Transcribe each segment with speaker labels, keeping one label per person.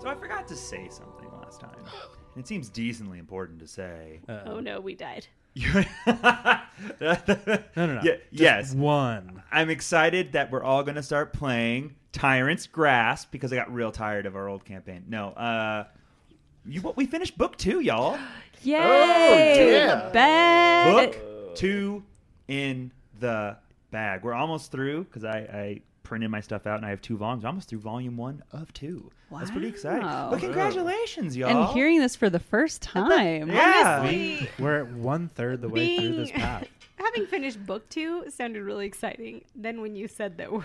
Speaker 1: So I forgot to say something last time. It seems decently important to say.
Speaker 2: Oh
Speaker 3: Um,
Speaker 4: Um,
Speaker 2: no, we died.
Speaker 1: no,
Speaker 4: No, no, no.
Speaker 1: Yeah,
Speaker 4: Just
Speaker 1: yes.
Speaker 4: One.
Speaker 1: I'm excited that we're all going to start playing Tyrant's Grasp because I got real tired of our old campaign. No, uh, you what we finished book two, y'all.
Speaker 2: Yay!
Speaker 5: yeah.
Speaker 2: Bad.
Speaker 1: Book two in the bag. We're almost through because I, I printed my stuff out and I have two volumes. We're almost through volume one of two. That's pretty exciting.
Speaker 2: Wow.
Speaker 1: But congratulations, y'all.
Speaker 2: I'm hearing this for the first time.
Speaker 1: yeah.
Speaker 3: Honestly,
Speaker 4: We're at one third the way through this
Speaker 3: Being-
Speaker 4: path.
Speaker 3: having finished book two sounded really exciting. Then when you said that we're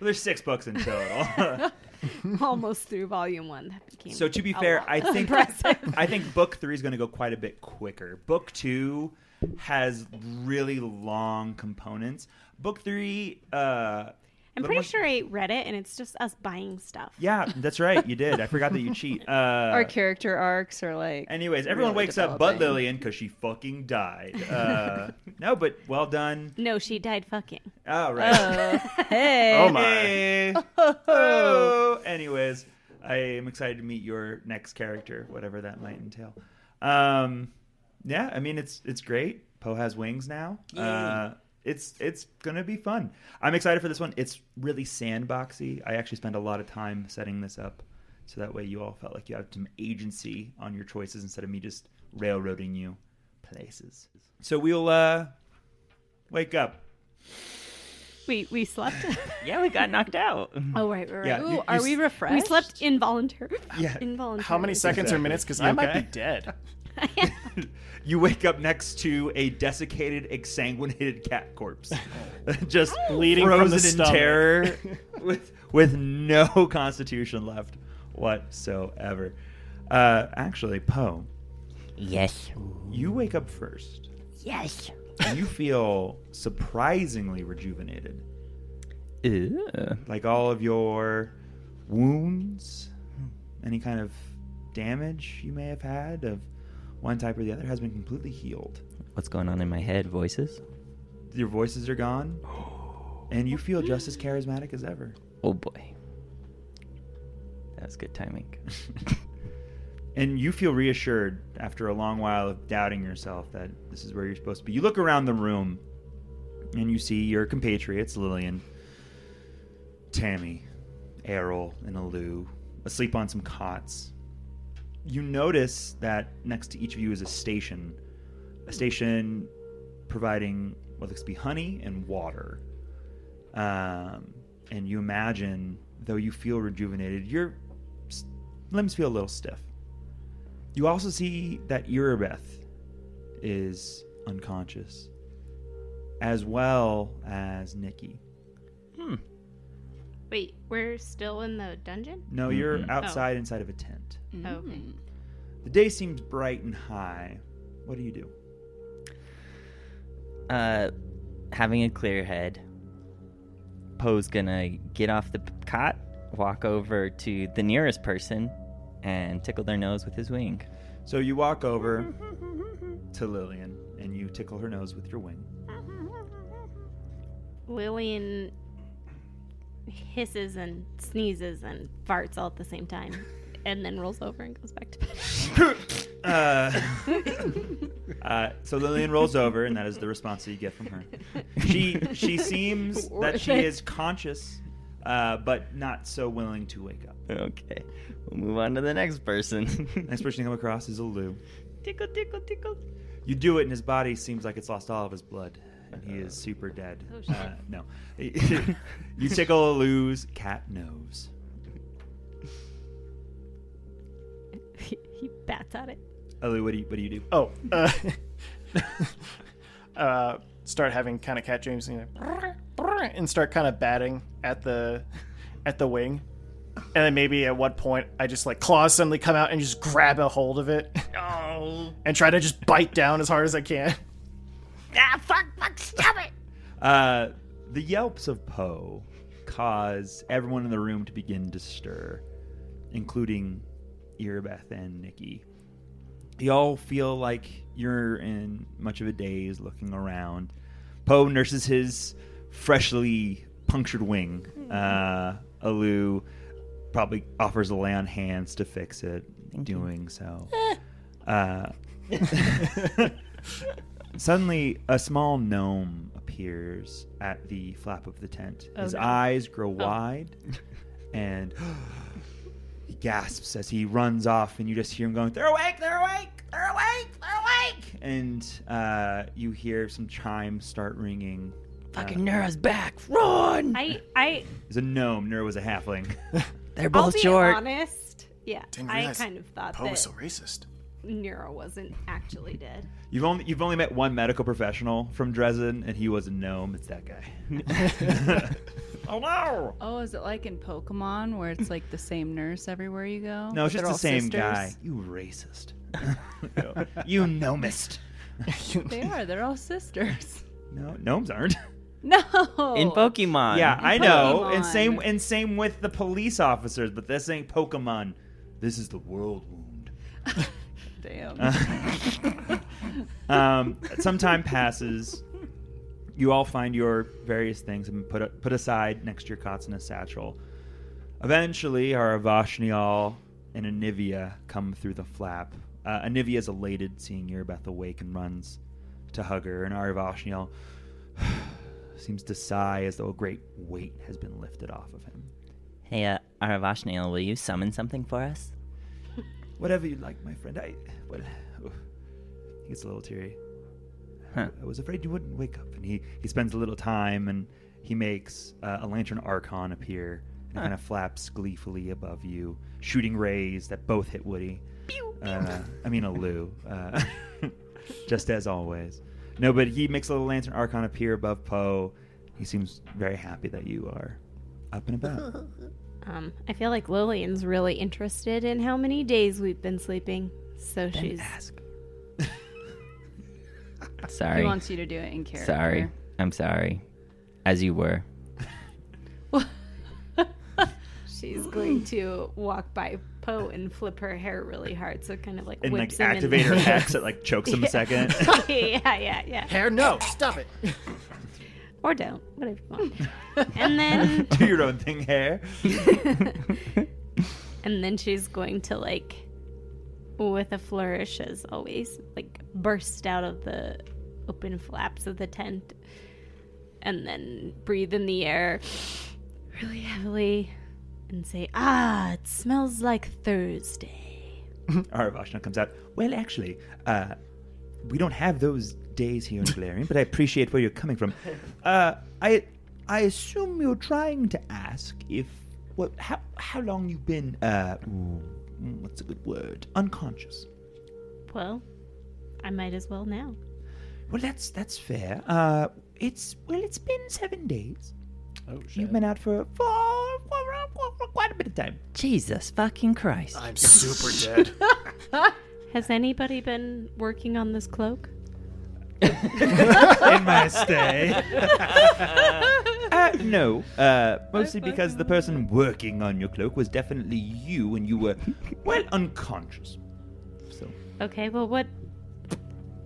Speaker 1: Well, there's six books in total.
Speaker 3: almost through volume one, that became
Speaker 1: so to be
Speaker 3: a
Speaker 1: fair,
Speaker 3: lot
Speaker 1: I
Speaker 3: less
Speaker 1: think
Speaker 3: impressive.
Speaker 1: I think book three is going to go quite a bit quicker. Book two has really long components. Book three, uh,
Speaker 3: I'm
Speaker 1: little
Speaker 3: pretty
Speaker 1: more-
Speaker 3: sure I read it, and it's just us buying stuff.
Speaker 1: Yeah, that's right. You did. I forgot that you cheat. Uh,
Speaker 2: Our character arcs are like.
Speaker 1: Anyways, everyone
Speaker 2: really
Speaker 1: wakes up but
Speaker 2: developing.
Speaker 1: Lillian because she fucking died. Uh, no, but well done.
Speaker 3: No, she died fucking.
Speaker 1: All right.
Speaker 2: Oh, hey.
Speaker 5: Oh my.
Speaker 1: Hey. Oh. Anyways, I am excited to meet your next character, whatever that might entail. Um, yeah, I mean it's it's great. Poe has wings now. Uh, it's it's gonna be fun. I'm excited for this one. It's really sandboxy. I actually spent a lot of time setting this up, so that way you all felt like you had some agency on your choices instead of me just railroading you places. So we'll uh, wake up.
Speaker 3: We we slept.
Speaker 6: Yeah, we got knocked out.
Speaker 3: oh right, right, right.
Speaker 1: Yeah,
Speaker 2: Ooh,
Speaker 1: you- you
Speaker 2: are we
Speaker 1: s-
Speaker 2: refreshed?
Speaker 3: We slept involuntarily.
Speaker 1: Yeah.
Speaker 3: Involuntarily.
Speaker 5: How many seconds or
Speaker 1: Exactly.
Speaker 5: minutes? Because
Speaker 1: You
Speaker 5: I might be
Speaker 1: okay?
Speaker 5: dead.
Speaker 1: You wake up next to a desiccated, exsanguinated cat corpse, just
Speaker 5: Oh. Bleeding from
Speaker 1: frozen
Speaker 5: the
Speaker 1: in
Speaker 5: stomach.
Speaker 1: terror, with with no constitution left whatsoever. Uh, actually, Poe,
Speaker 6: Yes.
Speaker 1: you wake up first,
Speaker 6: Yes.
Speaker 1: and you feel surprisingly rejuvenated. Like all of your wounds, any kind of damage you may have had of one type or the other has been completely healed.
Speaker 6: What's going on in my head? Voices?
Speaker 1: your voices are gone and you feel just as charismatic as ever
Speaker 6: Oh boy. That was good timing.
Speaker 1: and you feel reassured after a long while of doubting yourself that this is where you're supposed to be you look around the room and you see your compatriots lillian tammy errol and alou asleep on some cots you notice that next to each of you is a station a station providing what looks to be honey and water um, and you imagine, though you feel rejuvenated, your s- limbs feel a little stiff. You also see that Irabeth is unconscious, as well as Nikki.
Speaker 3: Wait, we're still in the dungeon. Oh,
Speaker 1: No, you're
Speaker 6: Mhm.
Speaker 1: outside inside of a tent.
Speaker 2: Mm.
Speaker 3: Okay.
Speaker 1: The day seems bright and high. What do you do?
Speaker 6: Uh, having a clear head, Poe's gonna get off the p- cot, walk over to the nearest person, and tickle their nose with his wing.
Speaker 1: So you walk over to Lillian and you tickle her nose with your wing.
Speaker 3: Lillian hisses and sneezes and farts all at the same time, and then rolls over and goes back to bed.
Speaker 1: uh, uh, so Lillian rolls over, and that is the response that you get from her. She she seems that she is conscious, uh, but not so willing to wake up.
Speaker 6: Okay, we'll move on to the next person.
Speaker 1: Next person you come across is Alu.
Speaker 6: tickle, tickle,
Speaker 3: Uh,
Speaker 6: tickle.
Speaker 1: You do it, and his body seems like it's lost all of his blood, and he is super dead.
Speaker 3: Oh, shit.
Speaker 1: Uh, no, you tickle Alu's cat nose.
Speaker 3: he, he bats at it.
Speaker 1: Alu, what do you what do you do?
Speaker 5: Oh. Uh, uh, start having kind of cat dreams and, like, and start kind of batting at the at the wing. And then maybe at one point I just like claws suddenly come out and just grab a hold of it and try to just bite down as hard as I can.
Speaker 1: Uh, the yelps of Poe cause everyone in the room to begin to stir, including Irabeth and Nikki. Y'all feel like you're in much of a daze looking around. Poe nurses his freshly punctured wing. Uh, Alu probably offers a lay on hands to fix it, doing so. Uh, suddenly, a small gnome appears at the flap of the tent.
Speaker 2: Oh,
Speaker 1: His
Speaker 2: no. Oh.
Speaker 1: eyes grow wide, and he gasps as he runs off, and you just hear him going, "They're awake! They're awake! They're awake! They're awake!" And uh, you hear some chimes start ringing.
Speaker 6: Fucking Nura's back. Run!
Speaker 3: I I
Speaker 1: It's a gnome. Nero was a halfling.
Speaker 6: They're
Speaker 3: I'll
Speaker 6: both
Speaker 3: be
Speaker 6: short.
Speaker 3: honest. Yeah,
Speaker 5: Didn't
Speaker 3: I
Speaker 5: realize
Speaker 3: kind of thought
Speaker 5: Poe
Speaker 3: that
Speaker 5: was so racist.
Speaker 3: Nero wasn't actually dead.
Speaker 1: You've only you've only met one medical professional from Dresden, and he was a gnome. It's that guy. oh no!
Speaker 2: Oh, is it like in Pokemon where it's like the same nurse everywhere you go?
Speaker 1: No, it's
Speaker 2: They're
Speaker 1: just the
Speaker 2: all
Speaker 1: same
Speaker 2: sisters?
Speaker 1: guy. You racist. you gnomist.
Speaker 2: They are. They're all sisters.
Speaker 1: No, gnomes aren't.
Speaker 2: No.
Speaker 6: In Pokemon.
Speaker 1: Yeah, I know. And
Speaker 2: Pokemon.
Speaker 1: same and same with the police officers, but this ain't Pokemon. This is the world wound.
Speaker 2: Damn.
Speaker 1: Uh. um, some time passes. You all find your various things and put put aside next to your cots in a satchel. Eventually, our Avashnial and Anivia come through the flap. Uh, Anivia is elated seeing Yerabeth awake and runs to hug her, and our Avashnial seems to sigh as though a great weight has been lifted off of him.
Speaker 6: Hey, uh, Aravashnail, will you summon something for us?
Speaker 1: Whatever you like, my friend. I well, oof. he gets a little teary.
Speaker 6: Huh.
Speaker 1: I was afraid you wouldn't wake up. And he, he spends a little time and he makes uh, a lantern archon appear and kind of flaps gleefully above you, shooting rays that both hit Woody. Uh, I mean, a Lou. Uh, just as always. No, but he makes a little lantern archon appear above Poe. He seems very happy that you are up and about.
Speaker 3: Um, I feel like Lillian's really interested in how many days we've been sleeping, so she's
Speaker 1: Ask.
Speaker 2: He
Speaker 6: Sorry.
Speaker 2: wants you to do it in character.
Speaker 6: Sorry. I'm sorry. As you were.
Speaker 3: she's going to walk by Poe and flip her hair really hard, so it kind of like
Speaker 1: And
Speaker 3: whips
Speaker 1: like
Speaker 3: him in the-
Speaker 1: activate her hex. It like chokes him a second.
Speaker 3: yeah, yeah, yeah.
Speaker 5: Hair, no, stop it.
Speaker 3: Or don't, whatever you want. and then
Speaker 1: Do your own thing, hair.
Speaker 3: and then she's going to like with a flourish as always like burst out of the open flaps of the tent and then breathe in the air really heavily and say ah it smells like thursday
Speaker 1: Our Vashna comes out. Well, actually, uh, we don't have those days here in Valerian, but I appreciate where you're coming from. Uh, I, I assume you're trying to ask if what how how long you've been uh, ooh, mm, what's a good word unconscious.
Speaker 3: well i might as well now
Speaker 1: Well, that's that's fair. Uh, it's well, it's been seven days.
Speaker 4: Oh shit.
Speaker 1: You've been out for for, for, for quite a bit of time.
Speaker 6: Jesus fucking Christ.
Speaker 1: Uh,
Speaker 5: I'm super dead.
Speaker 3: has anybody been working on this cloak
Speaker 1: in my stay. uh, no, uh, mostly because the person working on your cloak was definitely you, and you were well unconscious. So
Speaker 3: okay well what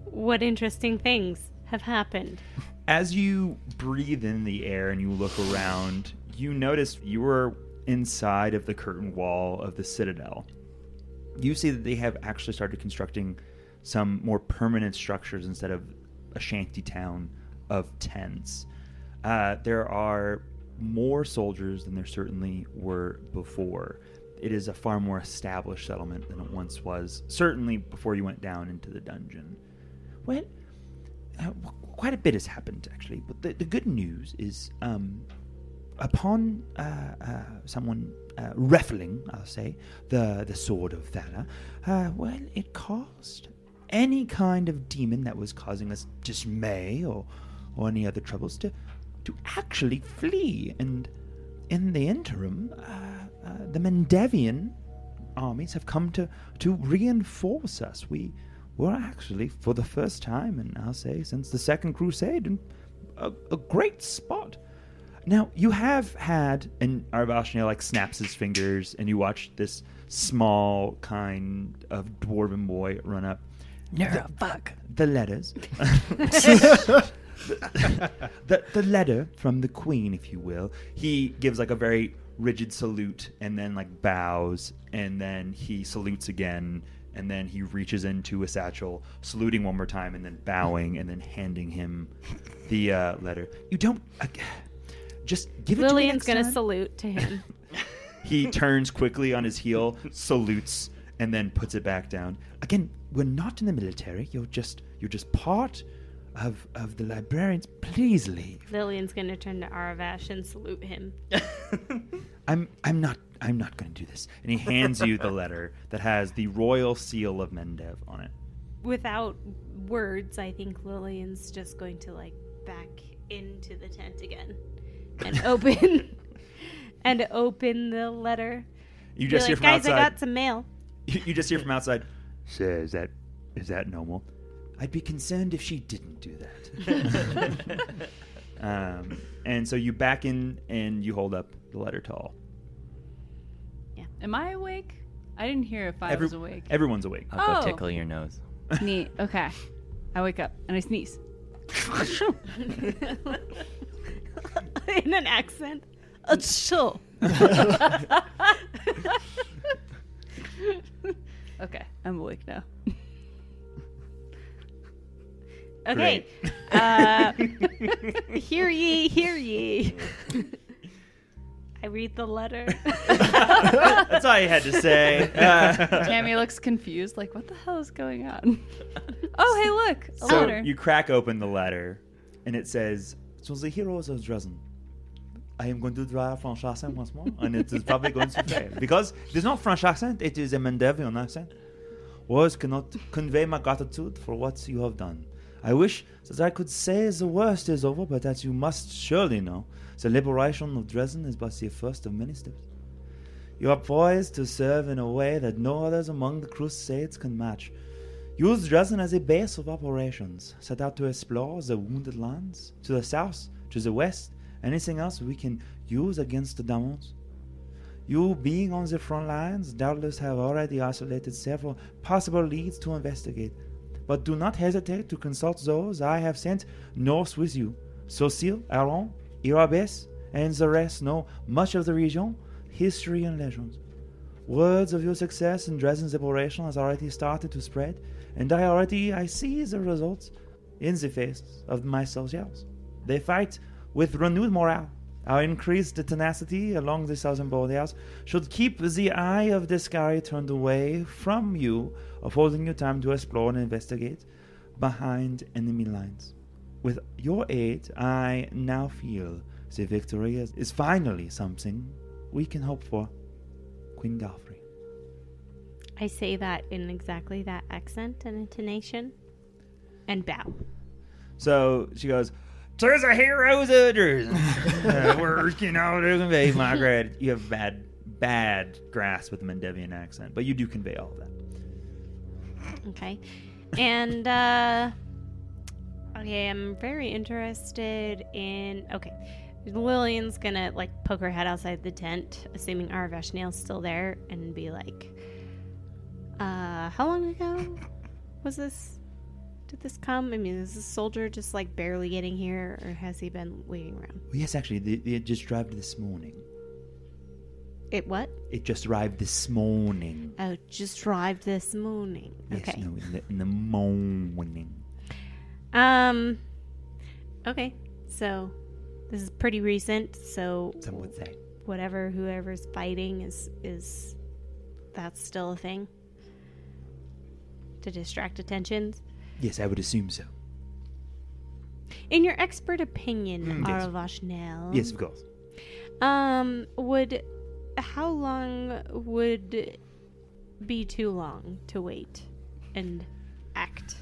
Speaker 3: what interesting things have happened
Speaker 1: as you breathe in the air and you look around, you notice you are inside of the curtain wall of the citadel. You see that they have actually started constructing some more permanent structures instead of a shanty town of tents. Uh, there are more soldiers than there certainly were before. It is a far more established settlement than it once was, certainly before you went down into the dungeon. Well, uh, w- quite a bit has happened actually. But the, the good news is, um, upon uh, uh, someone uh, raffling, I'll say the the sword of Thala, uh, well, it caused any kind of demon that was causing us dismay or or any other troubles to to actually flee. And in the interim, uh, uh, the Mendevian armies have come to to reinforce us. We were actually, for the first time, and I'll say since the Second Crusade, in a, a great spot. Now you have had, and Arbashnia like snaps his fingers, and you watch this small kind of dwarven boy run up
Speaker 6: Nura, fuck.
Speaker 1: the letters. the, the letter from the Queen, if you will. He gives like a very rigid salute and then like bows and then he salutes again and then he reaches into a satchel, saluting one more time and then bowing and then handing him the uh, letter. You don't uh, just give it to me
Speaker 3: Lillian's
Speaker 1: next
Speaker 3: gonna
Speaker 1: time.
Speaker 3: salute to him.
Speaker 1: He turns quickly on his heel, salutes, and then puts it back down. Again, we're not in the military. You're just you're just part of of the librarians. Please leave.
Speaker 3: Lillian's gonna turn to Aravash and salute him.
Speaker 1: I'm I'm not I'm not going to do this. And he hands you the letter that has the royal seal of Mendev on it.
Speaker 3: Without words, I think Lillian's just going to like back into the tent again and open and open the letter.
Speaker 1: You
Speaker 3: Be
Speaker 1: just hear
Speaker 3: like,
Speaker 1: from
Speaker 3: guys,
Speaker 1: outside.
Speaker 3: I got some mail.
Speaker 1: you, you just hear from outside. Sir, is that is that normal? I'd be concerned if she didn't do that. um, and so you back in and you hold up the letter to all.
Speaker 2: Am I awake? I didn't hear if I
Speaker 1: Every-
Speaker 2: was awake.
Speaker 1: Everyone's awake.
Speaker 6: I'll
Speaker 2: Oh.
Speaker 6: go tickle your nose.
Speaker 2: Neat. Okay. I wake up and I sneeze.
Speaker 3: in an accent. A chill.
Speaker 2: Okay, I'm awake now.
Speaker 3: Okay. Uh, hear ye, hear ye. I read the letter.
Speaker 1: That's all you had to say. Uh,
Speaker 2: Tammy looks confused, like, what the hell is going on? oh, hey, look, a
Speaker 1: so
Speaker 2: letter.
Speaker 1: you crack open the letter, and it says, "To the heroes of Dresden, I am going to try a French accent once more, and it is probably going to fail because it is not French accent; it is a Mendevian accent. Words cannot convey my gratitude for what you have done. I wish that I could say the worst is over, but as you must surely know, the liberation of Dresden is but the first of many steps." You are poised to serve in a way that no others among the Crusades can match. Use Dresden as a base of operations. Set out to explore the wounded lands, to the south, to the west, anything else we can use against the Damons. You, being on the front lines, doubtless have already isolated several possible leads to investigate. But do not hesitate to consult those I have sent north with you. Saucil, Aron, Irabes, and the rest know much of the region, history, and legends. Words of your success in Dresden's liberation has already started to spread, and I already I see the results in the face of my soldiers. They fight with renewed morale. Our increased tenacity along the southern borders should keep the eye of the sky turned away from you, affording you time to explore and investigate behind enemy lines. With your aid, I now feel the victory is, is finally something we can hope for. Queen Galfrey.
Speaker 3: I say that in exactly that accent and intonation and bow.
Speaker 1: So she goes, "To the heroes of Dresden, uh, working out to convey my gratitude." You have bad, bad grasp with a Mendevian accent, but you do convey all of that.
Speaker 3: Okay. And uh okay, I'm very interested in okay. Lillian's gonna like poke her head outside the tent, assuming our Vashnale's still there, and be like, uh, how long ago was this? Did this come? I mean, is this soldier just like barely getting here, or has he been waiting around?
Speaker 1: Well, yes, actually, they, they just arrived this morning.
Speaker 3: It what?
Speaker 1: It just arrived this morning.
Speaker 3: Oh, just arrived this morning.
Speaker 1: Yes,
Speaker 3: okay.
Speaker 1: no, in the, in the morning.
Speaker 3: Um. Okay. So, this is pretty recent. So,
Speaker 1: Some would say.
Speaker 3: whatever whoever's fighting is is that's still a thing to distract attentions
Speaker 1: Yes, I would assume so.
Speaker 3: in your expert opinion mm,
Speaker 1: Mm, yes. Yes, of course.
Speaker 3: um would how long would be too long to wait and act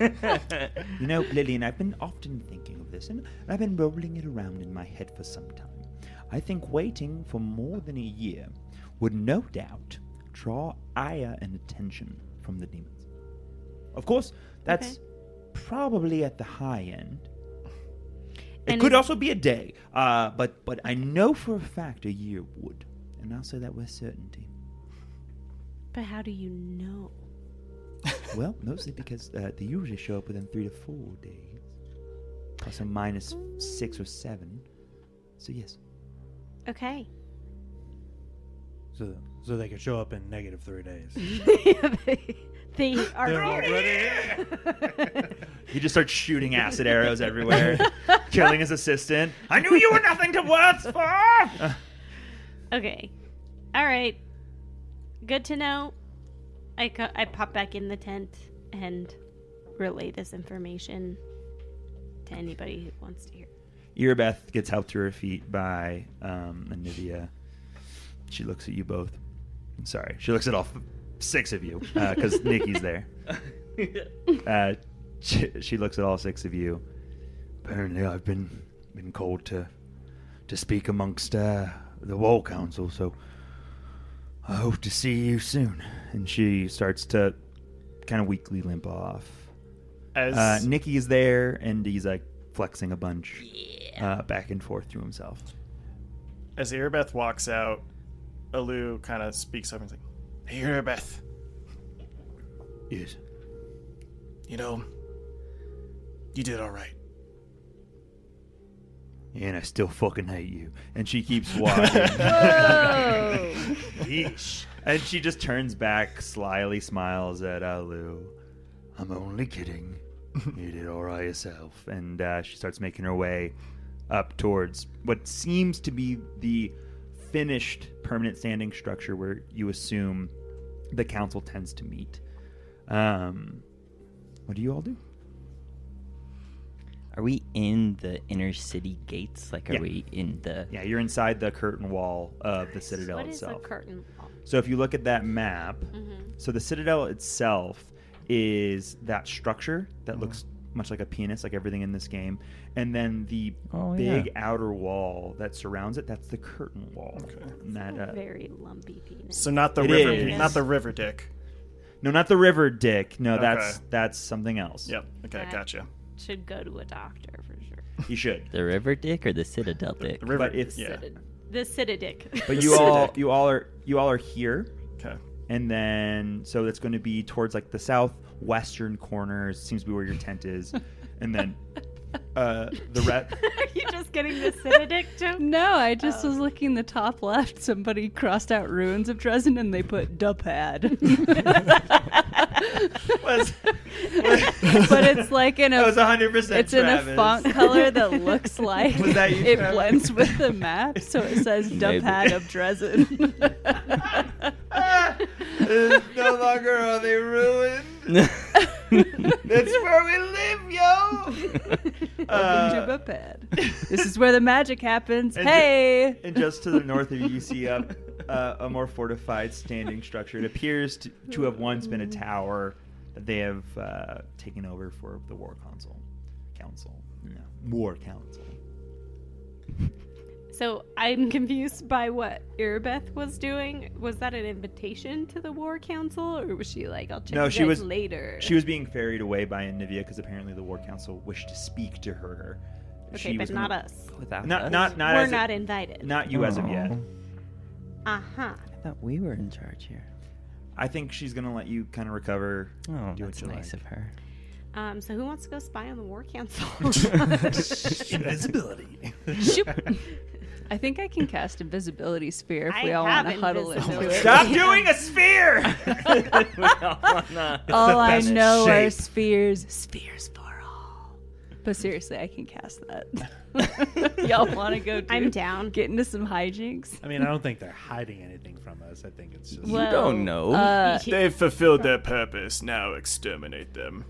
Speaker 1: You know, Lillian, I've been often thinking of this, and I've been rolling it around in my head for some time. I think waiting for more than a year would no doubt draw ire and attention from the demons. Of course, that's probably at the high end. It
Speaker 3: And
Speaker 1: could
Speaker 3: is-
Speaker 1: also be a day, uh, but but I know for a fact a year would, and I'll say that with certainty.
Speaker 3: but how do you know
Speaker 1: Well, mostly because uh, they usually show up within three to four days, plus or minus six or seven. So yes,
Speaker 3: okay
Speaker 4: so so they could show up in negative three days.
Speaker 3: they, they are
Speaker 4: They're
Speaker 3: here.
Speaker 4: already-
Speaker 1: He just starts shooting acid arrows everywhere, killing his assistant. I knew you were nothing to words for. Uh,
Speaker 3: okay. All right. Good to know. I, co- I pop back in the tent and relay this information to anybody who wants to hear.
Speaker 1: Earbeth gets helped to her feet by um, Anivia. She looks at you both. I'm sorry, she looks at all f- six of you because Nikki's there. Uh, she, she looks at all six of you. Apparently, I've been been called to to speak amongst uh, the Wall Council, so I hope to see you soon. And she starts to kind of weakly limp off.
Speaker 5: As
Speaker 1: Uh, Nikki is there, and he's like flexing a bunch uh, back and forth to himself.
Speaker 5: as Erebeth walks out, Alu kind of speaks up and is like, "Hey, Erebeth,
Speaker 1: Yes.
Speaker 5: you know, you did all right."
Speaker 1: And I still fucking hate you. And she keeps walking. Yeesh. And she just turns back, slyly smiles at Alu. I'm only kidding. You did all right yourself. And uh, she starts making her way up towards what seems to be the finished permanent standing structure where you assume the council tends to meet. Um, what do you all do?
Speaker 6: Are we in the inner city gates? Like, are
Speaker 1: Yeah.
Speaker 6: we in the?
Speaker 1: Yeah, you're inside the curtain wall of the citadel
Speaker 3: What is
Speaker 1: itself.
Speaker 3: the curtain? wall?
Speaker 1: So if you look at that map, so the citadel itself is that structure that looks much like a penis, like everything in this game, and then the
Speaker 6: Oh,
Speaker 1: big outer wall that surrounds it. That's the curtain wall. And that,
Speaker 3: A
Speaker 1: uh,
Speaker 3: very lumpy penis.
Speaker 5: So not the
Speaker 1: It
Speaker 5: river,
Speaker 1: is.
Speaker 5: not the river dick.
Speaker 1: no, not the river, Dick. No, that's
Speaker 5: Okay.
Speaker 1: that's something else.
Speaker 5: Yep. Okay,
Speaker 3: That-
Speaker 5: gotcha.
Speaker 3: Should go to a doctor for sure.
Speaker 1: you should.
Speaker 6: The river dick or the citadel dick?
Speaker 5: The river.
Speaker 1: But it's-
Speaker 5: yeah.
Speaker 3: Citad- The Citadic.
Speaker 1: But you all you all are you all are here.
Speaker 5: Okay.
Speaker 1: and then so that's going to be towards like the southwestern corner seems to be where your tent is and then uh the rep
Speaker 3: Are you just getting the Citadic joke?
Speaker 2: No, I just was
Speaker 3: Um.
Speaker 2: looking the top left. Somebody crossed out ruins of Dresden and they put Dupad.
Speaker 1: was,
Speaker 2: but it's like in
Speaker 1: that was
Speaker 2: a
Speaker 1: 100 percent
Speaker 2: it's in a font color that looks like
Speaker 1: Was that you,
Speaker 2: it
Speaker 1: Travis?
Speaker 2: blends with the map, so it says
Speaker 6: Maybe.
Speaker 2: Dupad of Dresden.
Speaker 1: it's no longer are they ruined that's where we live yo Uh,
Speaker 2: Welcome to Dupad. This is where the magic happens.
Speaker 1: and-
Speaker 2: Hey.
Speaker 1: and just to the north of you, you see a, uh, a, a more fortified standing structure. It appears to, to have once been a tower that they have uh, taken over for the War Council. Council. No. War Council.
Speaker 3: So I'm confused by what Erebeth was doing. Was that an invitation to the War Council, or was she like, "I'll check
Speaker 1: No,
Speaker 3: you
Speaker 1: she
Speaker 3: guys
Speaker 1: was-
Speaker 3: later"?
Speaker 1: She was being ferried away by Anivia because apparently the War Council wished to speak to her.
Speaker 3: okay,
Speaker 1: She
Speaker 3: but
Speaker 1: was
Speaker 3: not
Speaker 1: gonna-
Speaker 3: us.
Speaker 6: Without
Speaker 1: Not,
Speaker 6: us?
Speaker 1: not, not,
Speaker 3: We're
Speaker 1: as
Speaker 3: not
Speaker 1: of,
Speaker 3: invited.
Speaker 1: not you as of yet.
Speaker 3: Uh huh.
Speaker 6: I thought we were in charge here.
Speaker 1: I think she's going to let you kind of recover.
Speaker 6: Oh,
Speaker 1: Do what
Speaker 6: that's
Speaker 1: you
Speaker 6: nice
Speaker 1: like.
Speaker 6: of her.
Speaker 3: Um, so who wants to go spy on the War Council?
Speaker 1: Invisibility.
Speaker 2: I think I can cast invisibility sphere if
Speaker 3: I
Speaker 2: we all want to
Speaker 3: have
Speaker 2: huddle into
Speaker 3: invisibility.
Speaker 2: it.
Speaker 1: Stop doing a sphere!
Speaker 2: All I
Speaker 1: best
Speaker 2: know are
Speaker 1: shape.
Speaker 2: spheres. Spheres for all. But seriously, I can cast that. Y'all want to go? Do,
Speaker 3: I'm down.
Speaker 2: Get into some hijinks.
Speaker 4: I mean, I don't think they're hiding anything from us. I think it's just.
Speaker 3: Well,
Speaker 6: you don't know.
Speaker 2: Uh,
Speaker 5: They've fulfilled their purpose. Now exterminate them.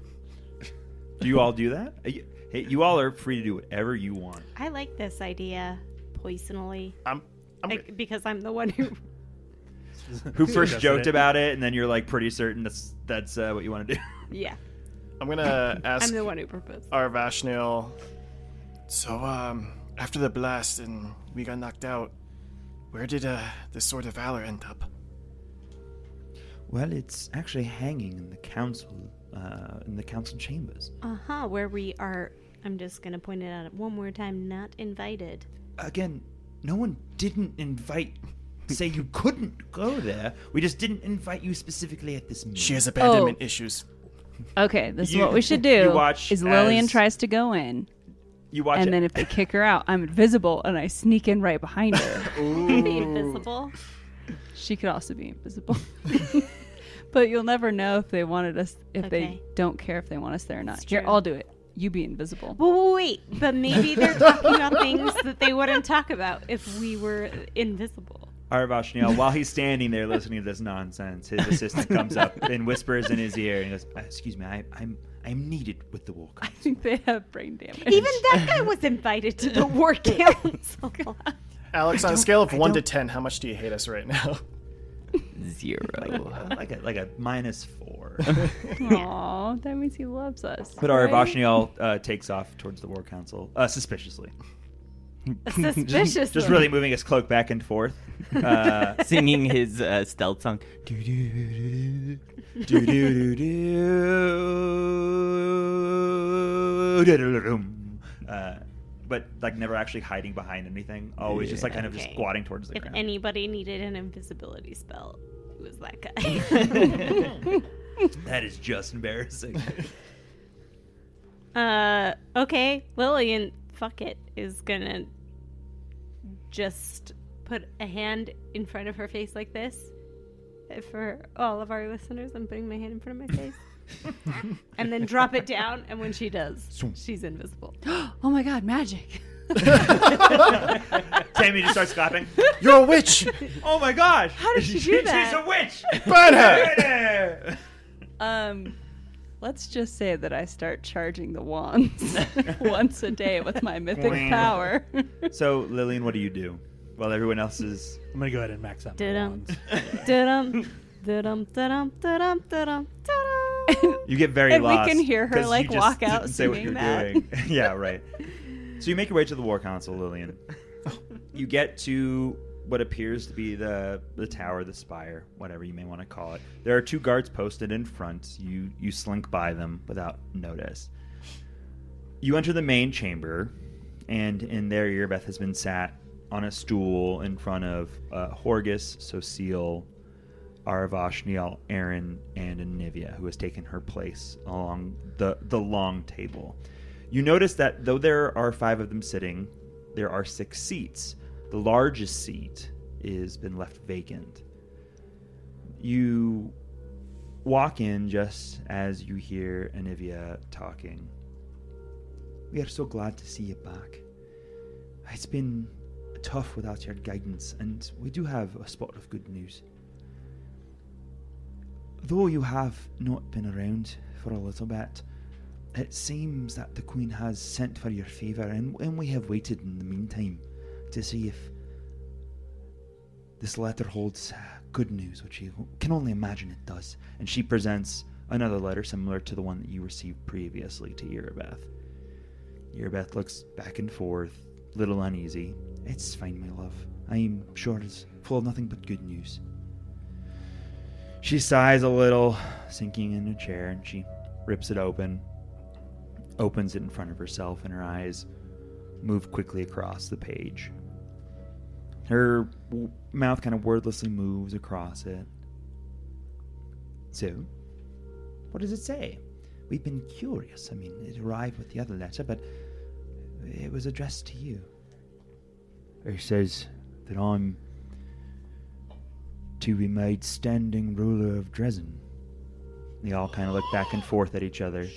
Speaker 1: do you all do that? Uh, you- Hey, you all are free to do whatever you want.
Speaker 3: I like this idea, poisonally,
Speaker 5: I'm. I'm
Speaker 3: I- because I'm the one who.
Speaker 1: who first
Speaker 4: Suggested
Speaker 1: joked
Speaker 4: it.
Speaker 1: about it, and then you're like pretty certain that's that's uh, what you want to do.
Speaker 3: Yeah,
Speaker 5: I'm gonna ask
Speaker 3: I'm the one who proposed.
Speaker 5: our Vashnil. So, um, after the blast and we got knocked out, where did uh the Sword of Valor end up?
Speaker 1: Well, it's actually hanging in the council, uh, in the council chambers.
Speaker 3: Uh huh. Where we are. I'm just gonna point it out one more time. Not invited.
Speaker 1: Again, no one didn't invite. Say you couldn't go there. We just didn't invite you specifically at this meeting.
Speaker 5: She has abandonment
Speaker 3: Oh.
Speaker 5: issues.
Speaker 2: okay, this
Speaker 1: You-
Speaker 2: is what we should
Speaker 1: you
Speaker 2: do.
Speaker 1: watch
Speaker 2: is Lillian
Speaker 1: as-
Speaker 2: tries to go in,
Speaker 1: you watch
Speaker 2: and then
Speaker 1: it.
Speaker 2: if they kick her out, I'm invisible and I sneak in right behind her.
Speaker 3: Be invisible.
Speaker 2: She could also be invisible. but you'll never know if they wanted us, if
Speaker 3: Okay.
Speaker 2: they don't care if they want us there or not.
Speaker 3: It's
Speaker 2: Here,
Speaker 3: true.
Speaker 2: I'll do it. You be invisible.
Speaker 3: Well, well, wait, but maybe they're talking about things that they wouldn't talk about if we were invisible.
Speaker 1: All right, Vashniel, while he's standing there listening to this nonsense, his assistant comes up and whispers in his ear and he goes, "Uh, Excuse me, I, I'm I'm needed with the war
Speaker 2: I
Speaker 1: council.
Speaker 2: think they have brain damage.
Speaker 3: Even that guy was invited to the war council.
Speaker 5: Alex, on a scale of one to ten, how much do you hate us right now?
Speaker 6: Zero.
Speaker 1: Like a, like a minus four.
Speaker 2: Aw, that means he loves us.
Speaker 1: But our
Speaker 2: right?
Speaker 1: Vashniel uh, takes off towards the war council, uh, suspiciously.
Speaker 3: Suspicious.
Speaker 1: Just really moving his cloak back and forth. Uh,
Speaker 6: Singing his uh, stealth song. Doo-doo-doo-doo.
Speaker 1: do do do do da-da-da-dum. Uh, but like never actually hiding behind anything. Always just like kind of just
Speaker 3: Okay.
Speaker 1: squatting towards the
Speaker 3: If
Speaker 1: ground.
Speaker 3: anybody needed an invisibility spell, it was that guy.
Speaker 1: that is just embarrassing.
Speaker 3: uh, okay, Lillian, fuck it, is gonna just put a hand in front of her face like this. Uh, For all of our listeners, I'm putting my hand in front of my face. and then drop it down, and when she does, she's invisible.
Speaker 2: Oh my god, magic.
Speaker 1: Tammy just starts clapping.
Speaker 5: You're a witch!
Speaker 1: Oh my gosh! How
Speaker 2: did she do that?
Speaker 1: She's a witch.
Speaker 5: Burn her!
Speaker 1: Burn her!
Speaker 2: Um, let's just say that I start charging the wands once a day with my mythic power.
Speaker 1: so Lillian, what do you do? While everyone else is
Speaker 4: I'm gonna go ahead and max out my
Speaker 2: um,
Speaker 3: Did 'em.
Speaker 4: wands.
Speaker 3: Da-dum, da-dum, da-dum, da-dum, da-dum, da-dum.
Speaker 1: You get very
Speaker 2: And we
Speaker 1: lost.
Speaker 2: can hear her,
Speaker 1: 'cause you
Speaker 2: like,
Speaker 1: just
Speaker 2: walk out
Speaker 1: didn't say what you're
Speaker 2: singing that.
Speaker 1: doing. yeah, right. So you make your way to the war council, Lillian. You get to what appears to be the the tower, the spire, whatever you may want to call it. There are two guards posted in front. You you slink by them without notice. You enter the main chamber, and in there, Earbeth has been sat on a stool in front of uh, Horgus, Socile, Aravash, Neil, Aaron, and Anivia, who has taken her place along the, the long table. You notice that though there are five of them sitting, there are six seats. The largest seat is been left vacant. You walk in just as you hear Anivia talking. We are so glad to see you back. It's been tough without your guidance, and we do have a spot of good news. Though you have not been around for a little bit, it seems that the Queen has sent for your favour, and, and we have waited in the meantime to see if this letter holds uh, good news, which you can only imagine it does. And she presents another letter similar to the one that you received previously to Erebeth. Erebeth looks back and forth, little uneasy. It's fine, my love. I am sure it's full of nothing but good news. She sighs a little, sinking in her chair, and she rips it open, opens it in front of herself, and her eyes move quickly across the page. Her w- mouth kind of wordlessly moves across it. So, what does it say? We've been curious. I mean, it arrived with the other letter, but it was addressed to you. It says that I'm to be made standing ruler of Dresden. They all kind of look back and forth at each other.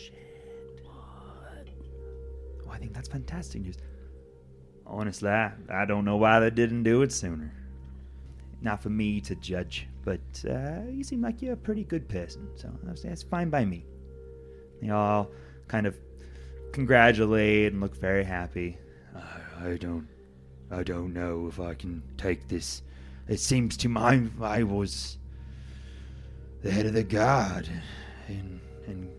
Speaker 1: Oh, I think that's fantastic news. Honestly, I, I don't know why they didn't do it sooner. Not for me to judge, but uh, you seem like you're a pretty good person, so that's- that's fine by me. They all kind of congratulate and look very happy. I, I don't, I don't know if I can take this. It seems to my I was the head of the guard, and and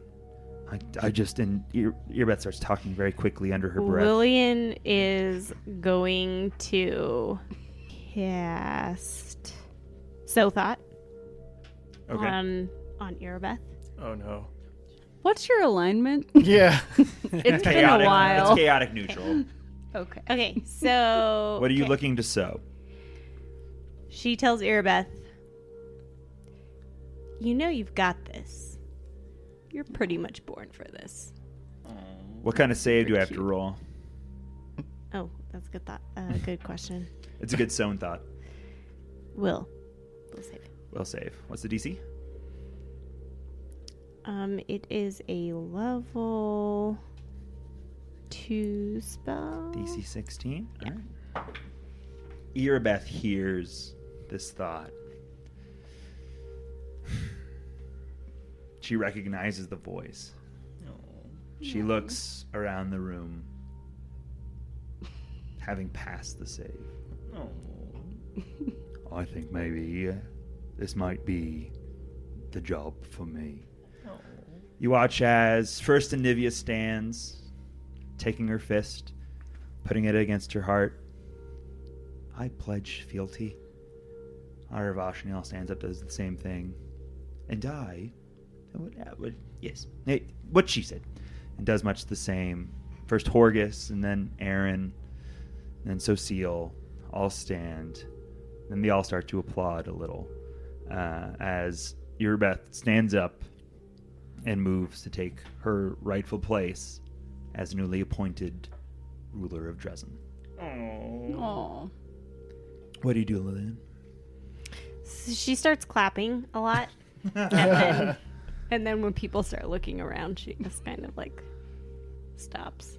Speaker 1: I, I just and Ear, Earbeth starts talking very quickly under her breath.
Speaker 3: Lillian is going to cast So Thought
Speaker 1: okay,
Speaker 3: on on Erebeth.
Speaker 5: Oh no.
Speaker 2: What's your alignment?
Speaker 5: Yeah.
Speaker 3: It's been a
Speaker 1: chaotic.
Speaker 3: while.
Speaker 1: It's chaotic neutral.
Speaker 2: Okay.
Speaker 3: Okay, so
Speaker 1: What are you
Speaker 3: okay.
Speaker 1: looking to sew?
Speaker 3: She tells Erebeth, "You know you've got this. You're pretty much born for this."
Speaker 1: What kind of save do I have to roll?
Speaker 3: Oh, that's a good thought. Uh, good question.
Speaker 1: It's a good sewn thought.
Speaker 3: Will, will save it.
Speaker 1: Will save. What's the DC?
Speaker 3: Um, it is a level two spell.
Speaker 1: DC 16. All right. Erebeth hears this thought. She recognizes the voice. She looks around the room, having passed the save. I think maybe uh, this might be the job for me. You watch as first Anivia stands, taking her fist, putting it against her heart. I pledge fealty. Aravashnil stands up, does the same thing. And I. What, uh, what, yes. eh, What she said. And does much the same. First Horgus, and then Aaron, and then Soseal all stand. Then they all start to applaud a little uh, as Irbeth stands up and moves to take her rightful place as newly appointed ruler of Dresden.
Speaker 2: Oh,
Speaker 1: What do you do, Lillian?
Speaker 3: So she starts clapping a lot. and, then, and then when people start looking around, she just kind of like stops.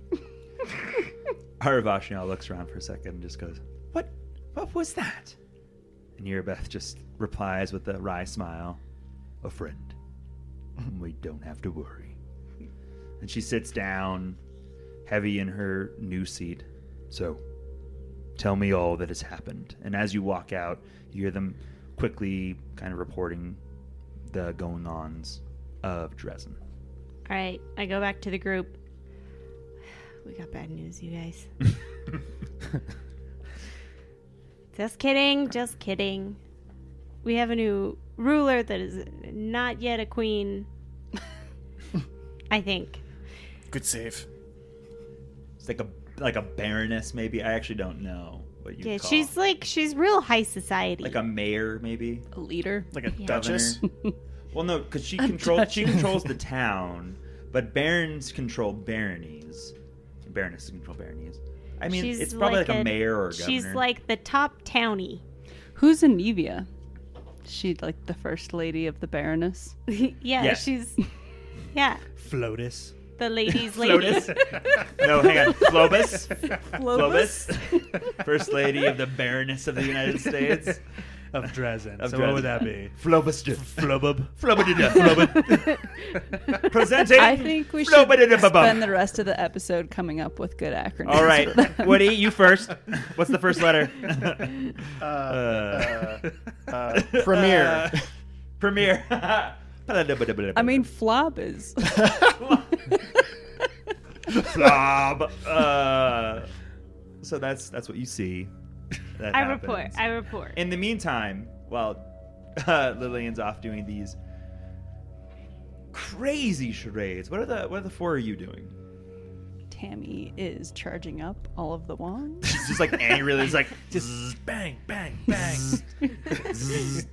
Speaker 1: Aravashnal looks around for a second and just goes, What what was that? And Yerabeth just replies with a wry smile, A friend. We don't have to worry. And she sits down, heavy in her new seat. So tell me all that has happened. And as you walk out, you hear them quickly kind of reporting the going ons of Dresden.
Speaker 3: All right, I go back to the group. We got bad news, you guys. just kidding, just kidding. We have a new ruler that is not yet a queen. I think.
Speaker 5: Good save.
Speaker 1: It's like a like a baroness, maybe. I actually don't know what you
Speaker 3: Yeah,
Speaker 1: call.
Speaker 3: she's like she's real high society.
Speaker 1: like a mayor, maybe.
Speaker 2: a leader.
Speaker 5: Like a
Speaker 3: Yeah.
Speaker 5: duchess.
Speaker 1: Well, no, because she controls she controls the town, but barons control baronies. Baronesses control baronies. I mean,
Speaker 3: She's
Speaker 1: it's probably like, a, mayor or a governor.
Speaker 3: She's like the top townie.
Speaker 2: Who's Anivia? She like the first lady of the Baroness.
Speaker 3: yeah,
Speaker 1: Yeah.
Speaker 3: she's yeah,
Speaker 4: Flotus.
Speaker 3: the ladies' lady.
Speaker 1: Flotus. no, hang on, Flobus. Flobus, first lady of the Baroness of the United States.
Speaker 4: Of Dresden.
Speaker 1: Of
Speaker 4: so what would that be?
Speaker 1: Flobus,
Speaker 4: Flobub.
Speaker 1: Flobus, Flobus. Presenting.
Speaker 2: I think we should spend the rest of the episode coming up with good acronyms.
Speaker 1: All right,
Speaker 2: for them.
Speaker 1: Woody, you first. What's the first letter?
Speaker 5: Uh,
Speaker 1: Uh.
Speaker 5: uh, uh, premier.
Speaker 1: Uh, Premier.
Speaker 2: I mean, flob is.
Speaker 1: Flob. Uh, so that's that's what you see. That
Speaker 3: I
Speaker 1: happens.
Speaker 3: report. I report.
Speaker 1: In the meantime, while uh, Lillian's off doing these crazy charades, what are the what are the four of you doing?
Speaker 2: Tammy is charging up all of the wands.
Speaker 1: She's just like angrily, it's like just
Speaker 4: Bang, bang, bang.
Speaker 1: zzz.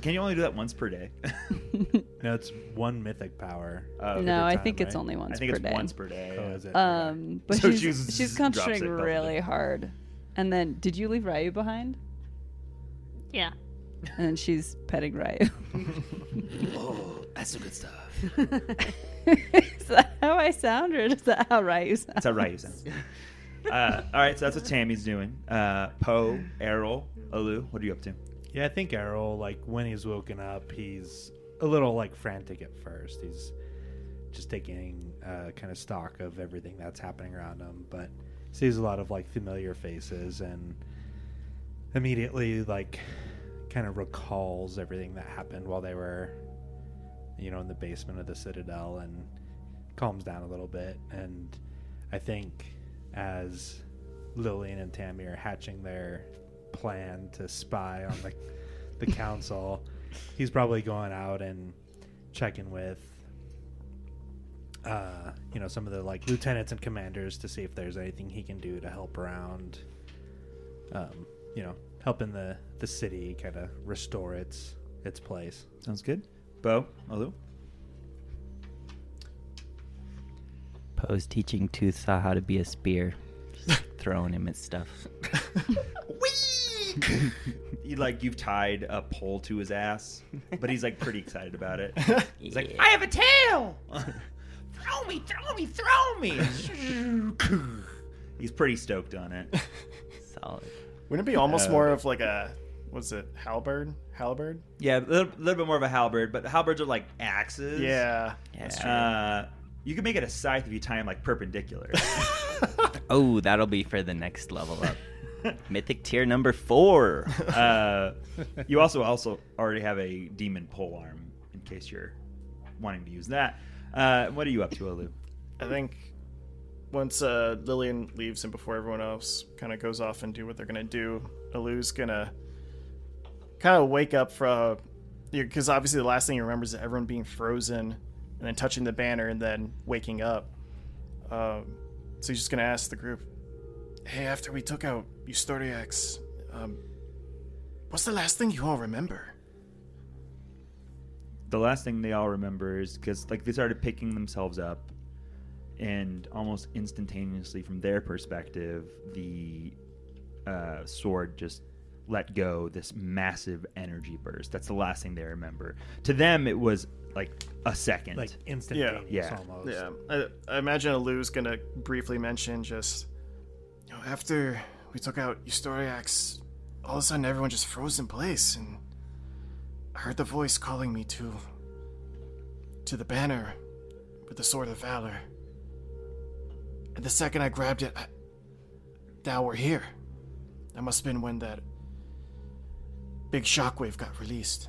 Speaker 1: Can you only do that once per day?
Speaker 4: no, it's one mythic power.
Speaker 1: Uh,
Speaker 2: no, I
Speaker 4: time,
Speaker 2: think it's
Speaker 4: right?
Speaker 2: only once
Speaker 1: I think
Speaker 2: per
Speaker 1: it's
Speaker 2: day.
Speaker 1: once per day.
Speaker 4: Oh, is it?
Speaker 2: Um, but
Speaker 1: So
Speaker 2: she's
Speaker 1: she's-
Speaker 2: she's
Speaker 1: drops it,
Speaker 2: concentrating
Speaker 1: doesn't
Speaker 2: really
Speaker 1: it?
Speaker 2: hard. And then, did you leave Ryu behind?
Speaker 3: yeah.
Speaker 2: And then she's petting Ryu.
Speaker 1: Oh, that's some good stuff.
Speaker 2: is that how I sound, or is that how Ryu sounds?
Speaker 1: That's how Ryu sounds. Uh, all right, so that's what Tammy's doing. Uh, Poe, Errol, Alu, what are you up to?
Speaker 4: Yeah, I think Errol, like when he's woken up, he's a little like frantic at first. He's just taking uh, kind of stock of everything that's happening around him, but sees a lot of like familiar faces and immediately like kind of recalls everything that happened while they were, you know, in the basement of the citadel and calms down a little bit. And I think as Lillian and Tammy are hatching their plan to spy on the, the council. He's probably going out and checking with, uh, you know, some of the like lieutenants and commanders to see if there's anything he can do to help around, um, you know, helping the the city kind of restore its its place.
Speaker 1: Sounds good. Bo, Alu?
Speaker 6: Poe's teaching Tooth Saw how to be a spear. Just throwing him at stuff.
Speaker 5: Whee!
Speaker 1: You, like you've tied a pole to his ass, but he's like pretty excited about it. He's like,
Speaker 6: Yeah.
Speaker 1: I have a tail. throw me, throw me, throw me. he's pretty stoked on it.
Speaker 6: Solid.
Speaker 5: Wouldn't it be almost
Speaker 1: Uh,
Speaker 5: more of like a what's it halberd? Halberd?
Speaker 1: Yeah, a little, little bit more of a halberd, but halberds are like axes.
Speaker 5: Yeah.
Speaker 6: Yeah.
Speaker 1: Uh, you can make it a scythe if you tie them like perpendicular.
Speaker 6: oh, that'll be for the next level up. Mythic tier number four.
Speaker 1: uh, you also also already have a demon pole arm in case you're wanting to use that. Uh, what are you up to, Alu?
Speaker 5: I think once uh, Lillian leaves and before everyone else kind of goes off and do what they're gonna do, Alu's gonna kind of wake up from because obviously the last thing he remembers is everyone being frozen and then touching the banner and then waking up. Um, so he's just gonna ask the group, "Hey, after we took out Eustoriax, um, what's the last thing you all remember?"
Speaker 1: the last thing they all remember is because like they started picking themselves up and almost instantaneously from their perspective the uh, sword just let go this massive energy burst that's the last thing they remember to them it was like a second
Speaker 4: like instantaneous
Speaker 1: Yeah.
Speaker 4: almost.
Speaker 5: Yeah, I, I imagine Alu's gonna briefly mention just, you know, after we took out Eustoriax, all of a sudden everyone just froze in place, and I heard the voice calling me to, to the banner, with the sword of valor. And the second I grabbed it, I, now we're here. That must have been when that big shockwave got released.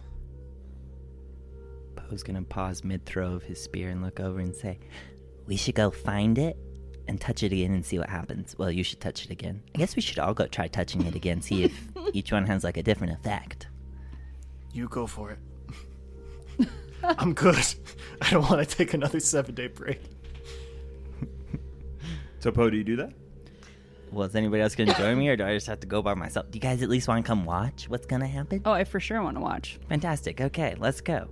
Speaker 6: Poe's gonna pause mid throw of his spear and look over and say, We should go find it and touch it again and see what happens. Well, you should touch it again. I guess we should all go try touching it again, see if each one has like a different effect.
Speaker 5: You go for it. I'm good. I don't want to take another seven day break.
Speaker 1: so poe do you do that
Speaker 6: Well, is anybody else gonna join me or do I just have to go by myself? Do you guys at least wanna come watch what's gonna happen?
Speaker 2: Oh, I for sure want to watch.
Speaker 6: Fantastic. Okay, let's go.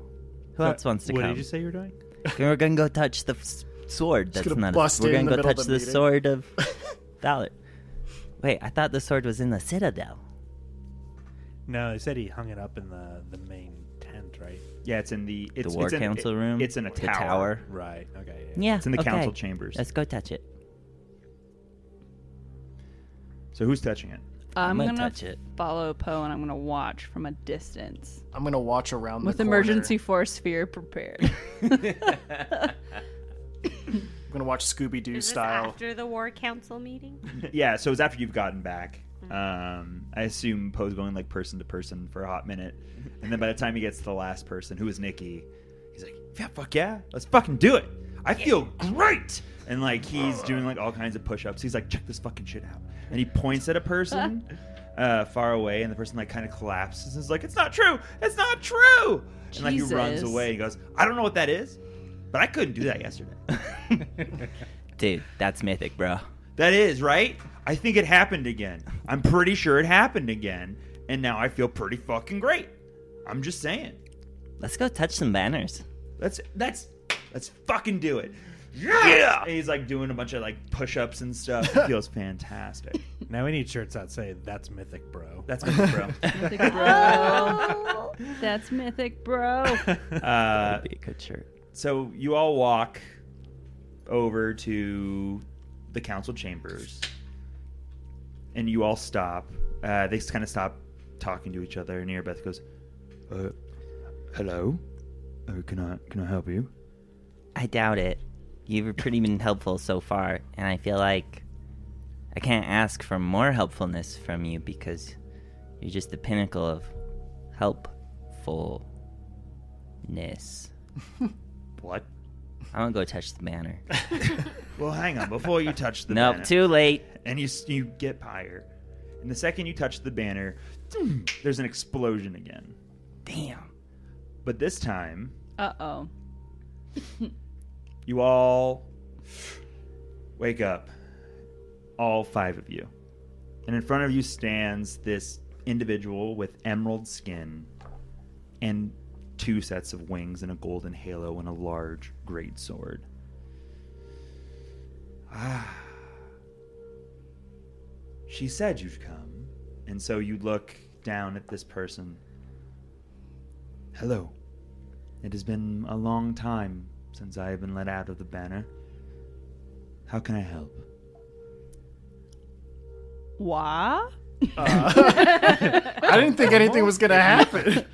Speaker 6: Who
Speaker 1: So,
Speaker 6: else wants to
Speaker 1: what
Speaker 6: come?
Speaker 1: did you say you were doing
Speaker 6: We're gonna go touch the s- sword. That's
Speaker 5: gonna
Speaker 6: not.
Speaker 5: bust
Speaker 6: a, we're
Speaker 5: in
Speaker 6: gonna
Speaker 5: the
Speaker 6: go
Speaker 5: middle of
Speaker 6: touch
Speaker 5: the
Speaker 6: the,
Speaker 5: meeting.
Speaker 6: sword of valor. Wait, I thought the sword was in the citadel.
Speaker 4: No, he said he hung it up in the the main tent, right?
Speaker 1: yeah it's in the it's,
Speaker 6: the war
Speaker 1: it's in,
Speaker 6: council
Speaker 1: it-
Speaker 6: room.
Speaker 1: it's in a
Speaker 6: The
Speaker 1: tower.
Speaker 4: Right. Okay.
Speaker 6: Yeah,
Speaker 1: it's in the
Speaker 6: okay.
Speaker 1: council chambers
Speaker 6: Let's go touch it.
Speaker 1: so who's touching it
Speaker 2: I'm,
Speaker 6: gonna
Speaker 2: gonna,
Speaker 6: touch it.
Speaker 2: follow Poe and I'm gonna watch from a distance
Speaker 5: I'm gonna watch around
Speaker 2: with
Speaker 5: the corner.
Speaker 2: emergency force sphere prepared.
Speaker 5: I'm gonna watch Scooby Doo
Speaker 3: Is this
Speaker 5: style.
Speaker 3: after the war council meeting?
Speaker 1: yeah so it's after you've gotten back um, i assume poe's going like person to person for a hot minute and then by the time he gets to the last person who is nikki he's like yeah fuck yeah let's fucking do it i feel great and like he's doing like all kinds of push-ups he's like check this fucking shit out and he points at a person uh, far away and the person like kind of collapses and is like it's not true it's not true and like he runs
Speaker 2: Jesus.
Speaker 1: away he goes i don't know what that is but i couldn't do that yesterday
Speaker 6: Dude, that's mythic, bro.
Speaker 1: That is, right? I think it happened again. I'm pretty sure it happened again. And now I feel pretty fucking great. I'm just saying.
Speaker 6: Let's go touch some banners.
Speaker 1: Let's let's let's fucking do it. Yeah. And he's like doing a bunch of like push-ups and stuff. It feels fantastic.
Speaker 4: Now we need shirts that say "That's Mythic, bro."
Speaker 1: That's good, bro.
Speaker 2: Mythic bro. Oh, That's mythic, bro.
Speaker 1: Uh,
Speaker 6: That'd be a good shirt.
Speaker 1: so you all walk over to the council chambers and you all stop uh, they kind of stop talking to each other and Erebeth goes uh, hello uh, can I can I help you
Speaker 6: I doubt it. You've pretty been helpful so far, and I feel like I can't ask for more helpfulness from you because you're just the pinnacle of helpfulness.
Speaker 1: what
Speaker 6: I want to go touch the banner.
Speaker 1: well hang on before you touch the
Speaker 6: nope,
Speaker 1: banner.
Speaker 6: too late.
Speaker 1: and you s- you get higher and the second you touch the banner there's an explosion again
Speaker 6: Damn.
Speaker 1: but this time
Speaker 2: Uh oh.
Speaker 1: you all wake up all five of you and in front of you stands this individual with emerald skin and two sets of wings and a golden halo and a large great sword ah she said you'd come and so you look down at this person. Hello. It has been a long time since I have been let out of the banner. How can I help?
Speaker 2: Wah?
Speaker 5: Uh, I didn't think anything was gonna happen.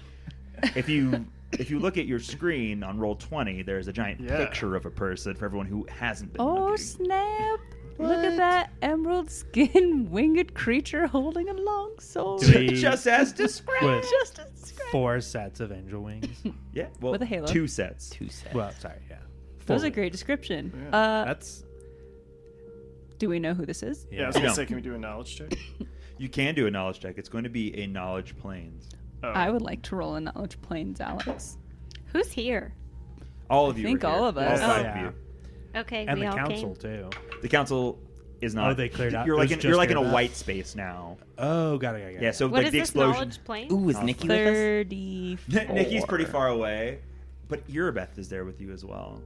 Speaker 1: If you if you look at your screen on roll twenty, there's a giant
Speaker 5: Yeah.
Speaker 1: picture of a person for everyone who hasn't been
Speaker 2: Oh,
Speaker 1: looking.
Speaker 2: snap! Look at that emerald skin winged creature holding a long sword.
Speaker 4: Do we-
Speaker 1: Just as described.
Speaker 4: With
Speaker 2: Just a scratch.
Speaker 4: four sets of angel wings.
Speaker 1: Yeah, well,
Speaker 2: With a halo.
Speaker 1: two sets.
Speaker 6: Two sets.
Speaker 4: well, sorry, yeah.
Speaker 2: That was
Speaker 4: Four.
Speaker 2: a great description.
Speaker 5: Yeah.
Speaker 2: Uh,
Speaker 4: That's
Speaker 2: do we know who this is?
Speaker 5: Yeah, I
Speaker 4: yeah.
Speaker 5: was gonna
Speaker 1: No.
Speaker 5: say, can we do a knowledge check?
Speaker 1: You can do a knowledge check. It's going to be a knowledge planes.
Speaker 5: Oh.
Speaker 2: I would like to roll a knowledge planes, Alex.
Speaker 3: Who's here?
Speaker 1: All of you.
Speaker 2: think
Speaker 1: are here.
Speaker 2: all of us.
Speaker 1: All five
Speaker 4: Oh.
Speaker 1: of
Speaker 3: Okay,
Speaker 4: and
Speaker 3: we
Speaker 4: the
Speaker 3: all
Speaker 4: council
Speaker 3: came.
Speaker 4: too.
Speaker 1: you. The council is not.
Speaker 4: Oh, they cleared out-
Speaker 1: You're
Speaker 4: it
Speaker 1: like
Speaker 4: was
Speaker 1: in,
Speaker 4: just
Speaker 1: you're like in a
Speaker 4: cleared out?
Speaker 1: white space now.
Speaker 4: Oh, got it, got it. got
Speaker 1: Yeah.
Speaker 4: it.
Speaker 1: So
Speaker 3: What
Speaker 1: like
Speaker 3: is
Speaker 1: the
Speaker 3: this
Speaker 1: explosion.
Speaker 3: knowledge plane?
Speaker 6: Ooh, is Nikki with us?
Speaker 2: Thirty-four.
Speaker 1: Nikki's pretty far away, but Irabeth is there with you as well.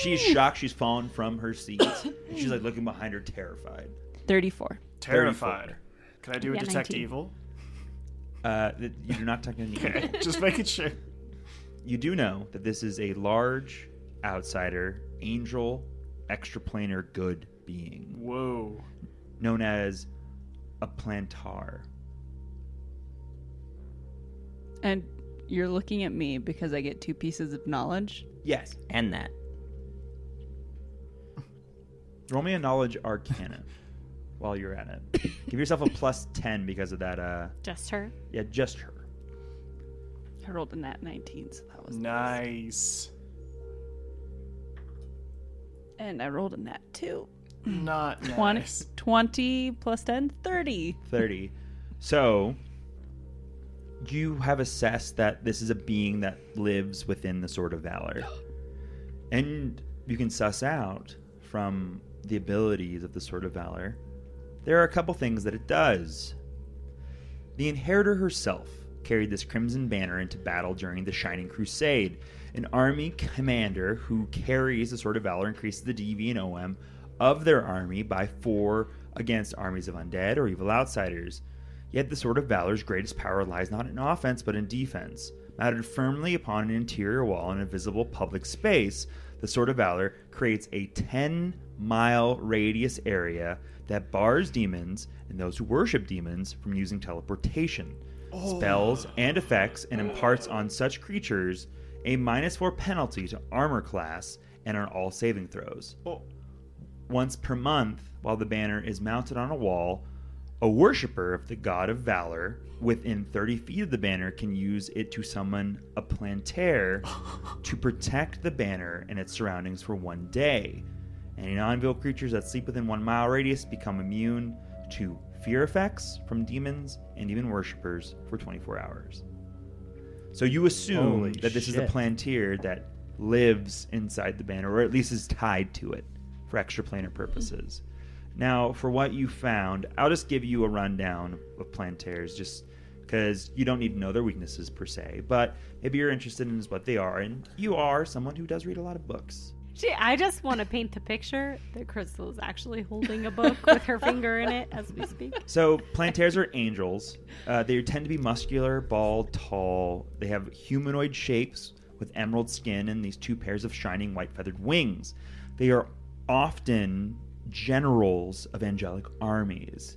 Speaker 1: She's shocked. She's fallen from her seat. and she's like looking behind her, terrified.
Speaker 2: Thirty-four.
Speaker 5: Terrified. Can I do a
Speaker 3: Yeah,
Speaker 5: detect
Speaker 3: 19.
Speaker 5: evil?
Speaker 1: Uh, th- you do not technically. need
Speaker 5: Okay, just making sure.
Speaker 1: You do know that this is a large outsider angel extraplanar good being
Speaker 5: Whoa.
Speaker 1: known as a plantar.
Speaker 2: And you're looking at me because I get two pieces of knowledge.
Speaker 1: Yes.
Speaker 6: And that.
Speaker 1: Roll me a knowledge arcana while you're at it. Give yourself a plus 10 because of that. Uh,
Speaker 3: Just her.
Speaker 1: yeah, just her.
Speaker 2: I rolled in that nineteen, so that was
Speaker 5: Nice.
Speaker 2: And I rolled in that too.
Speaker 5: Not
Speaker 2: 20,
Speaker 5: nice.
Speaker 2: 20 plus 10, 30.
Speaker 1: 30. So, you have assessed that this is a being that lives within the Sword of Valor. And you can suss out from the abilities of the Sword of Valor, there are a couple things that it does. The inheritor herself carried this crimson banner into battle during the Shining Crusade, an army commander who carries the Sword of Valor increases the DV and OM of their army by four against armies of undead or evil outsiders. Yet the Sword of Valor's greatest power lies not in offense but in defense. Mounted firmly upon an interior wall in a visible public space, the Sword of Valor creates a 10 mile radius area that bars demons and those who worship demons from using teleportation, spells, and effects, and imparts on such creatures a minus 4 penalty to armor class and on all saving throws
Speaker 5: Oh,
Speaker 1: once per month while the banner is mounted on a wall. A worshiper of the god of valor within 30 feet of the banner can use it to summon a plantaire to protect the banner and its surroundings for one day. Any non-veil creatures that sleep within one mile radius become immune to fear effects from demons and demon worshippers for 24 hours. So you assume
Speaker 4: Holy
Speaker 1: that this is
Speaker 4: shit.
Speaker 1: a plantier that lives inside the banner, or at least is tied to it for extraplanar purposes. Now, for what you found, I'll just give you a rundown of plantaires, just because you don't need to know their weaknesses per se, but maybe you're interested in is what they are, and you are someone who does read a lot of books.
Speaker 3: She, I just want to paint the picture that Crystal is actually holding a book with her finger in it as we speak.
Speaker 1: So plantaires are angels. Uh, they tend to be muscular, bald, tall. They have humanoid shapes with emerald skin and these two pairs of shining white feathered wings. They are often generals of angelic armies.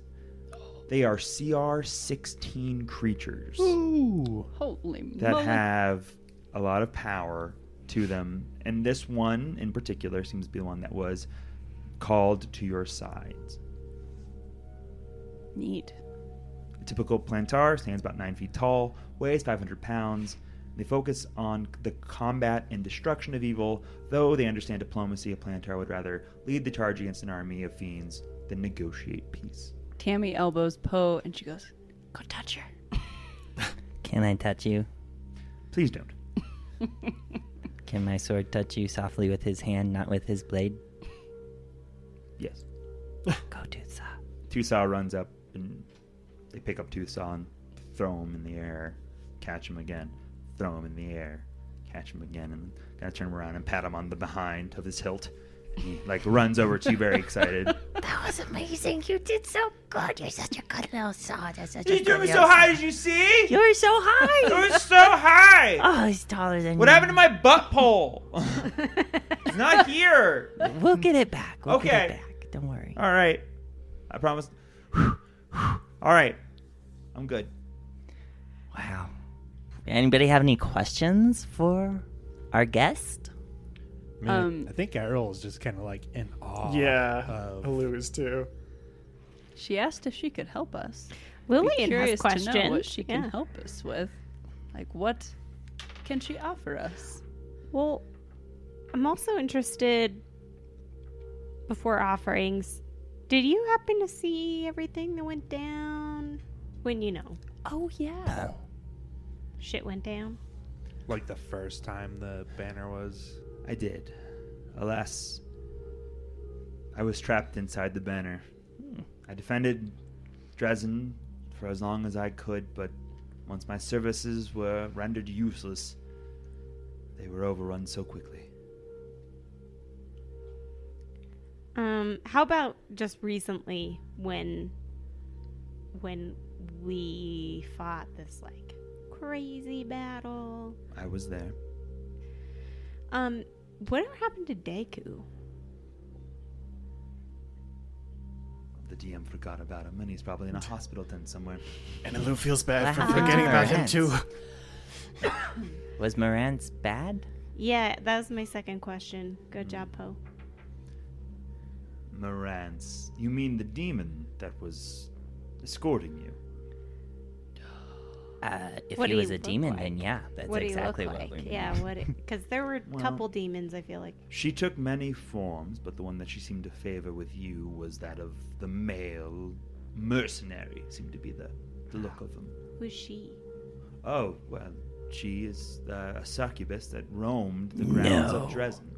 Speaker 1: They are CR 16 creatures
Speaker 4: Ooh.
Speaker 2: Holy
Speaker 1: that
Speaker 2: moly.
Speaker 1: have a lot of power to them. And this one in particular seems to be the one that was called to your sides.
Speaker 2: Neat.
Speaker 1: A typical plantar stands about 9 feet tall, weighs 500 pounds. They focus on the combat and destruction of evil, though they understand diplomacy. A plantar would rather lead the charge against an army of fiends than negotiate peace.
Speaker 2: Tammy elbows Poe and she goes, Go touch her.
Speaker 6: Can I touch you?
Speaker 1: Please don't.
Speaker 6: Can my sword touch you softly with his hand, not with his blade?
Speaker 1: Yes.
Speaker 6: Go, Tutsa.
Speaker 1: Tusaw runs up and they pick up Tusaw and throw him in the air, catch him again, throw him in the air, catch him again, and kind of turn him around and pat him on the behind of his hilt. And he like runs over to you, very excited.
Speaker 7: That was amazing. You did so good. You're such a good little sod. You're such a
Speaker 1: You
Speaker 7: good
Speaker 1: threw me so
Speaker 7: little
Speaker 1: high, did you see?
Speaker 7: sod. You were so
Speaker 1: You
Speaker 7: high.
Speaker 1: were so high!
Speaker 7: oh, he's taller than
Speaker 1: What
Speaker 7: you.
Speaker 1: happened to my butt pole? it's not here.
Speaker 6: We'll get it back. We'll get
Speaker 1: Okay.
Speaker 6: it back. Don't worry.
Speaker 1: All right. I promise. All right. I'm good.
Speaker 6: Wow. Anybody have any questions for our guest?
Speaker 4: I, mean,
Speaker 2: Um,
Speaker 4: I think Errol is just kind of like in awe.
Speaker 5: Yeah,
Speaker 1: Oh.
Speaker 4: Of,
Speaker 5: Lou is too.
Speaker 2: She asked if she could help us.
Speaker 3: Lillian has
Speaker 2: curious
Speaker 3: questions.
Speaker 2: to know what she can
Speaker 3: Yeah.
Speaker 2: help us with. Like, what can she offer us?
Speaker 3: Well, I'm also interested before offerings. Did you happen to see everything that went down when you know
Speaker 2: Oh yeah.
Speaker 6: Uh,
Speaker 3: shit went down?
Speaker 4: like the first time the banner was.
Speaker 1: I did. Alas, I was trapped inside the banner. I defended Dresden for as long as I could, but once my services were rendered useless, they were overrun so quickly.
Speaker 3: Um, how about just recently when when we fought this like crazy battle?
Speaker 1: I was there.
Speaker 3: Um, whatever happened to Deku?
Speaker 1: The DM forgot about him, and he's probably in a hospital tent somewhere.
Speaker 5: And Lou feels bad for
Speaker 6: Wow.
Speaker 5: forgetting about him
Speaker 6: Yes.
Speaker 5: too.
Speaker 6: Was Morant's bad?
Speaker 3: Yeah, that was my second question.
Speaker 6: Mm.
Speaker 3: Good job, Poe.
Speaker 1: Morantz, you mean the demon that was escorting you?
Speaker 6: Uh, if
Speaker 3: What
Speaker 6: he
Speaker 3: do
Speaker 6: was
Speaker 3: you
Speaker 6: a
Speaker 3: look
Speaker 6: demon,
Speaker 3: like?
Speaker 6: then yeah, that's
Speaker 3: what do you look
Speaker 6: exactly what
Speaker 3: like?
Speaker 6: we mean.
Speaker 3: yeah, what? Because there were a
Speaker 1: Well-
Speaker 3: couple demons. I feel like.
Speaker 1: She took many forms, but the one that she seemed to favor with you was that of the male mercenary. Seemed to be the, the look of him.
Speaker 3: Who's she?
Speaker 1: Oh well, she is uh, a succubus that roamed the grounds
Speaker 6: No.
Speaker 1: of Dresden.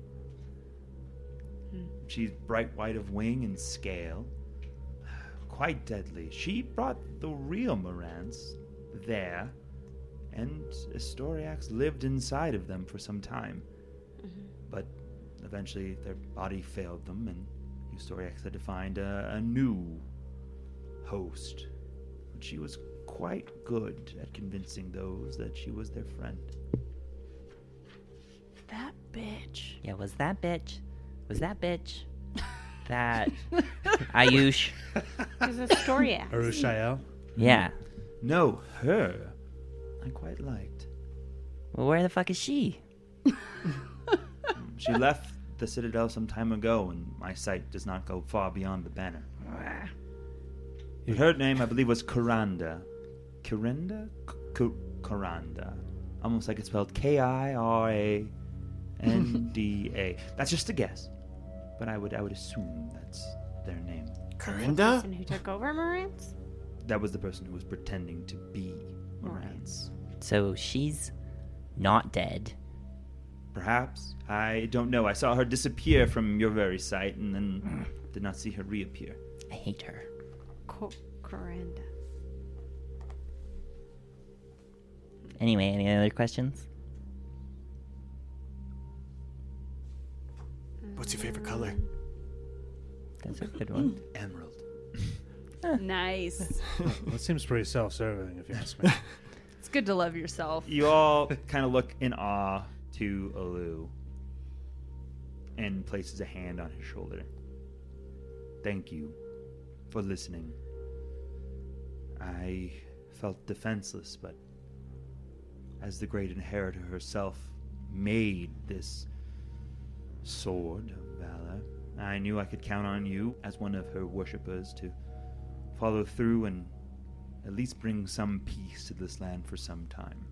Speaker 1: She's bright white of wing and scale, quite deadly. She brought the real Morans there, and Astoriax lived inside of them for some time. But eventually, their body failed them, and Astoriax had to find a, a new host. But she was quite good at convincing those that she was their friend.
Speaker 2: That bitch.
Speaker 6: Yeah, was that bitch? Was that bitch? That Ayush?
Speaker 3: She's a story act.
Speaker 4: Arushael?
Speaker 6: Yeah.
Speaker 1: No, her. I quite liked.
Speaker 6: Well, where the fuck is she?
Speaker 1: She left the Citadel some time ago, and my sight does not go far beyond the banner. But her name, I believe, was Kuranda. Kuranda? K- Kuranda. Almost like it's spelled K I R A N D A. That's just a guess, but I would I would assume that's their name.
Speaker 5: Corinda?
Speaker 3: person who took over Morantz?
Speaker 1: That was the person who was pretending to be Morantz.
Speaker 6: So she's not dead.
Speaker 1: Perhaps. I don't know. I saw her disappear from your very sight and then did not see her reappear.
Speaker 6: I hate her.
Speaker 3: Co- Corinda.
Speaker 6: Anyway, any other questions?
Speaker 5: What's your favorite color?
Speaker 6: That's a good
Speaker 1: Mm.
Speaker 6: one.
Speaker 1: Emerald.
Speaker 2: Nice.
Speaker 4: That seems pretty self serving, if you ask me.
Speaker 2: it's good to love yourself.
Speaker 1: You all kind of look in awe to Alu and places a hand on his shoulder. Thank you for listening. I felt defenseless, but as the great inheritor herself made this sword of valor, I knew I could count on you as one of her worshippers to follow through and at least bring some peace to this land for some time.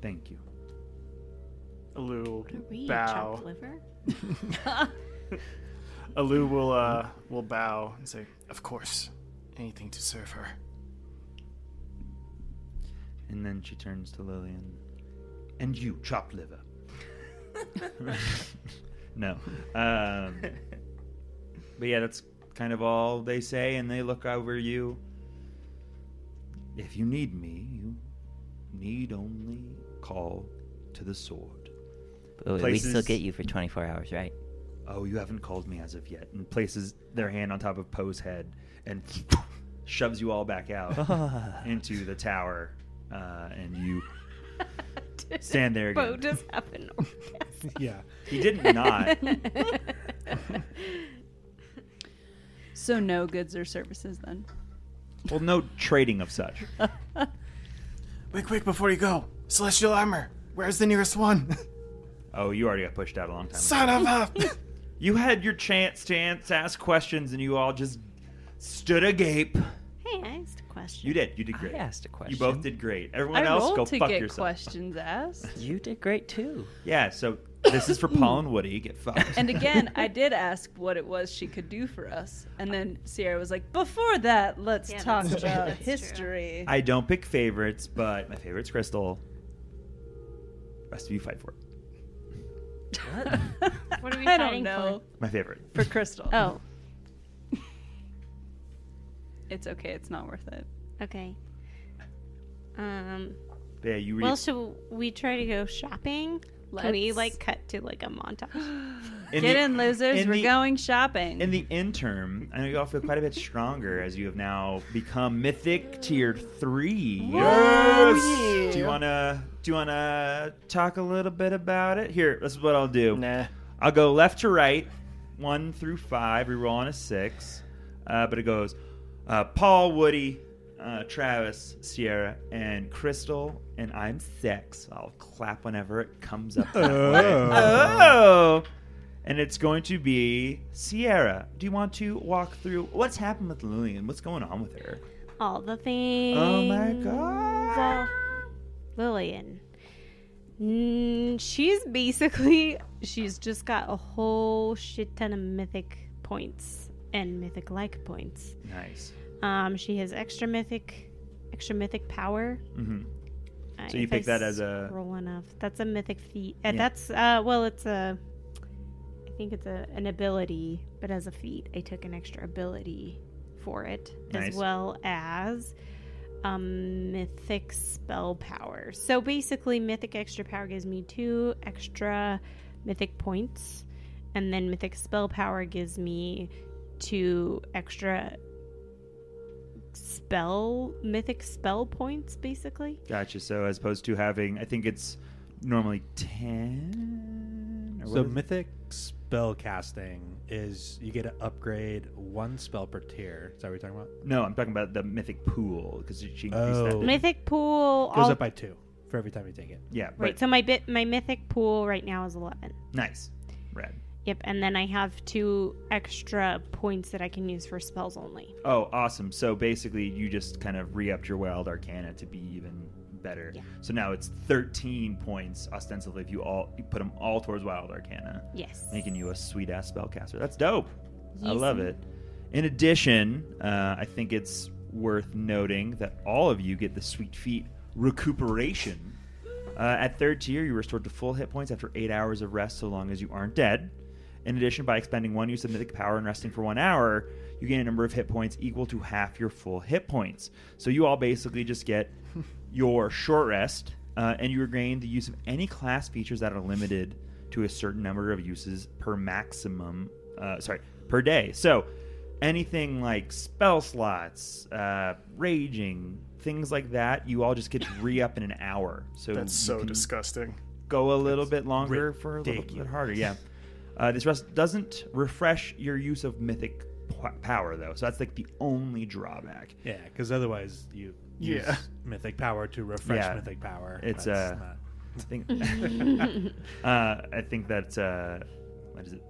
Speaker 1: Thank you.
Speaker 5: Lou
Speaker 3: Are we a
Speaker 5: bow.
Speaker 3: chopped liver?
Speaker 5: Alu will uh will bow and say, "Of course, anything to serve her."
Speaker 1: And then she turns to Lillian. And you, chopped liver. no. Um, but yeah, that's kind of all they say, and they look over you. If you need me, you need only call to the sword.
Speaker 6: But we still
Speaker 1: Places-
Speaker 6: get you for 24 hours, right?
Speaker 1: "Oh, you haven't called me as of yet," and places their hand on top of Poe's head and shoves you all back out into the tower, uh, and you stand there
Speaker 3: Bo
Speaker 1: again.
Speaker 3: just have an orgasm.
Speaker 4: yeah.
Speaker 1: He didn't not.
Speaker 2: So no goods or services then.
Speaker 1: well, no trading of such.
Speaker 5: Wait, quick before you go. Celestial armor. Where's the nearest one?
Speaker 1: Oh, you already got pushed out a long time. ago.
Speaker 5: Son of a.
Speaker 1: You had your chance to ans- ask questions, and you all just stood agape.
Speaker 3: hey, I asked a question.
Speaker 1: You did. You did great.
Speaker 6: I asked a question.
Speaker 1: You both did great. Everyone
Speaker 2: I
Speaker 1: else,
Speaker 2: rolled
Speaker 1: go
Speaker 2: to
Speaker 1: fuck
Speaker 2: get
Speaker 1: yourself.
Speaker 2: questions asked.
Speaker 6: You did great too.
Speaker 1: Yeah. So this is for Paul and Woody. Get fucked.
Speaker 2: And again, I did ask what it was she could do for us. And then Sierra was like, before that, let's
Speaker 3: Yeah,
Speaker 2: talk
Speaker 3: that's true,
Speaker 2: about
Speaker 3: that's true.
Speaker 2: history.
Speaker 1: I don't pick favorites, but my favorite's Crystal. Rest of you fight for it.
Speaker 3: What are we
Speaker 2: I
Speaker 3: fighting
Speaker 2: don't know.
Speaker 1: My favorite.
Speaker 2: For, Crystal.
Speaker 3: Oh,
Speaker 2: It's okay. It's not worth it.
Speaker 3: okay. Um.
Speaker 1: But yeah, you read
Speaker 3: Well, should we try to go shopping? Can we
Speaker 2: Let's-
Speaker 3: like cut to like a montage?
Speaker 1: in
Speaker 2: Get
Speaker 1: the,
Speaker 2: in, losers.
Speaker 1: in
Speaker 2: We're
Speaker 1: the-
Speaker 2: going shopping.
Speaker 1: In the interim, I know you all feel quite a bit stronger as you have now become mythic tier three. Yes. Do you wanna do you wanna talk a little bit about it? Here, this is what I'll do.
Speaker 5: nah.
Speaker 1: I'll go left to right, one through five. We roll on a six, uh, but it goes uh, Paul, Woody, uh, Travis, Sierra, and Crystal, and I'm six. I'll clap whenever it comes up. that way. Oh, and it's going to be Sierra. Do you want to walk through what's happened with Lillian? What's going on with her?
Speaker 3: All the things.
Speaker 1: Oh my god!
Speaker 3: Well, Lillian. Mm, she's basically she's just got a whole shit ton of mythic points and mythic like points.
Speaker 1: Nice.
Speaker 3: Um, she has extra mythic, extra mythic power.
Speaker 1: hmm
Speaker 3: Uh,
Speaker 1: So you
Speaker 3: if I
Speaker 1: pick that as a-
Speaker 3: scroll enough. That's a mythic feat. Uh,
Speaker 1: Yeah.
Speaker 3: That's uh, well, it's a. I think it's a, an ability, but as a feat, I took an extra ability for it,
Speaker 1: Nice.
Speaker 3: as well as um, mythic spell power. So basically, mythic extra power gives me two extra mythic points, and then mythic spell power gives me two extra spell mythic spell points, basically.
Speaker 1: Gotcha. So as opposed to having, I think it's normally ten. or what
Speaker 4: So
Speaker 1: is it?
Speaker 4: mythic spell casting is you get to upgrade one spell per tier. Is that what you're talking about?
Speaker 1: No, I'm talking about the mythic pool because she increased
Speaker 4: Oh.
Speaker 1: that.
Speaker 3: Mythic pool.
Speaker 4: Goes
Speaker 3: all-
Speaker 4: up by two for every time you take it.
Speaker 1: Yeah,
Speaker 3: right.
Speaker 1: right.
Speaker 3: So my bit, my mythic pool right now is eleven.
Speaker 1: nice. Red.
Speaker 3: Yep, and then I have two extra points that I can use for spells only.
Speaker 1: Oh, awesome. So basically, you just kind of re upped your wild arcana to be even better.
Speaker 3: Yeah.
Speaker 1: So now it's 13 points ostensibly if you all you put them all towards wild arcana,
Speaker 3: Yes.
Speaker 1: making you a sweet ass spellcaster. That's dope. I
Speaker 3: Yes.
Speaker 1: love it. In addition, uh, I think it's worth noting that all of you get the sweet feat recuperation. Uh, at third tier, you're restored to full hit points after eight hours of rest, so long as you aren't dead. In addition, by expending one use of mythic power and resting for one hour, you gain a number of hit points equal to half your full hit points. So you all basically just get your short rest, uh, and you regain the use of any class features that are limited to a certain number of uses per maximum. Uh, sorry, per day. So anything like spell slots, uh, raging, things like that, you all just get to re up in an hour. So
Speaker 5: That's
Speaker 1: you
Speaker 5: so
Speaker 1: can-
Speaker 5: disgusting.
Speaker 1: go a little bit longer for a little bit
Speaker 4: ridiculous.
Speaker 1: harder. Yeah. Uh, this rest doesn't refresh your use of mythic p- power though, so that's like the only drawback.
Speaker 4: Yeah, because otherwise you use
Speaker 5: Yeah.
Speaker 4: mythic power to refresh
Speaker 1: Yeah.
Speaker 4: mythic power.
Speaker 1: It's,
Speaker 4: That's
Speaker 1: uh,
Speaker 4: not-
Speaker 1: I think. uh, I think that's uh, what is it?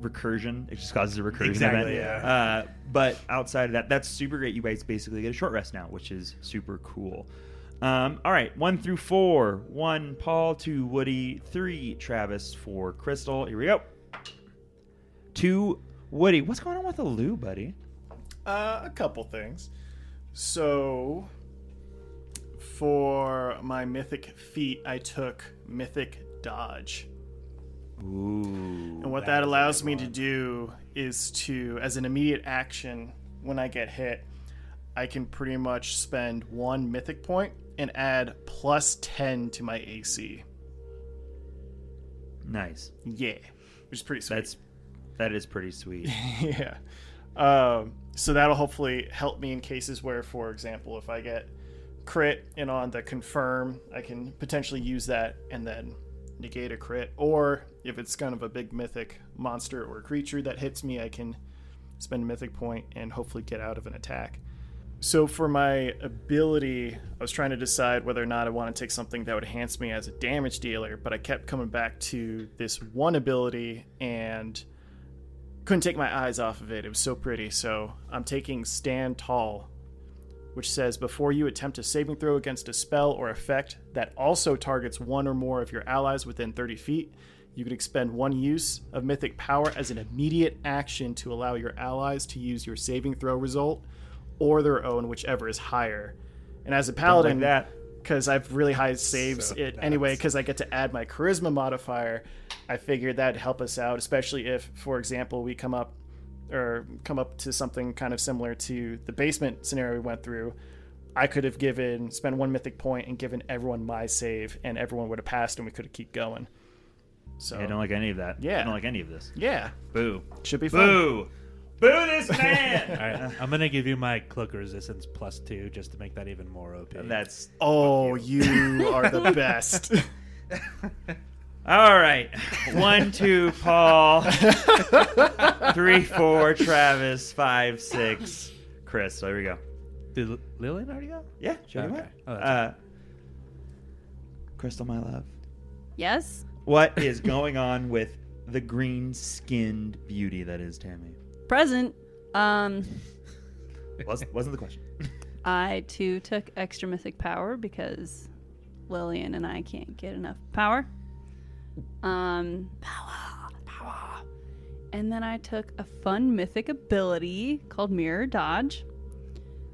Speaker 1: Recursion. It just causes a recursion
Speaker 4: Exactly,
Speaker 1: event.
Speaker 4: yeah.
Speaker 1: Uh, but outside of that, that's super great. You guys basically get a short rest now, which is super cool. Um, all right, one through four. One, Paul. Two, Woody. Three, Travis. Four, Crystal. Here we go. Two, Woody. What's going on with the Lou, buddy?
Speaker 5: Uh, a couple things. So, for my mythic feat, I took mythic dodge.
Speaker 1: Ooh.
Speaker 5: And
Speaker 4: that
Speaker 5: what that,
Speaker 4: is a
Speaker 5: allows
Speaker 4: good
Speaker 5: me to
Speaker 4: one.
Speaker 5: do is to, as an immediate action, when I get hit, I can pretty much spend one mythic point and add plus 10 to my AC.
Speaker 1: Nice.
Speaker 5: Yeah. Which is pretty sweet.
Speaker 1: That's That is pretty sweet.
Speaker 5: yeah. Um, so that'll hopefully help me in cases where, for example, if I get crit and on the confirm, I can potentially use that and then negate a crit. Or if it's kind of a big mythic monster or creature that hits me, I can spend a mythic point and hopefully get out of an attack. So for my ability, I was trying to decide whether or not I want to take something that would enhance me as a damage dealer, but I kept coming back to this one ability and couldn't take my eyes off of it. It was so pretty. So I'm taking Stand Tall, which says before you attempt a saving throw against a spell or effect that also targets one or more of your allies within 30 feet, you can expend one use of mythic power as an immediate action to allow your allies to use your saving throw result or their own, whichever is higher. And as a paladin,
Speaker 1: that.
Speaker 5: because I've really high saves
Speaker 4: So
Speaker 5: it anyway,
Speaker 4: that's-
Speaker 5: because I get to add my charisma modifier, I figured that'd help us out, especially if, for example, we come up or come up to something kind of similar to the basement scenario we went through. I could have given spent one mythic point and given everyone my save, and everyone would have passed, and we could have keep going. So
Speaker 1: I don't like any of that.
Speaker 5: Oh. Yeah.
Speaker 1: I don't like any of this.
Speaker 5: yeah,
Speaker 1: Boo.
Speaker 5: should be fun.
Speaker 1: Boo. Boo this man.
Speaker 4: All right, I'm gonna give you my cloak resistance plus two just to make that even more OP.
Speaker 1: That's
Speaker 5: Oh, you are the best.
Speaker 1: all right. One, two, Paul. Three, four, Travis. Five, six, Chris. So there we go.
Speaker 4: Did L- Lillian already go?
Speaker 1: Yeah, sure you
Speaker 4: Okay.
Speaker 1: what?
Speaker 4: Oh, that's
Speaker 1: uh, Crystal, my love.
Speaker 2: Yes?
Speaker 1: What is going on with the green skinned beauty that is Tammy?
Speaker 2: Present. Um,
Speaker 1: Wasn't, wasn't the question.
Speaker 2: I too took extra mythic power because Lillian and I can't get enough power. Um, power, power. And then I took a fun mythic ability called Mirror Dodge.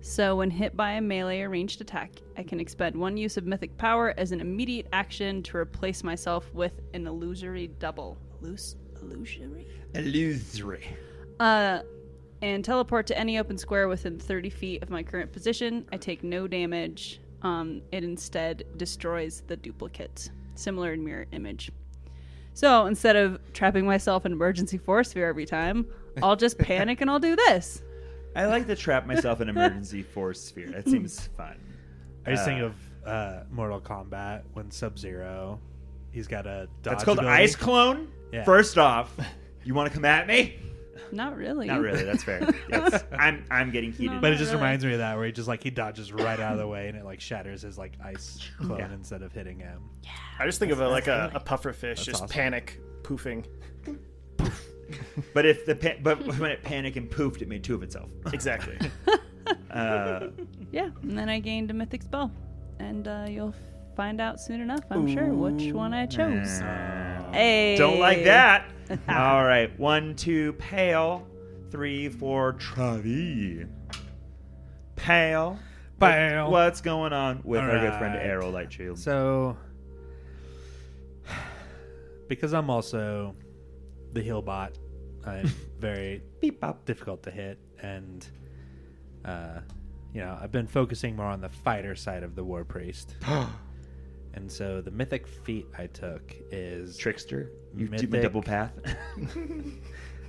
Speaker 2: So when hit by a melee or ranged attack, I can expend one use of mythic power as an immediate action to replace myself with an illusory double. Loose illusory.
Speaker 1: Illusory.
Speaker 2: Uh, and teleport to any open square within 30 feet of my current position. I take no damage. Um, it instead destroys the duplicates, similar in mirror image. So instead of trapping myself in emergency force fear every time, I'll just panic and I'll do this.
Speaker 1: I like to trap myself in emergency force sphere. That seems fun.
Speaker 4: I just think
Speaker 1: Uh,
Speaker 4: of uh, Mortal Kombat when Sub Zero, he's got a dodge.
Speaker 1: That's called
Speaker 4: ability.
Speaker 1: Ice Clone.
Speaker 4: Yeah.
Speaker 1: First off, you want to come at me?
Speaker 2: Not really.
Speaker 1: Not really. That's fair. Yes. I'm I'm getting heated.
Speaker 4: But it just
Speaker 2: Really?
Speaker 4: reminds me of that where he just like he dodges right out of the way and it like shatters his like ice clone
Speaker 1: Yeah.
Speaker 4: instead of hitting him.
Speaker 5: I just think of it like a, a puffer fish, just
Speaker 4: awesome.
Speaker 5: panic poofing.
Speaker 1: but if the pa- but when it panicked and poofed, it made two of itself.
Speaker 5: Exactly.
Speaker 1: Uh,
Speaker 2: Yeah, and then I gained a mythic spell. And uh, you'll find out soon enough, I'm sure, which one I chose. Hey.
Speaker 1: Don't like that. All right. One, two, pale. Three, four, Travi. Pale.
Speaker 4: Pale.
Speaker 1: What's going on with
Speaker 4: All
Speaker 1: our good friend
Speaker 4: right.
Speaker 1: Arrow Lightshield?
Speaker 4: So, because I'm also the heal bot, I'm very difficult to hit, and uh, you know I've been focusing more on the fighter side of the war priest. and so the mythic feat I took is
Speaker 1: Trickster. You do my
Speaker 4: Mythic.
Speaker 1: double path.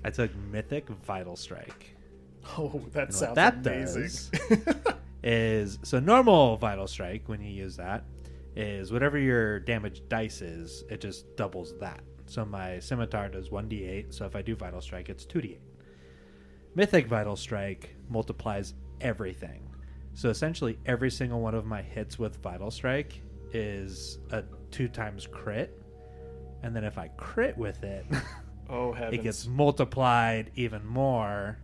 Speaker 4: I took mythic vital strike.
Speaker 5: Oh, that sounds
Speaker 4: that
Speaker 5: amazing.
Speaker 4: does is so normal vital strike when you use that is whatever your damage dice is it just doubles that so my scimitar does 1d8 so if i do vital strike it's 2d8 mythic vital strike multiplies everything so essentially every single one of my hits with vital strike is a two times crit and then if i crit with it
Speaker 5: oh heavens.
Speaker 4: it gets multiplied even more.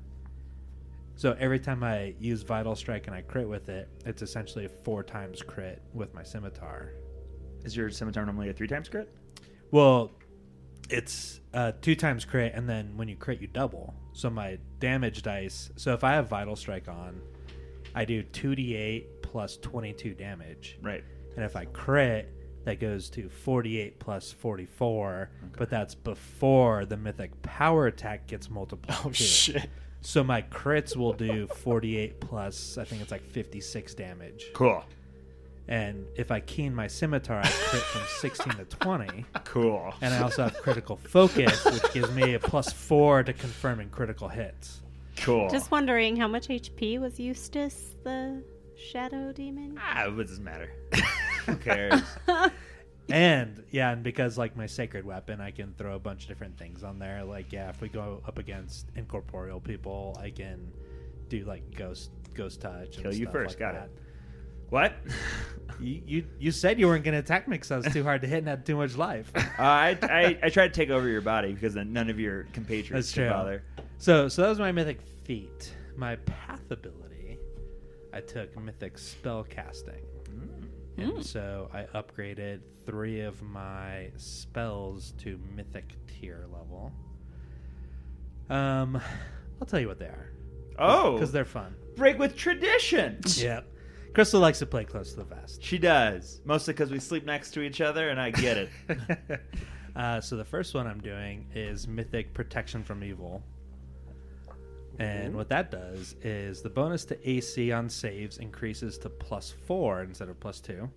Speaker 4: So every time I use Vital Strike and I crit with it, it's essentially a four times crit with my scimitar.
Speaker 1: Is your scimitar normally a three times crit?
Speaker 4: Well, it's uh, two times crit, and then when you crit, you double. So my damage dice. So if I have Vital Strike on, I do 2d8 plus 22 damage.
Speaker 1: Right.
Speaker 4: And if I crit, that goes to 48 plus 44, but that's before the mythic power attack gets multiplied.
Speaker 5: Oh
Speaker 4: too.
Speaker 5: shit.
Speaker 4: So my crits will do 48 plus, I think it's like 56 damage.
Speaker 1: Cool.
Speaker 4: And if I keen my scimitar, I crit from 16 to 20.
Speaker 1: Cool.
Speaker 4: And I also have critical focus, which gives me a plus four to confirming critical hits.
Speaker 1: Cool.
Speaker 3: Just wondering how much HP was Eustace the shadow demon?
Speaker 1: ah, what does it matter? Who cares?
Speaker 4: And yeah, and because like my sacred weapon, I can throw a bunch of different things on there. Like yeah, if we go up against incorporeal people, I can do like ghost ghost touch. and
Speaker 1: Kill you
Speaker 4: stuff
Speaker 1: first,
Speaker 4: like
Speaker 1: got
Speaker 4: that.
Speaker 1: what?
Speaker 4: You, you you said you weren't gonna attack me because I was too hard to hit and had too much life.
Speaker 1: Uh, I, I I tried to take over your body because then none of your compatriots
Speaker 4: That's
Speaker 1: should
Speaker 4: true.
Speaker 1: bother.
Speaker 4: So so that was my mythic feat. My path ability, I took mythic spell casting. And so I upgraded three of my spells to mythic tier level. Um, I'll tell you what they are
Speaker 1: Oh,
Speaker 4: because they're fun.
Speaker 1: break with tradition.
Speaker 4: yeah, Crystal likes to play close to the vest.
Speaker 1: She does mostly because we sleep next to each other, and I get it.
Speaker 4: uh, so the first one I'm doing is mythic protection from evil. And what that does is the bonus to AC on saves increases to plus four instead of plus two.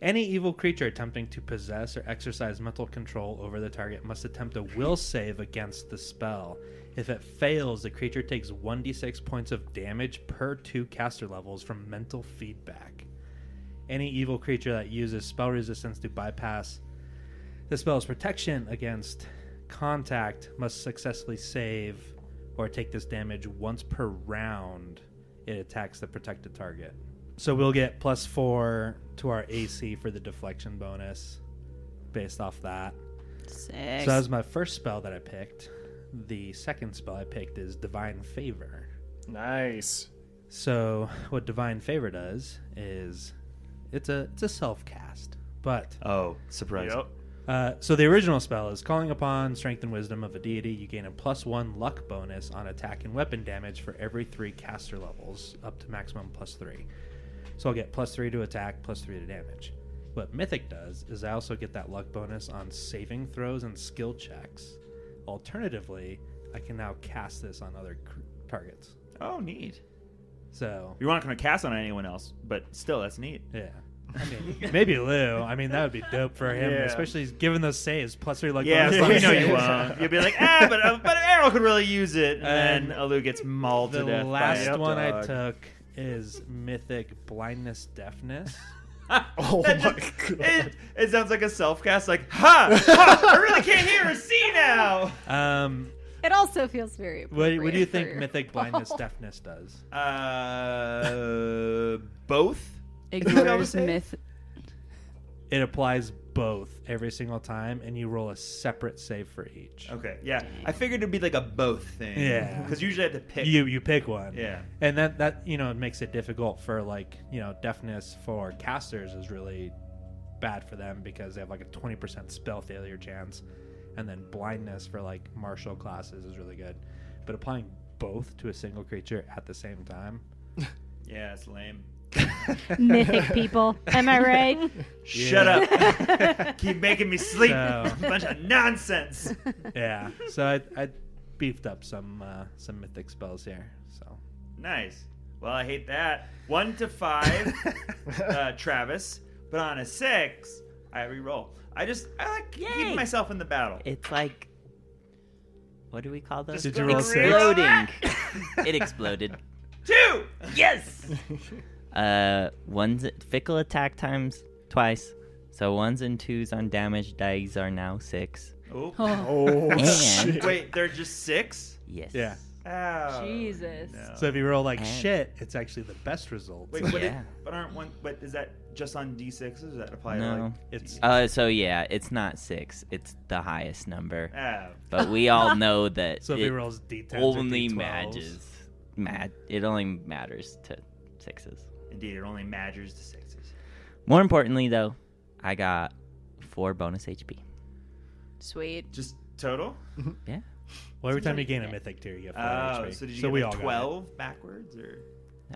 Speaker 4: Any evil creature attempting to possess or exercise mental control over the target must attempt a will save against the spell. If it fails, the creature takes 1d6 points of damage per two caster levels from mental feedback. Any evil creature that uses spell resistance to bypass the spell's protection against contact must successfully save or take this damage once per round it attacks the protected target. So we'll get plus four to our AC for the deflection bonus based off that.
Speaker 2: Six.
Speaker 4: So that was my first spell that I picked. The second spell I picked is Divine Favor.
Speaker 5: Nice.
Speaker 4: So what Divine Favor does is it's a it's a self cast, but
Speaker 1: Oh, surprise!
Speaker 5: Yep.
Speaker 4: uh, so the original spell is calling upon strength and wisdom of a deity. You gain a plus one luck bonus on attack and weapon damage for every three caster levels, up to maximum plus three. So I'll get plus three to attack, plus three to damage. What Mythic does is I also get that luck bonus on saving throws and skill checks. Alternatively, I can now cast this on other cr- targets.
Speaker 1: Oh, neat.
Speaker 4: So
Speaker 1: You're not going to cast on anyone else, but still, that's neat.
Speaker 4: yeah. I mean, maybe Lou. I mean, that would be dope for him,
Speaker 5: Yeah.
Speaker 4: especially he's given those saves plus three luck.
Speaker 1: Yeah,
Speaker 4: bonus
Speaker 1: but we
Speaker 4: on
Speaker 1: know you
Speaker 4: saves.
Speaker 1: won't. You'll be like, ah, but uh, but Errol could really use it, and,
Speaker 4: And
Speaker 1: then Alu gets mauled to
Speaker 4: the
Speaker 1: death.
Speaker 4: last
Speaker 1: by a
Speaker 4: one I
Speaker 1: dog.
Speaker 4: took is mythic blindness deafness.
Speaker 5: Oh
Speaker 1: That
Speaker 5: my
Speaker 1: just-
Speaker 5: god.
Speaker 1: It, it sounds like a self cast, like, ha, ha, I really can't hear or see now.
Speaker 4: Um,
Speaker 2: It also feels very.
Speaker 4: what, what do you
Speaker 2: appropriate
Speaker 4: think
Speaker 2: for-
Speaker 4: mythic blindness deafness does?
Speaker 1: Uh, both?
Speaker 2: Ignores
Speaker 1: Say it.
Speaker 2: myth.
Speaker 4: It applies both every single time, and you roll a separate save for each.
Speaker 1: Okay, yeah. I figured it'd be like a both thing.
Speaker 4: Yeah.
Speaker 1: Because usually I have to pick.
Speaker 4: You you pick one.
Speaker 1: Yeah.
Speaker 4: and that that you know makes it difficult for like you know deafness for casters is really bad for them because they have like a 20% spell failure chance and then blindness for like martial classes is really good but applying both to a single creature at the same time
Speaker 1: Yeah, it's lame.
Speaker 3: Mythic people. Am I right?
Speaker 1: Shut up. Keep making me sleep.
Speaker 4: So-
Speaker 1: Bunch of nonsense.
Speaker 4: yeah so i, I beefed up some uh, some mythic spells here so
Speaker 1: Nice. Well, I hate that. One to five, uh, Travis. But on a six, I re-roll. I just I like keeping
Speaker 6: Yay.
Speaker 1: myself in the battle.
Speaker 6: It's like, what do we call those?
Speaker 4: Did you roll a six?
Speaker 6: Exploding. it exploded.
Speaker 1: Two.
Speaker 6: Yes. uh, one's fickle attack times twice. So ones and twos on damage dice are now six.
Speaker 1: Oh.
Speaker 2: Oh,
Speaker 5: Oh
Speaker 6: And-
Speaker 5: shit.
Speaker 1: Wait, they're just six?
Speaker 6: Yes.
Speaker 4: Yeah.
Speaker 1: Oh,
Speaker 2: Jesus.
Speaker 1: no.
Speaker 4: so if you roll like
Speaker 6: And-
Speaker 4: shit it's actually the best result
Speaker 1: Wait, but,
Speaker 6: Yeah.
Speaker 1: it, but aren't one? But is that just on d sixes? Does that apply to
Speaker 6: No.
Speaker 1: like?
Speaker 4: it's
Speaker 6: Uh, so yeah, it's not six. It's the highest number.
Speaker 1: Oh,
Speaker 6: But we all know that
Speaker 4: so if
Speaker 6: it
Speaker 4: he rolls d10
Speaker 6: only
Speaker 4: or D12s.
Speaker 6: matches. Mad. It only matters to sixes.
Speaker 1: indeed, it only matters to sixes.
Speaker 6: More importantly, though, I got four bonus HP.
Speaker 2: Sweet.
Speaker 1: Just total.
Speaker 6: Yeah.
Speaker 4: Well, every time you gain a mythic tier, you get
Speaker 1: Oh,
Speaker 4: four HP.
Speaker 1: so did you
Speaker 4: So
Speaker 1: get
Speaker 4: we
Speaker 1: the
Speaker 4: all got it.
Speaker 1: twelve backwards or?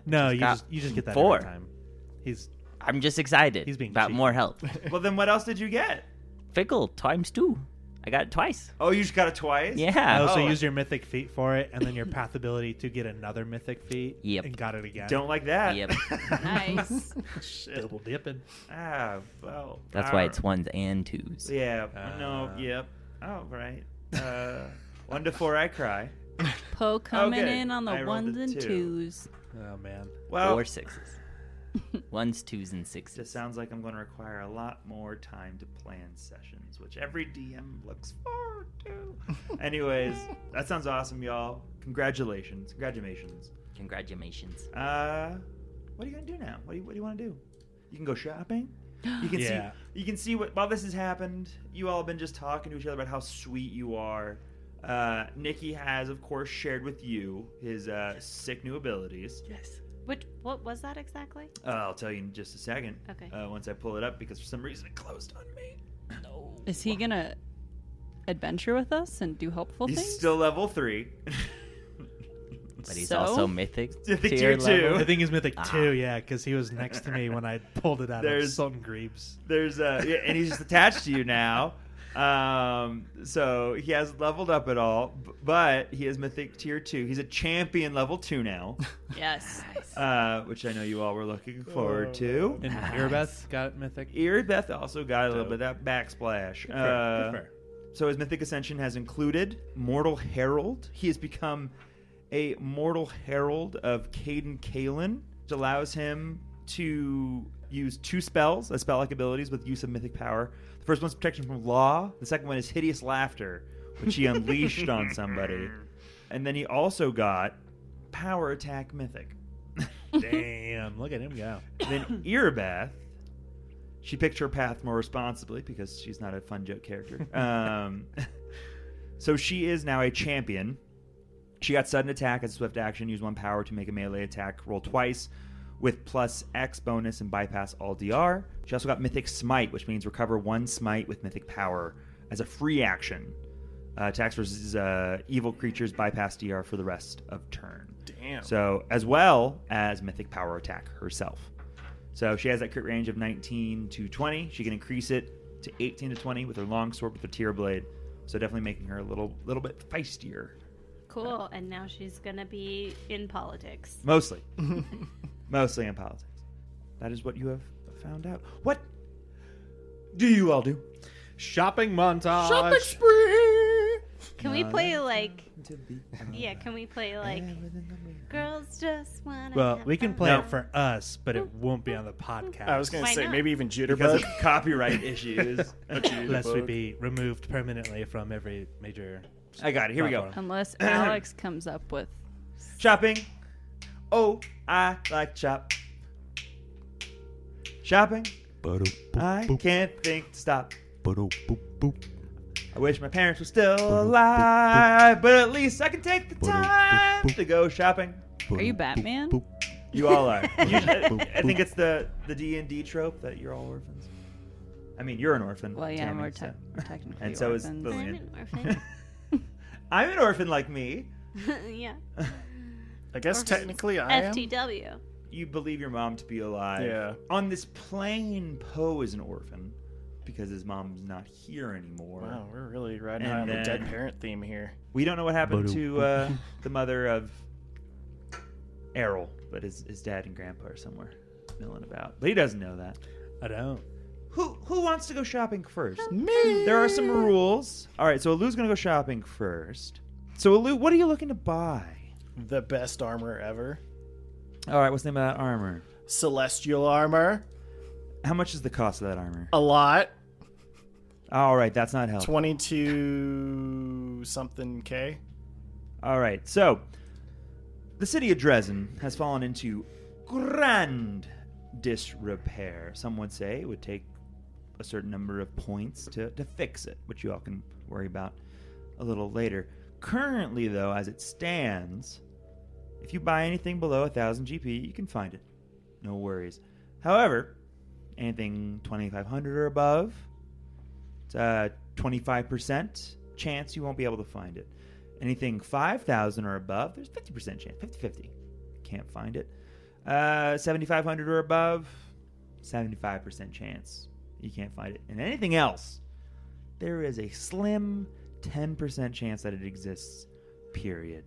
Speaker 4: No,
Speaker 6: Just
Speaker 4: you
Speaker 6: got
Speaker 4: just, you just get that
Speaker 6: four.
Speaker 4: every time. He's
Speaker 6: I'm just excited
Speaker 4: He's being
Speaker 6: about
Speaker 4: cheeky.
Speaker 6: more help.
Speaker 1: Well, then what else did you get?
Speaker 6: Fickle times two. I got it twice.
Speaker 1: Oh, you just got it twice.
Speaker 6: Yeah.
Speaker 4: Oh, so
Speaker 1: Oh.
Speaker 4: you used your mythic feat for it, and then your path ability to get another mythic feat.
Speaker 6: Yep.
Speaker 4: And got it again.
Speaker 1: Don't like
Speaker 3: Oh,
Speaker 1: that.
Speaker 6: Yep.
Speaker 2: Nice.
Speaker 4: double dipping.
Speaker 1: ah, well.
Speaker 6: That's why
Speaker 1: ah.
Speaker 6: it's ones and twos.
Speaker 1: Yeah.
Speaker 4: Uh,
Speaker 1: no. Yep. Oh, right. Uh, one to four, I cry.
Speaker 2: Poe coming
Speaker 1: Okay,
Speaker 2: in on the
Speaker 1: I rolled
Speaker 2: ones
Speaker 1: a
Speaker 2: and
Speaker 1: two.
Speaker 2: twos.
Speaker 4: Oh man.
Speaker 1: Well,
Speaker 6: Or sixes. ones, twos, and sixes.
Speaker 1: just sounds like I'm going to require a lot more time to plan sessions, which every DM looks forward to. Anyways, that sounds awesome, y'all. Congratulations. Congratulations.
Speaker 6: Congratulations.
Speaker 1: Uh, what are you going to do now? What do you, what do you want to do? You can go shopping. You can
Speaker 4: Yeah.
Speaker 1: see you can see what while this has happened, you all have been just talking to each other about how sweet you are. Uh, Nikki has, of course, shared with you his uh, sick new abilities.
Speaker 6: Yes.
Speaker 3: Which what was that exactly?
Speaker 1: Uh, I'll tell you in just a second.
Speaker 3: Okay.
Speaker 1: Uh, once I pull it up, because for some reason it closed on me.
Speaker 2: Is he gonna adventure with us and do helpful
Speaker 1: He's
Speaker 2: things?
Speaker 1: still level three.
Speaker 6: But he's
Speaker 2: So?
Speaker 6: also mythic.
Speaker 1: Tier
Speaker 6: tier
Speaker 1: two.
Speaker 6: level.
Speaker 4: I think he's mythic
Speaker 6: Ah.
Speaker 4: two, yeah, because he was next to me when I pulled it out
Speaker 1: There's-
Speaker 4: of Sultan Greaves.
Speaker 1: There's uh, yeah, and he's just attached to you now. Um, so he has leveled up at all, b- but he is mythic tier two. He's a champion level two now.
Speaker 2: yes.
Speaker 1: uh, which I know you all were looking
Speaker 4: Oh,
Speaker 1: forward to.
Speaker 4: And Erebeth got mythic.
Speaker 1: Erebeth also got a little
Speaker 4: Dope.
Speaker 1: bit of that backsplash.
Speaker 4: Good for her,
Speaker 1: Uh,
Speaker 4: good for her.
Speaker 1: So his mythic ascension has included Mortal Herald. He has become a Mortal Herald of Caden Kalen, which allows him to use two spells as spell-like abilities with use of mythic power. The first one's protection from law. The second one is hideous laughter, which he unleashed on somebody. And then he also got power attack mythic.
Speaker 4: Damn, look at him go.
Speaker 1: then Earbeth, she picked her path more responsibly because she's not a fun joke character. Um, so she is now a champion. She got sudden attack as a swift action, use one power to make a melee attack, roll twice with plus X bonus and bypass all DR. She also got Mythic Smite, which means recover one smite with Mythic Power as a free action. Uh, attacks versus uh, evil creatures bypass DR for the rest of turn.
Speaker 5: Damn.
Speaker 1: So, as well as Mythic Power Attack herself. So, she has that crit range of 19 to 20. She can increase it to 18 to 20 with her long sword with her tear blade. So, definitely making her a little little bit feistier.
Speaker 3: Cool. And now she's gonna be in politics.
Speaker 1: Mostly. Mostly in politics. That is what you have found out. What do you all do?
Speaker 4: Shopping montage.
Speaker 3: Can we play like? Yeah. Can we play like? Girls just wanna.
Speaker 4: Well,
Speaker 3: have
Speaker 4: we can
Speaker 3: fun.
Speaker 4: play it for us, but it won't be on the podcast.
Speaker 5: I was gonna
Speaker 3: Why
Speaker 5: say
Speaker 3: not?
Speaker 5: maybe even
Speaker 1: Because
Speaker 5: jitterbug.
Speaker 1: of copyright issues.
Speaker 4: Lest we be removed permanently from every major.
Speaker 1: I got it. Here we go.
Speaker 4: platform.
Speaker 2: Unless Alex comes up with
Speaker 1: Shopping. Oh, I like shop. Shopping. I can't think to stop. I wish my parents were still alive, but at least I can take the time to go shopping.
Speaker 2: Are you Batman?
Speaker 1: You all are. You- I I think it's the the D and D trope that you're all orphans. I mean, you're an orphan.
Speaker 2: Well, yeah,
Speaker 1: Tammy,
Speaker 2: we're,
Speaker 1: so-
Speaker 2: tech we're technically
Speaker 1: And so is
Speaker 2: orphans.
Speaker 1: Lily.
Speaker 3: I'm an orphan.
Speaker 1: I'm an orphan like me.
Speaker 3: yeah.
Speaker 5: I guess
Speaker 3: Orphans.
Speaker 5: technically I am.
Speaker 3: FTW.
Speaker 1: You believe your mom to be alive.
Speaker 5: Yeah.
Speaker 1: On this plane, Poe is an orphan because his mom's not here anymore.
Speaker 5: Wow, we're really riding
Speaker 1: And
Speaker 5: high on the dead
Speaker 1: then-
Speaker 5: parent theme here.
Speaker 1: We don't know what happened to uh, the mother of Errol, but his, his dad and grandpa are somewhere milling about. But he doesn't know that.
Speaker 4: I don't.
Speaker 1: Who who wants to go shopping first? Me. There are some rules. All right, so Alu's gonna go shopping first. So Alu, what are you looking to buy?
Speaker 5: The best armor ever.
Speaker 1: All right, what's the name of that armor?
Speaker 5: Celestial armor.
Speaker 1: How much is the cost of that armor?
Speaker 5: A lot.
Speaker 1: All right, that's not helpful.
Speaker 5: Twenty two something K.
Speaker 1: All right, so the city of Dresden has fallen into grand disrepair. Some would say it would take a certain number of points to, to fix it, which you all can worry about a little later. Currently, though, as it stands, if you buy anything below 1,000 GP, you can find it. No worries. However, anything 2,500 or above, it's a 25% chance you won't be able to find it. Anything 5,000 or above, there's 50% chance, 50 50. Can't find it. Uh, 7,500 or above, 75% chance you can't find it. And anything else, there is a slim 10% chance that it exists, period.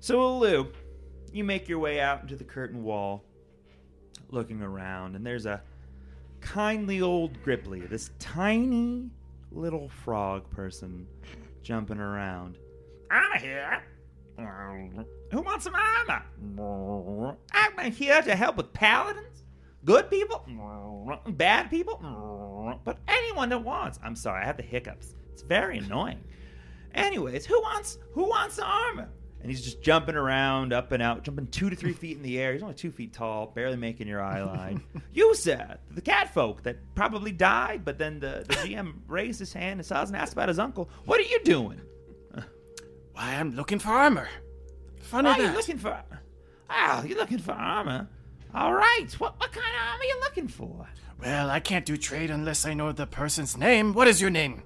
Speaker 1: So, Alu, you make your way out into the curtain wall, looking around, and there's a kindly old Gripply, this tiny little frog person jumping around. I'm here. Who wants some armor? I'm here to help with paladins, good people, bad people, but anyone that wants. I'm sorry, I have the hiccups. It's very annoying. Anyways, who wants who wants the armor? And he's just jumping around, up and out, jumping two to three feet in the air. He's only two feet tall, barely making your eye line. you, sir, the cat folk that probably died, but then the, the GM raised his hand and saw us and asked about his uncle. What are you doing?
Speaker 5: Why, I'm looking for armor. Funny
Speaker 1: Are
Speaker 5: that.
Speaker 1: you looking for? Oh, you're looking for armor. All right. What what kind of armor you looking for?
Speaker 5: Well, I can't do trade unless I know the person's name. What is your name?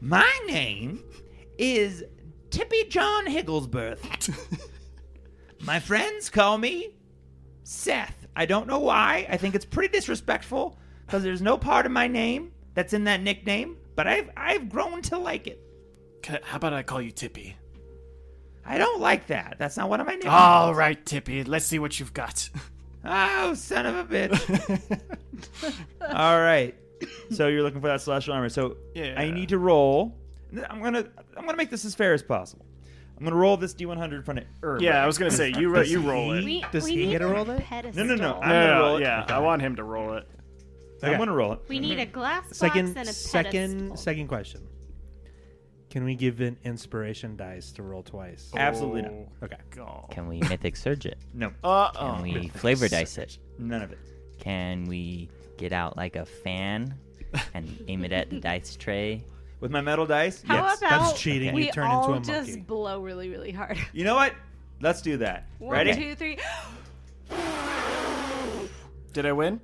Speaker 1: My name is Tippy John Higglesworth. My friends call me Seth. I don't know why. I think it's pretty disrespectful because there's no part of my name that's in that nickname, but I've I've grown to like it.
Speaker 5: Can I- how about I call you Tippy?
Speaker 1: I don't like that. That's not one of my names.
Speaker 5: All right, Tippy. Let's see what you've got.
Speaker 1: Oh, son of a bitch. All right. So you're looking for that slash armor. So I
Speaker 5: Yeah.
Speaker 1: need to roll. I'm gonna I'm gonna make this as fair as possible. I'm gonna roll this D100 from it. er,
Speaker 5: yeah, I was gonna say you ro- you roll it.
Speaker 3: We,
Speaker 4: Does
Speaker 3: we
Speaker 4: he
Speaker 3: need
Speaker 4: get to roll that?
Speaker 3: pedestal.
Speaker 1: No, no, no,
Speaker 5: No,
Speaker 1: I'm gonna
Speaker 5: no,
Speaker 1: roll it.
Speaker 5: yeah, I want him to roll it.
Speaker 1: I'm gonna roll it.
Speaker 3: we need a glass box
Speaker 4: Second,
Speaker 3: and a pedestal.
Speaker 4: second, second question. Can we give an inspiration dice to roll
Speaker 1: Oh.
Speaker 4: twice?
Speaker 1: Absolutely not.
Speaker 4: Okay.
Speaker 5: God.
Speaker 6: Can we mythic surge it?
Speaker 1: No,
Speaker 5: Uh
Speaker 6: Can
Speaker 5: oh.
Speaker 6: we flavor dice it?
Speaker 1: none of it.
Speaker 6: Can we get out like a fan and aim it at the dice tray?
Speaker 1: With my metal dice,
Speaker 2: How
Speaker 1: yes.
Speaker 2: about
Speaker 4: That's cheating.
Speaker 2: we
Speaker 4: You turn
Speaker 2: all
Speaker 4: into a
Speaker 2: just
Speaker 4: monkey.
Speaker 2: blow really, really hard?
Speaker 1: You know what? Let's do that.
Speaker 2: One,
Speaker 1: Ready?
Speaker 2: two, three.
Speaker 5: Did I win?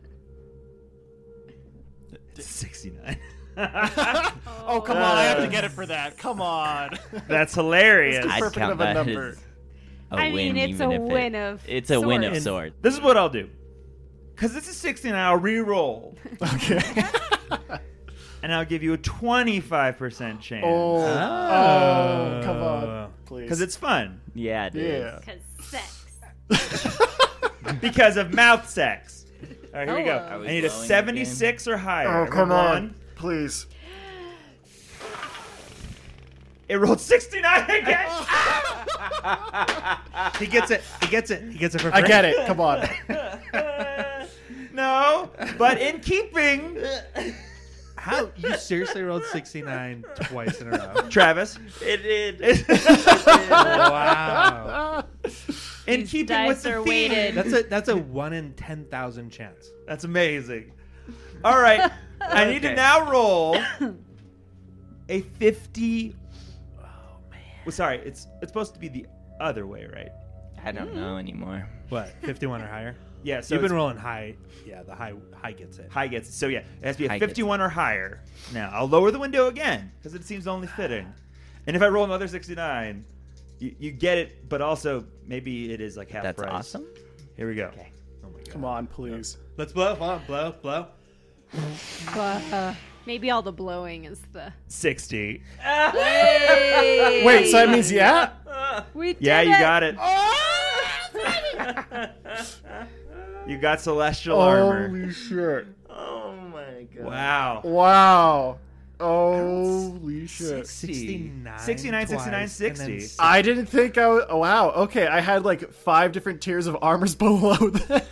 Speaker 1: 69.
Speaker 5: Oh come on! I have to get it for that. Come on.
Speaker 1: That's hilarious.
Speaker 5: Perfect of a
Speaker 6: that
Speaker 5: number.
Speaker 6: as a
Speaker 3: I
Speaker 6: win,
Speaker 3: mean, it's a
Speaker 6: even if it-
Speaker 3: win of.
Speaker 6: It's a win of
Speaker 3: sorts.
Speaker 6: sword.
Speaker 1: This is what I'll do. Cause this is 16, I'll re-roll.
Speaker 5: okay.
Speaker 1: and I'll give you a 25% chance.
Speaker 5: Oh. Oh, come on,
Speaker 4: Uh,
Speaker 5: please.
Speaker 1: Because it's fun.
Speaker 6: Yeah, it is.
Speaker 5: yeah.
Speaker 3: 'Cause sex.
Speaker 1: Because of mouth sex. All right, here we go.
Speaker 2: Hello.
Speaker 1: I,
Speaker 6: Are we
Speaker 1: need a
Speaker 6: glowing again?
Speaker 1: 76 or higher.
Speaker 5: Oh come
Speaker 1: Everyone,
Speaker 5: on, please.
Speaker 1: It rolled 69 again. he gets it. He gets it.
Speaker 4: He gets it for free.
Speaker 5: I get it. Come on.
Speaker 1: no, but in keeping,
Speaker 4: How you seriously rolled 69 twice in a row?
Speaker 1: Travis,
Speaker 6: It did.
Speaker 4: wow.
Speaker 1: in
Speaker 2: These
Speaker 1: keeping with
Speaker 2: dice
Speaker 1: the
Speaker 2: are
Speaker 1: theme,
Speaker 2: weighted.
Speaker 4: That's a that's a 1 in 10,000 chance.
Speaker 1: That's amazing. All right. I need to now roll a 50. Oh, man. Well, sorry. It's it's supposed to be the other way, right?
Speaker 6: I don't
Speaker 3: Mm.
Speaker 6: know anymore.
Speaker 4: What? 51 or higher?
Speaker 1: Yeah. So
Speaker 4: You've been
Speaker 1: it's-
Speaker 4: rolling high. Yeah, the high high gets it.
Speaker 1: high gets. So, yeah, it has to be a
Speaker 6: High gets
Speaker 1: 51 or higher. Now, I'll lower the window again because it seems only fitting. And if I roll another 69, you, you get it, but also maybe it is like half
Speaker 6: That's
Speaker 1: price.
Speaker 6: awesome.
Speaker 1: Here we go.
Speaker 4: Oh my god.
Speaker 5: Come on, please.
Speaker 4: Let's blow. Hold on, blow, blow.
Speaker 2: uh,
Speaker 3: Maybe all the blowing is the.
Speaker 1: 60.
Speaker 5: Wait, so that means yeah.
Speaker 3: We did
Speaker 1: Yeah, you
Speaker 3: it!
Speaker 1: got it. you got celestial
Speaker 4: Oh,
Speaker 1: armor.
Speaker 5: Holy shit!
Speaker 1: Wow.
Speaker 5: Wow. Holy shit.
Speaker 4: 69.
Speaker 1: 69, 69,
Speaker 4: twice, and then
Speaker 1: 60.
Speaker 4: six-
Speaker 5: I didn't think I. Would, oh, wow. Okay, I had like five different tiers of armors below that.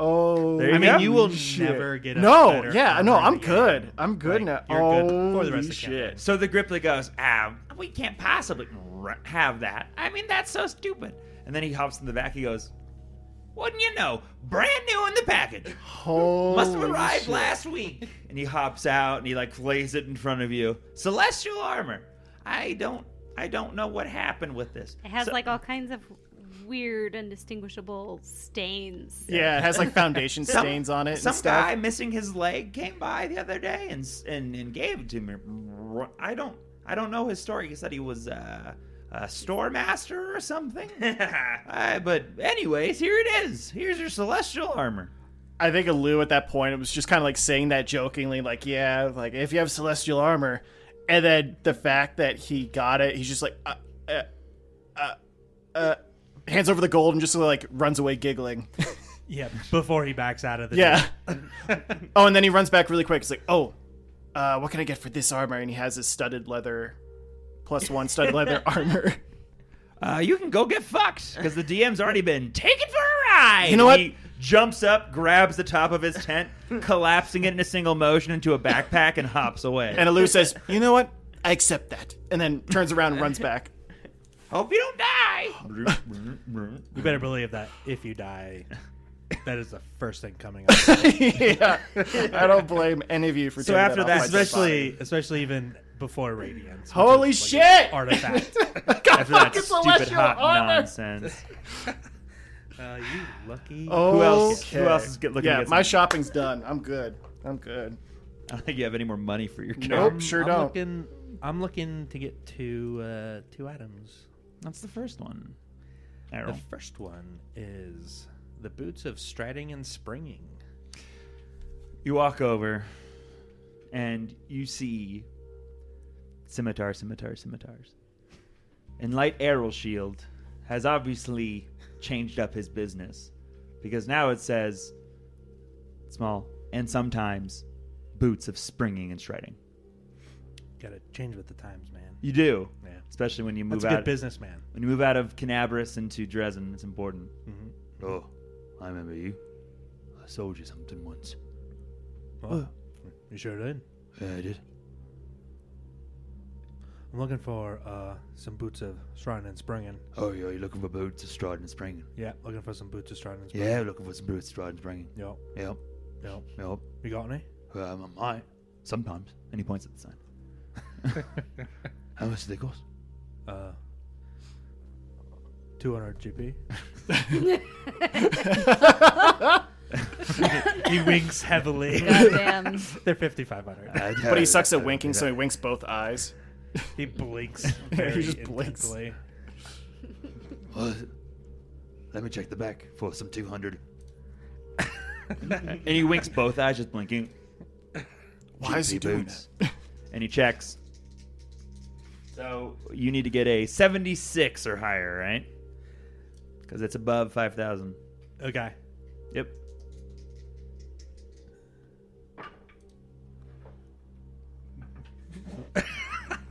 Speaker 5: Oh,
Speaker 1: There
Speaker 4: I mean,
Speaker 1: Yeah.
Speaker 4: you will
Speaker 5: shit.
Speaker 4: never get a
Speaker 5: no.
Speaker 4: better
Speaker 5: Yeah, no,
Speaker 4: armor
Speaker 5: I'm
Speaker 4: than
Speaker 5: good. I'm good
Speaker 4: Like,
Speaker 5: now.
Speaker 4: you're good
Speaker 5: Holy
Speaker 4: for the rest of the
Speaker 5: shit.
Speaker 1: Uh, So the Gripply goes, ah, we can't possibly r- have that. I mean, that's so stupid. And then he hops in the back. He goes, wouldn't you know, brand new in the package.
Speaker 5: Holy
Speaker 1: Must have arrived
Speaker 5: shit.
Speaker 1: last week. And he hops out and he like lays it in front of you. Celestial armor. I don't, I don't know what happened with this.
Speaker 3: It has
Speaker 1: So-
Speaker 3: like all kinds of weird, undistinguishable stains.
Speaker 5: Yeah, it has like foundation
Speaker 1: Some-
Speaker 5: stains on it and
Speaker 1: Some
Speaker 5: stuff.
Speaker 1: guy missing his leg came by the other day and s- and, and gave it to me. I don't I don't know his story. He said he was uh, a store master or something. Uh, but anyways, here it is. Here's your celestial armor.
Speaker 5: I think Alu at that point it was just kind of like saying that jokingly, like, yeah, like if you have celestial armor, and then the fact that he got it, he's just like, uh, uh, uh, uh, hands over the gold and just like runs away giggling.
Speaker 4: Yeah, before he backs out of the
Speaker 5: yeah. oh, and then he runs back really quick. He's like, oh, uh, what can I get for this armor? And he has his studded leather, plus one studded leather armor.
Speaker 1: Uh, you can go get fucked because the DM's already been taken for a ride.
Speaker 5: You know what?
Speaker 1: He jumps up, grabs the top of his tent, collapsing it in a single motion into a backpack, and hops away.
Speaker 5: And Alu says, you know what? I accept that. And then turns around and runs back.
Speaker 1: hope you don't die.
Speaker 4: You better believe that if you die, that is the first thing coming up.
Speaker 5: yeah, I don't blame any of you for
Speaker 1: So
Speaker 5: doing
Speaker 1: after
Speaker 5: that,
Speaker 1: that,
Speaker 5: off my dead
Speaker 4: especially, especially even before Radiance. which
Speaker 5: Holy
Speaker 4: is like an
Speaker 5: shit!
Speaker 4: Artifact.
Speaker 5: body. God,
Speaker 1: After that
Speaker 5: fucking
Speaker 1: stupid
Speaker 5: celestial
Speaker 1: hot
Speaker 5: armor.
Speaker 1: nonsense.
Speaker 4: Uh, you lucky.
Speaker 5: Okay.
Speaker 1: Who else- who else is get- looking
Speaker 5: Yeah,
Speaker 1: to get
Speaker 5: my
Speaker 1: some-
Speaker 5: shopping's done. I'm good. I'm good.
Speaker 1: I don't think you have any more money for your character.
Speaker 5: Nope, sure
Speaker 4: I'm
Speaker 5: don't.
Speaker 4: Looking, I'm looking to get two uh, two items.
Speaker 1: That's the first one.
Speaker 4: The
Speaker 1: Errol.
Speaker 4: first one is the boots of striding and springing.
Speaker 1: You walk over, and you see scimitar, scimitar, scimitars. And Light Arrow Shield has obviously changed up his business because now it says small and sometimes boots of springing and shredding.
Speaker 4: Got to change with the times, man.
Speaker 1: You do,
Speaker 4: Yeah,
Speaker 1: especially when you move
Speaker 4: that's a good
Speaker 1: out
Speaker 4: businessman.
Speaker 1: when you move out of Canabras into Dresden. It's important.
Speaker 4: Mhm.
Speaker 1: Oh, I remember you. I sold you something once.
Speaker 4: Well, you sure did.
Speaker 1: Yeah,
Speaker 5: er
Speaker 1: I did.
Speaker 4: I'm looking for uh, some boots of striding and springing.
Speaker 1: Oh, yeah, you're looking for boots of striding and springing.
Speaker 4: Yeah, looking for some boots of striding and springing.
Speaker 1: Yeah, looking for some boots of striding and springing.
Speaker 4: Yep.
Speaker 1: Yep,
Speaker 4: Yep.
Speaker 1: yep.
Speaker 4: You got any?
Speaker 1: Um, I might. Sometimes. And he points at the sign. How much do they cost?
Speaker 4: Uh, 200 GP. he winks heavily.
Speaker 2: Goddamn.
Speaker 4: They're 5,500.
Speaker 5: But he sucks at winking, so he winks both eyes.
Speaker 4: He blinks.
Speaker 5: Yeah, he
Speaker 4: very
Speaker 5: just blinks.
Speaker 4: intensely.
Speaker 1: Well, let me check the back for some 200. and he winks both eyes, just blinking.
Speaker 5: Why is he
Speaker 1: GP
Speaker 5: doing that?
Speaker 1: and he checks. So you need to get a 76 or higher, right? Because it's above 5,000.
Speaker 4: Okay.
Speaker 1: Yep.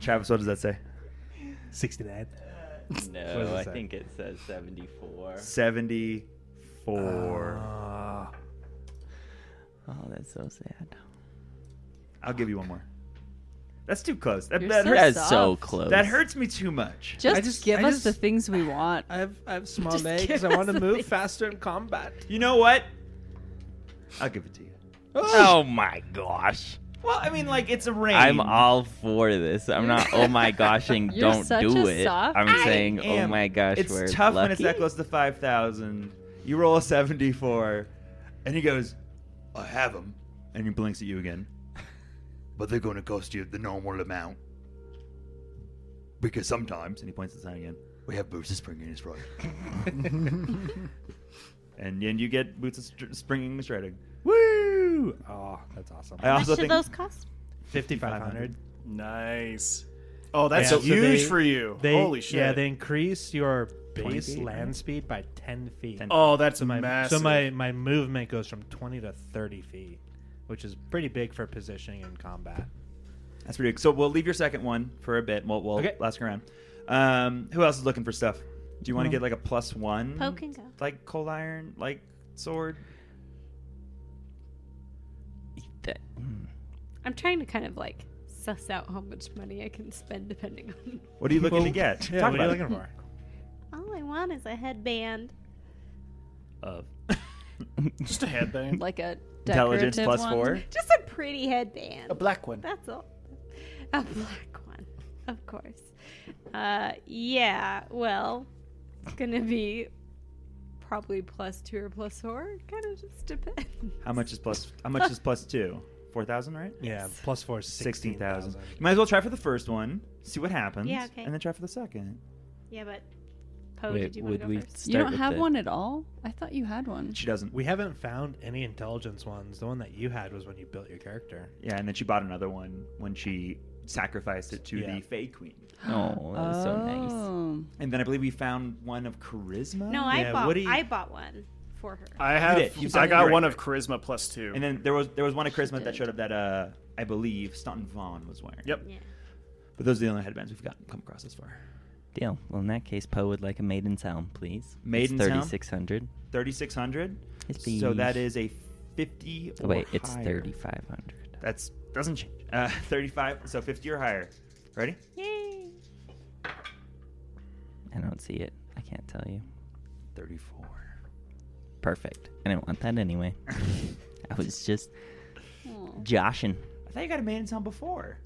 Speaker 1: Travis, what does that say?
Speaker 4: 69. What does
Speaker 8: No,
Speaker 4: it
Speaker 8: I
Speaker 4: say?
Speaker 8: think it says 74.
Speaker 1: 74.
Speaker 4: Ah.
Speaker 6: Oh, that's so sad.
Speaker 1: I'll give you one more. That's too close. That,
Speaker 2: You're
Speaker 1: that
Speaker 2: so
Speaker 1: hurts.
Speaker 6: That's so
Speaker 2: soft.
Speaker 6: close.
Speaker 1: That hurts me too much.
Speaker 2: Just,
Speaker 9: I just-
Speaker 2: give
Speaker 9: I
Speaker 2: us
Speaker 9: just-
Speaker 2: the things we want.
Speaker 9: I have I have small
Speaker 2: Just
Speaker 9: legs.
Speaker 2: give
Speaker 9: I want
Speaker 2: us
Speaker 9: to
Speaker 2: the
Speaker 9: move
Speaker 2: thing.
Speaker 9: faster in combat.
Speaker 1: You know what? I'll give it to you.
Speaker 6: Oh my gosh.
Speaker 1: Well, I mean, like it's a range.
Speaker 6: I'm all for this. I'm not. Oh my gosh, and
Speaker 2: You're
Speaker 6: don't
Speaker 2: such
Speaker 6: do
Speaker 2: a
Speaker 6: it.
Speaker 2: soft-
Speaker 6: I'm
Speaker 1: I
Speaker 6: saying, oh
Speaker 1: am.
Speaker 6: my gosh,
Speaker 1: It's
Speaker 6: we're
Speaker 1: tough
Speaker 6: lucky.
Speaker 1: when it's that close to five thousand. You roll a seventy-four, and he goes, "I have them," and he blinks at you again. But they're going to cost you the normal amount because sometimes, and he points at the sign again, we have boots of springing and shredding. and and you get boots of str- springing and shredding.
Speaker 4: Woo! Oh, that's awesome.
Speaker 1: I
Speaker 3: How much
Speaker 1: also
Speaker 3: do
Speaker 1: think
Speaker 3: those cost?
Speaker 4: 5,500.
Speaker 5: Nice. Oh, that's
Speaker 4: Yeah, so
Speaker 5: huge
Speaker 4: they-
Speaker 5: for you.
Speaker 4: They,
Speaker 5: Holy shit.
Speaker 4: Yeah, they increase your base
Speaker 1: 20 feet,
Speaker 4: land speed by 10 feet.
Speaker 1: 10
Speaker 5: oh, that's
Speaker 4: So my,
Speaker 5: massive.
Speaker 4: so my, my movement goes from 20 to 30 feet, which is pretty big for positioning in combat.
Speaker 1: that's pretty. good. So we'll leave your second one for a bit. We'll, we'll
Speaker 4: Okay.
Speaker 1: last around. Um, who else is looking for stuff? Do you
Speaker 6: Hmm.
Speaker 1: want to get like a plus one?
Speaker 3: Poke and go.
Speaker 1: like cold iron, like sword.
Speaker 6: That-
Speaker 3: I'm trying to kind of like suss out how much money I can spend depending on.
Speaker 1: What are you looking
Speaker 4: Well,
Speaker 1: to get?
Speaker 4: Yeah,
Speaker 1: Talk
Speaker 4: what are
Speaker 1: about
Speaker 4: you
Speaker 1: it.
Speaker 4: looking for?
Speaker 3: All I want is a headband.
Speaker 8: Uh,
Speaker 5: Just a headband.
Speaker 2: like a
Speaker 1: Intelligence
Speaker 2: decorative
Speaker 1: plus
Speaker 2: one.
Speaker 1: four.
Speaker 3: Just a pretty headband.
Speaker 5: a black one.
Speaker 3: That's all. A black one, of course. Uh, yeah. Well, it's gonna be probably plus two or plus four. Kind of just depends.
Speaker 1: How much is plus? How much is plus two? Four thousand, right?
Speaker 4: Yeah, plus four,
Speaker 1: Sixteen
Speaker 4: 16,000.
Speaker 1: thousand. You might as well try for the first one, see what happens,
Speaker 3: Yeah, okay.
Speaker 1: and then try for the second.
Speaker 3: Yeah, but Poe,
Speaker 8: Wait,
Speaker 3: Oh, did you want
Speaker 8: would
Speaker 3: to go
Speaker 8: we
Speaker 3: first?
Speaker 8: start
Speaker 2: you don't
Speaker 8: with
Speaker 2: have
Speaker 8: the-
Speaker 2: one at all? I thought you had one.
Speaker 1: She doesn't.
Speaker 4: We haven't found any intelligence ones. The one that you had was when you built your character.
Speaker 1: Yeah, and then she bought another one when she sacrificed it to
Speaker 4: Yeah.
Speaker 1: the Fae Queen.
Speaker 6: Oh, that was so nice.
Speaker 2: Oh.
Speaker 1: And then I believe we found one of charisma.
Speaker 3: No, I
Speaker 4: Yeah,
Speaker 3: bought.
Speaker 4: what do you-
Speaker 3: I bought one for her.
Speaker 5: I have.
Speaker 1: did. You
Speaker 5: I
Speaker 1: said-
Speaker 5: got
Speaker 1: right,
Speaker 5: one
Speaker 1: right.
Speaker 5: of charisma plus two.
Speaker 1: And then there was there was one of charisma that
Speaker 2: did.
Speaker 1: showed up that uh I believe Staunton Vaughn was wearing.
Speaker 5: Yep.
Speaker 3: yeah.
Speaker 1: But those are the only headbands we've gotten come across this far.
Speaker 6: Deal. Well, in that case, Poe would like a maiden sound, please.
Speaker 1: Maiden sound?
Speaker 6: Thirty six hundred.
Speaker 1: Thirty six hundred.
Speaker 6: Yes,
Speaker 1: So
Speaker 6: please.
Speaker 1: that is a fifty. Or
Speaker 6: Wait, it's
Speaker 1: higher.
Speaker 6: thirty five hundred.
Speaker 1: That's doesn't change. Uh, thirty-five. So fifty or higher. Ready?
Speaker 3: Yay.
Speaker 6: I don't see it. I can't tell you.
Speaker 1: Thirty-four.
Speaker 6: Perfect. I didn't want that anyway. I was just
Speaker 2: Oh.
Speaker 6: joshing.
Speaker 1: I thought you got a maiden sound before.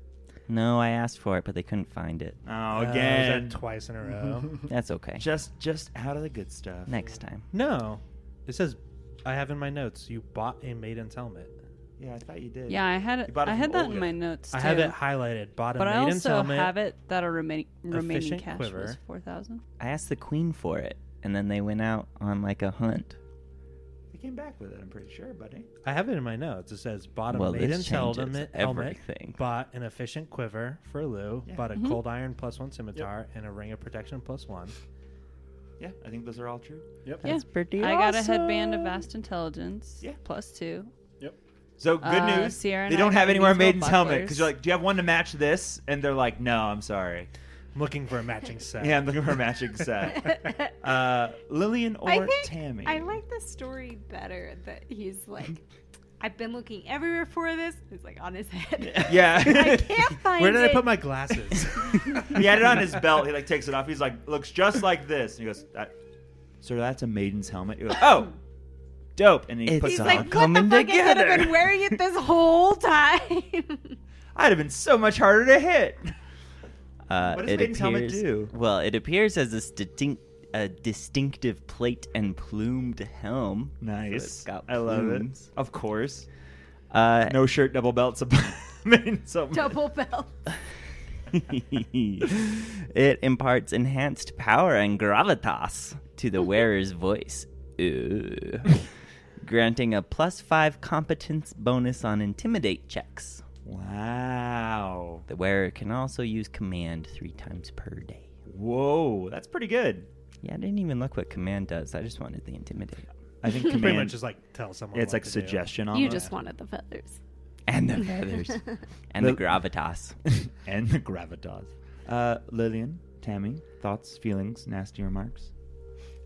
Speaker 6: No, I asked for it, but they couldn't find it.
Speaker 1: Oh,
Speaker 4: Uh, was that
Speaker 1: again.
Speaker 4: twice in a row.
Speaker 6: That's okay.
Speaker 1: just just out of the good stuff.
Speaker 6: Next time.
Speaker 4: no, it says I have in my notes. You bought a maiden's helmet.
Speaker 1: Yeah, I thought you did.
Speaker 2: Yeah, I had it.
Speaker 1: You bought it
Speaker 2: I
Speaker 1: from
Speaker 2: had that in
Speaker 1: Olga.
Speaker 2: my notes too.
Speaker 4: I have it highlighted. Bought a
Speaker 2: but I
Speaker 4: maiden's
Speaker 2: also
Speaker 4: helmet.
Speaker 2: have it that our remaining remaining
Speaker 4: fishing
Speaker 2: cash was
Speaker 4: quiver.
Speaker 2: four thousand.
Speaker 6: I asked the queen for it, and then they went out on like a hunt.
Speaker 1: They came back with it. I'm pretty sure, buddy.
Speaker 4: I have it in my notes. It says bought a
Speaker 6: Well, this
Speaker 4: maiden's
Speaker 6: changes
Speaker 4: helmet, helmet,
Speaker 6: everything.
Speaker 4: bought an efficient quiver for Lou,
Speaker 1: Yeah. Mm-hmm.
Speaker 4: bought a cold iron plus one scimitar, and a ring of protection plus one.
Speaker 1: Yeah, I think those are all true.
Speaker 5: Yep.
Speaker 2: Yeah.
Speaker 6: That's pretty
Speaker 2: I got a headband of
Speaker 6: awesome.
Speaker 2: vast intelligence.
Speaker 1: Yeah.
Speaker 2: Plus two.
Speaker 1: So good
Speaker 2: Uh,
Speaker 1: news.
Speaker 2: Sierra and
Speaker 1: they
Speaker 2: I
Speaker 1: don't
Speaker 2: got
Speaker 1: have anywhere
Speaker 2: these little
Speaker 1: maiden's helmet because
Speaker 2: bucklers.
Speaker 1: you're like, do you have one to match this? And they're like, no, I'm sorry.
Speaker 4: I'm looking for a matching set.
Speaker 1: Yeah, I'm looking for a matching set. Uh, Lillian or
Speaker 3: I think
Speaker 1: Tammy?
Speaker 3: I like the story better that he's like, I've been looking everywhere for this. It's like on his head.
Speaker 1: Yeah.
Speaker 3: I can't find
Speaker 4: Where did I
Speaker 3: it.
Speaker 4: put my glasses?
Speaker 1: he had it on his belt. He like takes it off. He's like, looks just like this. And he goes, that, sir, that's a maiden's helmet. He goes, oh, dope. And he
Speaker 6: It's
Speaker 1: puts
Speaker 3: He's
Speaker 1: it
Speaker 3: like,
Speaker 1: on.
Speaker 3: what the
Speaker 6: coming
Speaker 3: fuck? I could have
Speaker 1: together."
Speaker 3: been wearing it this whole time.
Speaker 1: I'd have been so much harder to hit.
Speaker 6: Uh,
Speaker 1: What does
Speaker 6: it
Speaker 1: Maiden's helmet
Speaker 6: appears-
Speaker 1: do?
Speaker 6: Well, it appears as this distinct, a distinctive plate and plumed helm. So
Speaker 1: Nice.
Speaker 6: it's got
Speaker 1: I love it.
Speaker 6: plumes.
Speaker 1: Of course.
Speaker 6: Uh,
Speaker 1: No shirt, double belts. maiden's helmet.
Speaker 3: Double belt.
Speaker 6: it imparts enhanced power and gravitas to
Speaker 4: Mm-hmm.
Speaker 6: the wearer's voice, Ooh. granting a plus five competence bonus on intimidate checks.
Speaker 1: Wow.
Speaker 6: The wearer can also use command three times per day.
Speaker 1: Whoa. That's pretty good.
Speaker 6: Yeah, I didn't even look what command does. I just wanted the intimidate
Speaker 1: I think
Speaker 4: Pretty
Speaker 1: command.
Speaker 4: much just like tell someone.
Speaker 1: it's like
Speaker 4: what to do.
Speaker 1: suggestion almost.
Speaker 3: You just wanted the feathers.
Speaker 6: and the feathers and the
Speaker 1: The-
Speaker 6: gravitas.
Speaker 1: and the gravitas. Uh, Lillian, Tammy, thoughts, feelings, nasty remarks.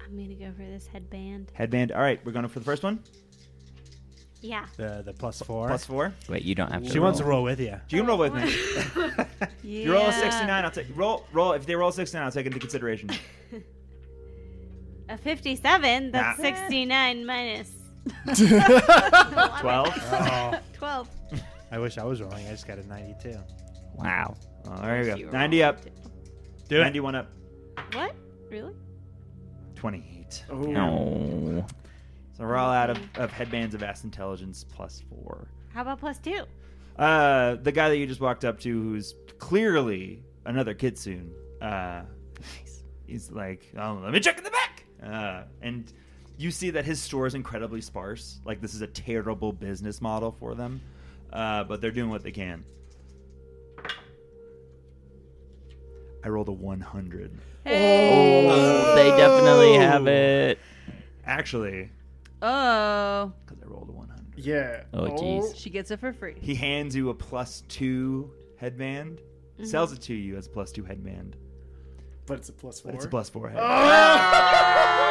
Speaker 3: I'm gonna go for this headband.
Speaker 1: Headband. All right, we're going for the first one.
Speaker 3: Yeah.
Speaker 4: The the plus four.
Speaker 1: Plus four.
Speaker 6: Wait, you don't have to.
Speaker 4: She wants to
Speaker 6: roll.
Speaker 4: roll with you.
Speaker 1: You can roll with me.
Speaker 2: Yeah.
Speaker 1: You roll a sixty-nine. I'll take roll. Roll. If they roll sixty-nine, I'll take it into consideration.
Speaker 3: A 57. That's
Speaker 1: Nah.
Speaker 3: 69 minus
Speaker 1: Twelve.
Speaker 4: Oh,
Speaker 3: 12.
Speaker 4: I wish I was rolling. I just got a ninety-two.
Speaker 6: Wow.
Speaker 1: Oh, there you
Speaker 3: You
Speaker 1: go.
Speaker 3: were
Speaker 1: Ninety
Speaker 3: wrong.
Speaker 1: up.
Speaker 4: Do it.
Speaker 1: Ninety-one up.
Speaker 3: What? Really?
Speaker 1: Twenty-eight.
Speaker 5: Ooh.
Speaker 4: Oh.
Speaker 6: No.
Speaker 1: So we're all out of, of headbands of vast intelligence plus four.
Speaker 3: How about plus two?
Speaker 1: Uh, the guy that you just walked up to, who's clearly another kitsune, uh, he's like, oh, let me check in the back. Uh, and you see that his store is incredibly sparse. Like, this is a terrible business model for them, uh, but they're doing what they can. I rolled a 100.
Speaker 6: Oh, they definitely have it.
Speaker 1: Actually,
Speaker 2: Oh,
Speaker 1: because I rolled a 100.
Speaker 5: Yeah.
Speaker 6: Oh, jeez.
Speaker 2: she gets it for free.
Speaker 1: He hands you a plus two headband, sells it to you as a plus two headband,
Speaker 5: But it's a plus four.
Speaker 1: but it's a plus four headband.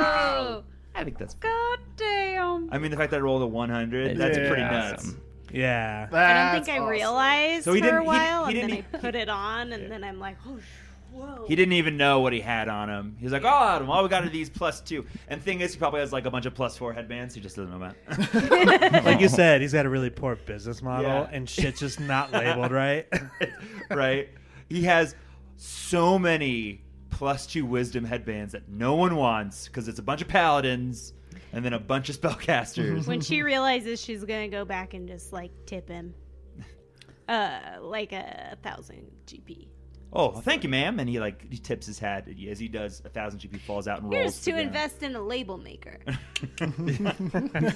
Speaker 3: Oh.
Speaker 1: I think that's.
Speaker 3: God damn.
Speaker 1: I mean, the fact that I rolled a 100, that's
Speaker 5: Yeah.
Speaker 1: pretty
Speaker 6: awesome.
Speaker 1: nuts.
Speaker 4: Yeah.
Speaker 3: I don't
Speaker 5: That's
Speaker 3: think I
Speaker 5: awesome.
Speaker 3: realized
Speaker 1: So he
Speaker 3: for
Speaker 1: didn't-
Speaker 3: a
Speaker 1: he-
Speaker 3: while,
Speaker 1: he
Speaker 3: and then
Speaker 1: didn't-
Speaker 3: I put it on, and then I'm like, oh, sh- whoa.
Speaker 1: He didn't even know what he had on him. He was like, "Oh, Adam, all we got are these plus two. And thing is, he probably has like a bunch of plus four headbands. He just doesn't know about.
Speaker 4: Like you said, he's got a really poor business model,
Speaker 1: Yeah.
Speaker 4: and shit's just not labeled right.
Speaker 1: right? He has so many plus two wisdom headbands that no one wants because it's a bunch of paladins and then a bunch of spellcasters.
Speaker 3: when she realizes she's gonna go back and just like tip him, uh, like a thousand GP.
Speaker 1: Oh, well, thank you, ma'am. And he like he tips his hat as he does. A thousand GP falls out and rolls.
Speaker 3: Here's to
Speaker 1: the ground.
Speaker 3: invest in a label maker.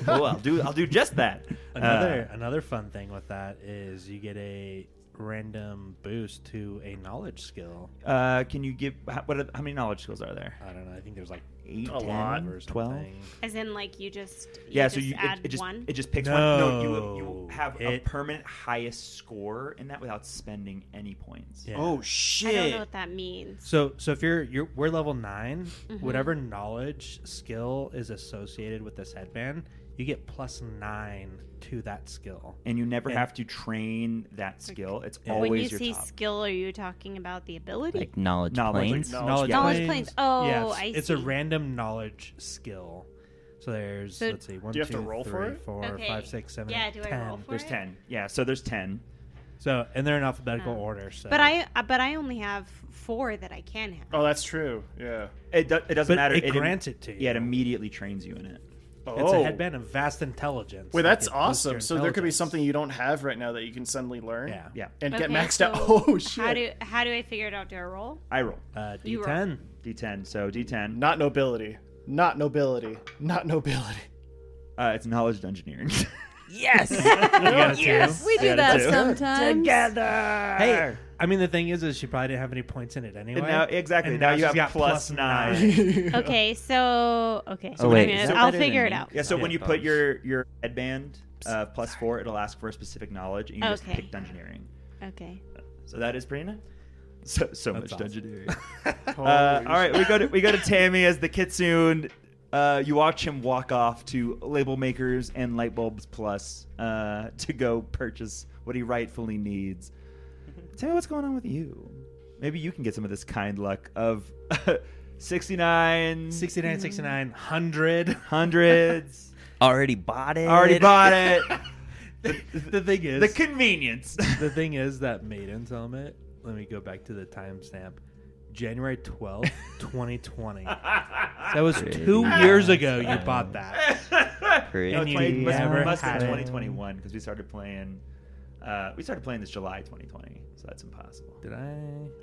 Speaker 1: oh, I'll do. I'll do just that.
Speaker 4: Another another fun thing with that is you get a random boost to a knowledge skill.
Speaker 1: Uh, uh, can you give? How, what? Are, how many knowledge skills are there?
Speaker 4: I don't know. I think there's like
Speaker 1: Eight,
Speaker 5: A lot.
Speaker 4: or
Speaker 1: 12?
Speaker 4: something.
Speaker 3: As in, like you just you
Speaker 1: yeah,
Speaker 3: Just
Speaker 1: so you
Speaker 3: add
Speaker 1: it, it just
Speaker 3: one.
Speaker 1: it just picks one. No, you you
Speaker 4: No,
Speaker 1: have a
Speaker 4: it-
Speaker 1: permanent highest score in that without spending any points.
Speaker 4: Yeah.
Speaker 5: Oh
Speaker 3: I don't know
Speaker 5: shit!
Speaker 3: what that means.
Speaker 4: So so if you're you're we're level 9
Speaker 5: Mm-hmm.
Speaker 4: whatever knowledge skill is associated with this headband, you get plus nine to that skill.
Speaker 1: And you never
Speaker 4: Yeah.
Speaker 1: have to train that skill. It's
Speaker 4: Yeah.
Speaker 1: always
Speaker 3: when you
Speaker 1: your
Speaker 3: see
Speaker 1: top.
Speaker 3: skill, are you talking about the ability?
Speaker 6: Like knowledge,
Speaker 1: Knowledge, like
Speaker 6: planes.
Speaker 5: Knowledge
Speaker 3: Knowledge planes. Oh,
Speaker 4: yeah, it's,
Speaker 3: I
Speaker 4: It's a
Speaker 3: see.
Speaker 4: random knowledge skill. So there's
Speaker 3: So-
Speaker 4: let's see one,
Speaker 5: Do you have to
Speaker 4: two,
Speaker 5: roll for
Speaker 4: three,
Speaker 5: it?
Speaker 4: four,
Speaker 3: Okay.
Speaker 4: five, six, seven,
Speaker 3: Yeah,
Speaker 4: eight,
Speaker 3: do I roll
Speaker 4: 10.
Speaker 3: for
Speaker 1: There's
Speaker 3: it?
Speaker 1: ten. Yeah, so there's ten.
Speaker 4: So and they're in alphabetical
Speaker 3: Oh.
Speaker 4: order. So
Speaker 3: But I uh, but I only have four that I can have.
Speaker 5: Oh, that's true. Yeah.
Speaker 1: It, do, it doesn't
Speaker 4: But
Speaker 1: matter.
Speaker 4: it
Speaker 1: im-
Speaker 4: grants it to you.
Speaker 1: Yeah, it immediately trains you in it.
Speaker 5: Oh,
Speaker 4: it's a headband of vast intelligence.
Speaker 5: Wait,
Speaker 4: Like,
Speaker 5: that's
Speaker 4: it boosts your
Speaker 5: awesome. So there could be
Speaker 4: intelligence.
Speaker 5: something you don't have right now that you can suddenly learn.
Speaker 4: Yeah.
Speaker 1: Yeah,
Speaker 5: And get
Speaker 3: Okay,
Speaker 5: maxed out.
Speaker 3: so
Speaker 5: Oh shit!
Speaker 3: How do how do I figure it out? Do I roll?
Speaker 1: I roll
Speaker 4: Uh,
Speaker 3: You roll.
Speaker 4: D10.
Speaker 1: d10. So d10.
Speaker 5: Not nobility. Not nobility. Not nobility.
Speaker 1: Uh, it's knowledge engineering.
Speaker 4: You got a two.
Speaker 2: We do
Speaker 1: Yeah,
Speaker 2: that
Speaker 1: too.
Speaker 2: sometimes.
Speaker 3: Uh,
Speaker 4: Hey, I mean the thing is, is she probably didn't have any points in it anyway.
Speaker 1: And now- exactly,
Speaker 4: And
Speaker 1: now you
Speaker 4: she's
Speaker 1: have
Speaker 4: got
Speaker 1: plus nine. Oh.
Speaker 3: Okay, so okay.
Speaker 6: Oh, wait,
Speaker 3: I mean,
Speaker 6: is that
Speaker 3: I'll
Speaker 6: better than
Speaker 3: figure it
Speaker 6: me?
Speaker 3: out.
Speaker 1: yeah. So
Speaker 4: Yeah.
Speaker 1: when you put your your headband uh, plus four, it'll ask for a specific knowledge, and you just
Speaker 3: Okay.
Speaker 1: picked engineering.
Speaker 3: Okay.
Speaker 1: So that is pretty nice. So so much
Speaker 4: awesome.
Speaker 1: dungeoneering. uh, all right, we go to we go to Tammy as the kitsune. Uh, you watch him walk off to Label Makers and Light Bulbs Plus uh, to go purchase what he rightfully needs. Tammy, what's going on with you? Maybe you can get some of this kind luck of 69,
Speaker 4: 69, 69, 100.
Speaker 1: hundreds.
Speaker 6: Already bought it.
Speaker 1: Already bought it.
Speaker 4: the thing is,
Speaker 1: the convenience.
Speaker 4: the thing is that Maiden's helmet. Let me go back to the timestamp. January twelfth, twenty twenty. That was two
Speaker 6: Pretty
Speaker 4: years ago. You
Speaker 6: awesome.
Speaker 4: bought that.
Speaker 6: Pretty
Speaker 1: No,
Speaker 4: And
Speaker 1: it's
Speaker 4: you
Speaker 1: like, must,
Speaker 4: never
Speaker 1: must have
Speaker 4: had it.
Speaker 1: been 2021 because we started playing. Uh, we started playing this July 2020, so that's impossible.
Speaker 4: Did I?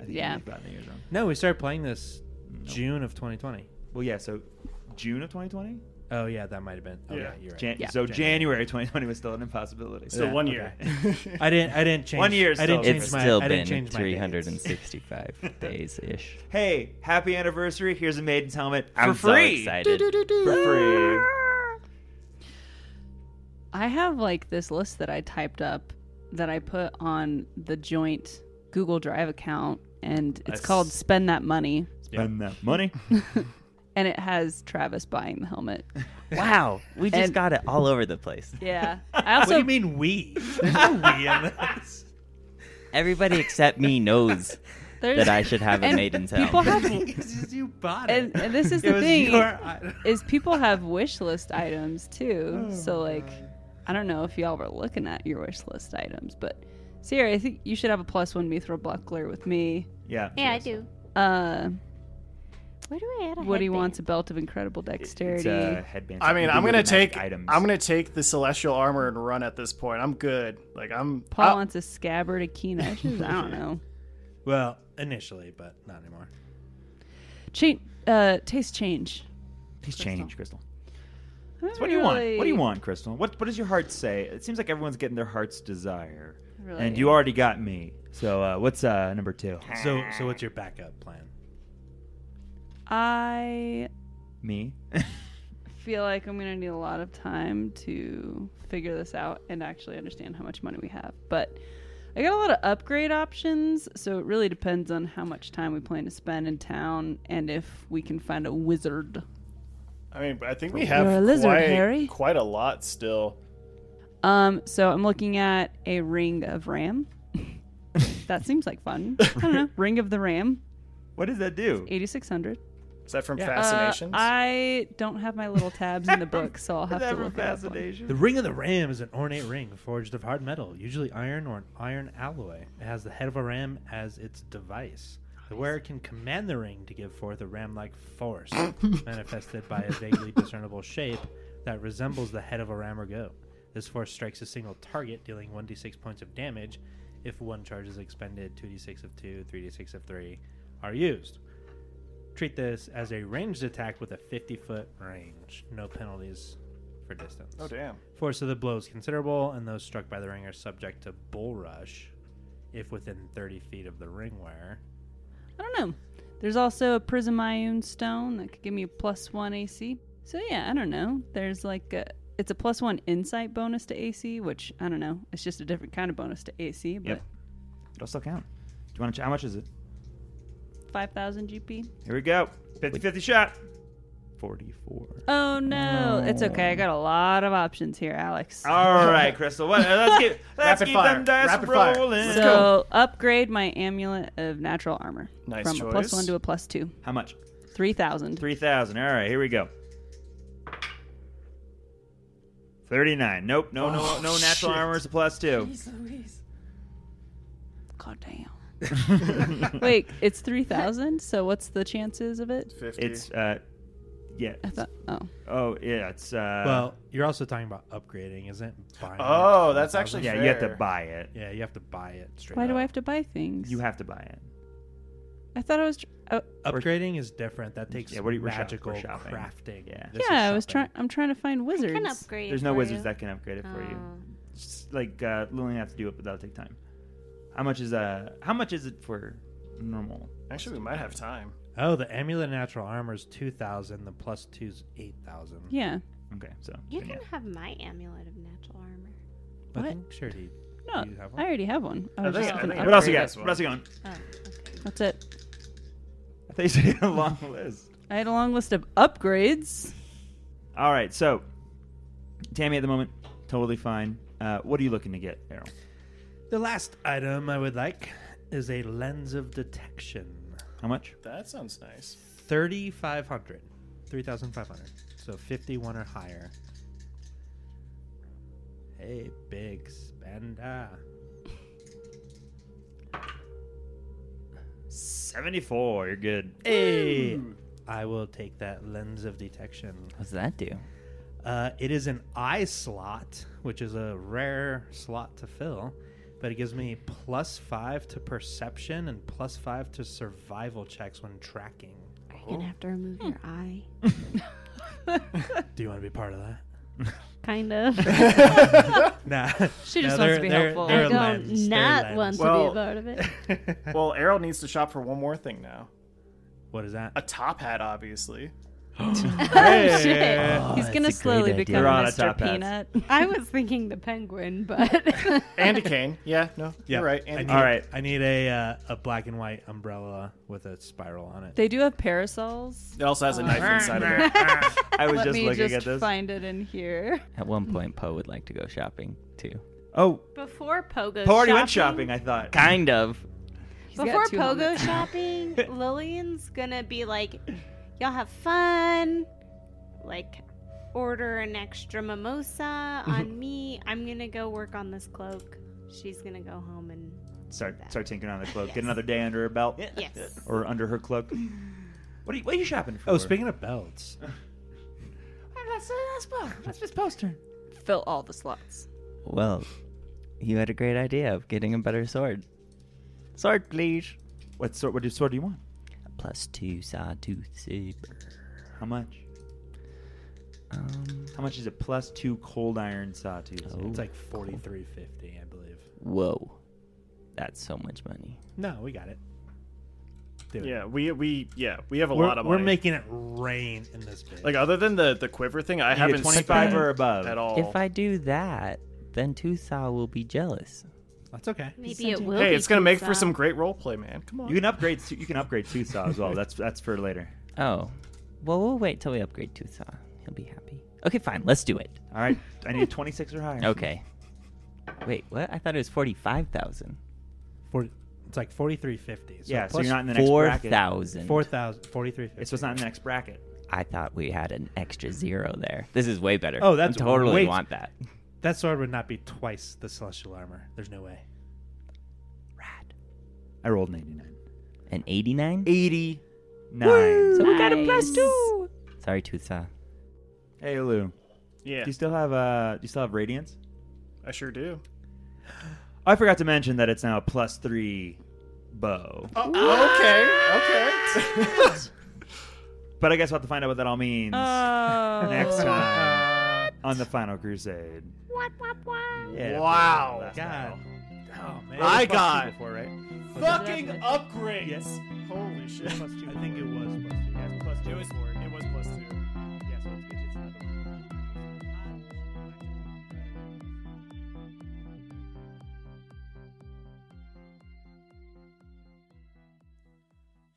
Speaker 1: I think
Speaker 2: Yeah.
Speaker 1: you've gotten the years wrong.
Speaker 4: No, we started playing this June of twenty twenty.
Speaker 1: Well, yeah. So June of 2020.
Speaker 4: Oh yeah, that might have been. Oh, yeah.
Speaker 5: Yeah.
Speaker 4: you're right.
Speaker 1: Jan-
Speaker 2: Yeah.
Speaker 1: So January 2020 was still an impossibility.
Speaker 5: So
Speaker 1: Yeah.
Speaker 5: one year.
Speaker 4: I didn't. I didn't change.
Speaker 1: One year
Speaker 4: I
Speaker 1: still.
Speaker 4: didn't change
Speaker 6: It's
Speaker 4: my.
Speaker 6: still
Speaker 4: I
Speaker 6: been
Speaker 4: didn't change my dates.
Speaker 6: 365 days ish.
Speaker 1: Hey, happy anniversary! Here's a maiden's helmet for
Speaker 6: I'm so
Speaker 1: free.
Speaker 6: excited.
Speaker 1: For free.
Speaker 2: I have like this list that I typed up that I put on the joint Google Drive account, and it's
Speaker 1: Nice.
Speaker 2: called Spend That Money.
Speaker 1: Spend that money.
Speaker 2: And it has Travis buying the helmet.
Speaker 6: Wow, we just
Speaker 2: And-
Speaker 6: got it all over the place.
Speaker 2: Yeah. I also
Speaker 4: What do you mean we? There's no we in this.
Speaker 6: Everybody except me knows
Speaker 2: there's-
Speaker 6: that I should have a
Speaker 2: and
Speaker 6: maiden's
Speaker 2: people
Speaker 6: helmet.
Speaker 2: have,
Speaker 4: It's just you bought it.
Speaker 2: and, and this is
Speaker 4: it
Speaker 2: the
Speaker 4: was
Speaker 2: thing
Speaker 4: your. I-
Speaker 2: is people have wish list items too.
Speaker 1: Oh
Speaker 2: so like, I don't know if y'all were looking at your wish list items, but Sierra, I think you should have a plus one Mithril buckler with me.
Speaker 1: Yeah.
Speaker 3: Yeah, I do.
Speaker 2: Uh,
Speaker 3: Where do I add a
Speaker 2: Woody
Speaker 3: headband?
Speaker 2: wants a belt of incredible
Speaker 1: It's uh,
Speaker 2: dexterity.
Speaker 1: a headband.
Speaker 5: I mean,
Speaker 1: You
Speaker 5: I'm
Speaker 1: do
Speaker 5: gonna
Speaker 1: magic
Speaker 5: take.
Speaker 1: items.
Speaker 5: I'm gonna take the celestial armor and run at this point. I'm good. Like I'm.
Speaker 2: Paul
Speaker 5: I'll-
Speaker 2: wants a scabbard, a keen edge. I don't know.
Speaker 4: Well, initially, but not anymore.
Speaker 2: Change, uh, taste change.
Speaker 1: Please change, Crystal.
Speaker 2: I don't
Speaker 1: So what do you want? What do you
Speaker 2: really-
Speaker 1: want, Crystal? What What does your heart say? It seems like everyone's getting their heart's desire,
Speaker 2: Really?
Speaker 1: and you already got me. So uh, what's uh, number two?
Speaker 4: So, so what's your backup plan?
Speaker 2: I
Speaker 1: Me.
Speaker 2: feel like I'm gonna need a lot of time to figure this out and actually understand how much money we have. But I got a lot of upgrade options, so it really depends on how much time we plan to spend in town and if we can find a wizard.
Speaker 5: I mean, but I think we have
Speaker 2: You're a lizard,
Speaker 5: quite,
Speaker 2: Harry.
Speaker 5: quite a lot still.
Speaker 2: Um, so I'm looking at a ring of ram. that seems like fun. I don't know. Ring of the ram,
Speaker 1: what does that do?
Speaker 2: 8600.
Speaker 5: Is that from
Speaker 2: Uh,
Speaker 5: Fascinations?
Speaker 2: I don't have my little tabs in the book, so I'll have
Speaker 1: Is that
Speaker 2: to
Speaker 1: from
Speaker 2: look it up. on-
Speaker 1: fascination?
Speaker 4: The Ring of the Ram is an ornate ring forged of hard metal, usually iron or an iron alloy. It has the head of a ram as its device. The wearer can command the ring to give forth a ram like force, manifested by a vaguely discernible shape that resembles the head of a ram or goat. This force strikes a single target, dealing 1d6 points of damage If one charge is expended, 2d6 of 2, 3d6 of 3 are used. Treat this as a ranged attack with a 50 foot range. No penalties for distance.
Speaker 5: Oh damn.
Speaker 4: Force of the blow is considerable, and those struck by the ring are subject to bull rush if within 30 feet of the ring wearer.
Speaker 2: I don't know. There's also a Prismaeon stone that could give me a plus one AC. So yeah, I don't know. There's like a it's a plus one insight bonus to AC, which I don't know. It's just a different kind of bonus to AC, but
Speaker 1: Yep. It'll still count. Do you want to? How much is it?
Speaker 2: five thousand GP.
Speaker 1: Here we go. 50-50 shot. Forty-four.
Speaker 2: Oh no, it's okay. I got a lot of options here, Alex.
Speaker 1: All right, Crystal. What, uh, let's keep let's
Speaker 5: Rapid
Speaker 1: keep
Speaker 5: fire.
Speaker 1: them dice
Speaker 5: Rapid fire.
Speaker 1: rolling.
Speaker 2: so upgrade my amulet of natural armor
Speaker 5: Nice
Speaker 2: from a plus
Speaker 5: choice.
Speaker 2: one to a plus two,
Speaker 1: How much?
Speaker 2: three thousand.
Speaker 1: Three thousand. All right, here we go. Thirty-nine. Nope. No. no.
Speaker 5: Oh,
Speaker 1: No. Natural armor is a plus two.
Speaker 2: God damn. Wait, it's three thousand. So what's the chances of it?
Speaker 5: 50.
Speaker 1: It's uh, yeah.
Speaker 2: I thought. Oh,
Speaker 1: Oh yeah. It's uh.
Speaker 4: well, you're also talking about upgrading, isn't it? Buying it
Speaker 5: Oh,
Speaker 4: for
Speaker 5: that's
Speaker 4: 1,000?
Speaker 5: actually
Speaker 1: yeah. You have to
Speaker 5: fair.
Speaker 1: buy it.
Speaker 4: Yeah, you have to buy it straight
Speaker 2: why do
Speaker 4: up.
Speaker 2: I have to buy things?
Speaker 1: You have to buy it.
Speaker 2: I thought I was. Tr- oh,
Speaker 4: Upgrading is different. That takes
Speaker 1: Yeah, we're- we're shop-
Speaker 4: magical
Speaker 1: we're shopping.
Speaker 4: crafting.
Speaker 1: Yeah.
Speaker 4: This is
Speaker 2: yeah, I was
Speaker 4: shopping.
Speaker 2: trying. I'm trying to find wizards.
Speaker 3: Can upgrade.
Speaker 1: There's no
Speaker 3: for
Speaker 1: wizards
Speaker 3: you.
Speaker 1: that can upgrade it for you.
Speaker 3: Oh.
Speaker 1: It's like uh, Lillian have to do it, but that'll take time. How much is uh? How much is it for normal?
Speaker 5: Actually, we might have time.
Speaker 4: Oh, the amulet of natural armor is two thousand. The plus two is eight thousand.
Speaker 2: Yeah.
Speaker 1: Okay, so
Speaker 3: You
Speaker 1: then,
Speaker 3: can
Speaker 1: yeah.
Speaker 3: have my amulet of natural armor.
Speaker 4: I
Speaker 2: What?
Speaker 4: think sure he.
Speaker 2: No,
Speaker 4: You have one?
Speaker 2: I already have one. I was
Speaker 5: think-
Speaker 2: just
Speaker 5: I
Speaker 2: gonna
Speaker 5: think-
Speaker 1: What else you
Speaker 2: upgrade
Speaker 1: got?
Speaker 5: Upgrade.
Speaker 1: What else you got?
Speaker 3: Oh, okay.
Speaker 2: it. That's it.
Speaker 1: I thought you said you had a long list.
Speaker 2: I had a long list of upgrades.
Speaker 1: All right, so Tammy at the moment totally fine. Uh, what are you looking to get, Errol?
Speaker 4: The last item I would like is a lens of detection.
Speaker 1: How much?
Speaker 5: That sounds nice.
Speaker 4: Thirty five hundred. Three thousand five hundred. So fifty one or higher. Hey, big spender.
Speaker 1: Seventy-four. You're good.
Speaker 4: Hey, I will take that lens of detection.
Speaker 6: What does that do?
Speaker 4: Uh, it is an eye slot, which is a rare slot to fill, but it gives me plus five to perception and plus five to survival checks when tracking.
Speaker 3: Are you
Speaker 5: Oh.
Speaker 3: gonna have to remove your eye?
Speaker 4: Do you want to be part of that?
Speaker 3: Kind of.
Speaker 4: Nah.
Speaker 2: She
Speaker 4: No,
Speaker 2: just wants
Speaker 4: they're-
Speaker 2: to be
Speaker 4: they're-
Speaker 2: helpful.
Speaker 4: they're
Speaker 3: I
Speaker 4: lens,
Speaker 3: don't
Speaker 4: they're
Speaker 3: not
Speaker 4: lens.
Speaker 3: want to
Speaker 5: Well-
Speaker 3: be a part of it.
Speaker 5: Well, Errol needs to shop for one more thing now.
Speaker 4: what is
Speaker 5: A
Speaker 4: that?
Speaker 5: top hat, obviously.
Speaker 2: Shit.
Speaker 6: Oh,
Speaker 2: He's
Speaker 6: that's
Speaker 2: gonna
Speaker 6: a
Speaker 2: slowly
Speaker 6: great idea.
Speaker 2: become
Speaker 1: You're on a
Speaker 2: Mr.
Speaker 1: top hat.
Speaker 2: Peanut.
Speaker 3: I was thinking the penguin, but
Speaker 5: And a cane. Yeah, no,
Speaker 4: Yeah,
Speaker 5: you're right.
Speaker 4: I
Speaker 5: And
Speaker 4: need,
Speaker 1: All right.
Speaker 4: I need a uh, a black and white umbrella with a spiral on it.
Speaker 2: They do have parasols.
Speaker 5: It also has a knife inside of it.
Speaker 1: I was
Speaker 2: Let
Speaker 1: just
Speaker 2: me
Speaker 1: looking
Speaker 2: just
Speaker 1: at this.
Speaker 2: find it in here.
Speaker 6: At one point, Poe would like to go shopping too.
Speaker 1: Oh,
Speaker 3: before Pogo
Speaker 1: Poe already went shopping. I thought.
Speaker 6: Kind of.
Speaker 2: got
Speaker 3: Before
Speaker 2: two
Speaker 3: Pogo
Speaker 2: helmets.
Speaker 3: shopping, Lillian's gonna be like, "Y'all have fun." Like, order an extra mimosa on me. I'm gonna go work on this cloak. She's gonna go home and
Speaker 1: Start
Speaker 3: that.
Speaker 1: start tinkering on the cloak. Get
Speaker 3: Yes.
Speaker 1: another day under her belt.
Speaker 3: yes.
Speaker 1: Or under her cloak. What are you, what are you shopping for?
Speaker 4: Oh, speaking of belts,
Speaker 2: Fill all the slots.
Speaker 6: Well, you had a great idea of getting a better sword. Sword, please.
Speaker 1: What sort? What sword do you want?
Speaker 6: Plus two sawtooth saber.
Speaker 1: How much?
Speaker 6: Um,
Speaker 1: How much is it? Plus two cold iron sawtooth.
Speaker 6: Oh.
Speaker 4: it's like forty three fifty, I believe.
Speaker 6: whoa, that's so much money.
Speaker 4: No, we got it. Do it.
Speaker 5: Yeah, we we yeah we have a
Speaker 4: we're,
Speaker 5: lot of
Speaker 4: we're
Speaker 5: money.
Speaker 4: making it rain in this bitch.
Speaker 5: like other than the the quiver thing, I
Speaker 1: You get
Speaker 5: haven't
Speaker 1: 25
Speaker 5: spent
Speaker 1: or above.
Speaker 5: at all.
Speaker 6: If I do that, then Tooth Saw will be jealous.
Speaker 4: That's okay.
Speaker 3: Maybe it will.
Speaker 5: hey,
Speaker 3: be
Speaker 5: it's gonna make for
Speaker 3: Tusa.
Speaker 5: some great role play, man. Come on.
Speaker 1: You can upgrade. to- You can upgrade tooth saw as well. That's that's for later.
Speaker 6: Oh, well, we'll wait till we upgrade Tooth Saw. He'll be happy. Okay, fine. Let's do it.
Speaker 1: All right. I need a twenty six or higher.
Speaker 6: Okay. Wait, what? I thought it was forty-five thousand.
Speaker 4: For, it's like forty three fifty. So
Speaker 1: Yeah. So you're not in the next
Speaker 6: Four
Speaker 1: bracket.
Speaker 6: thousand.
Speaker 4: four thousand forty three fifty.
Speaker 1: It's just not in the next bracket.
Speaker 6: I thought we had an extra zero there. This is way better.
Speaker 4: Oh, that's
Speaker 6: I totally
Speaker 4: way-
Speaker 6: want that.
Speaker 4: that sword would not be twice the celestial armor. There's no way.
Speaker 6: Rad.
Speaker 1: I rolled an eighty nine.
Speaker 6: An eighty-nine.
Speaker 1: Eighty
Speaker 6: So
Speaker 1: nine.
Speaker 6: we got a plus
Speaker 2: Nice.
Speaker 6: two. Sorry, Tooth Saw.
Speaker 1: Hey Lou, do
Speaker 5: yeah,
Speaker 1: you still have uh? Do you still have radiance?
Speaker 5: I sure do.
Speaker 1: I forgot to mention that it's now a plus three bow.
Speaker 5: Oh, okay, okay.
Speaker 1: But I guess we'll have to find out what that all means
Speaker 2: Oh.
Speaker 1: next time on the Final Crusade.
Speaker 7: What, what, what?
Speaker 5: Wow.
Speaker 1: God.
Speaker 4: Oh man,
Speaker 5: My
Speaker 4: It was plus two
Speaker 5: God.
Speaker 4: Before, right?
Speaker 5: Fucking upgrades.
Speaker 4: Yes.
Speaker 5: Holy shit.
Speaker 4: Plus two. I think it was plus two. Yes, plus
Speaker 5: It was it was plus two.
Speaker 4: Yeah, so it's, it's another one.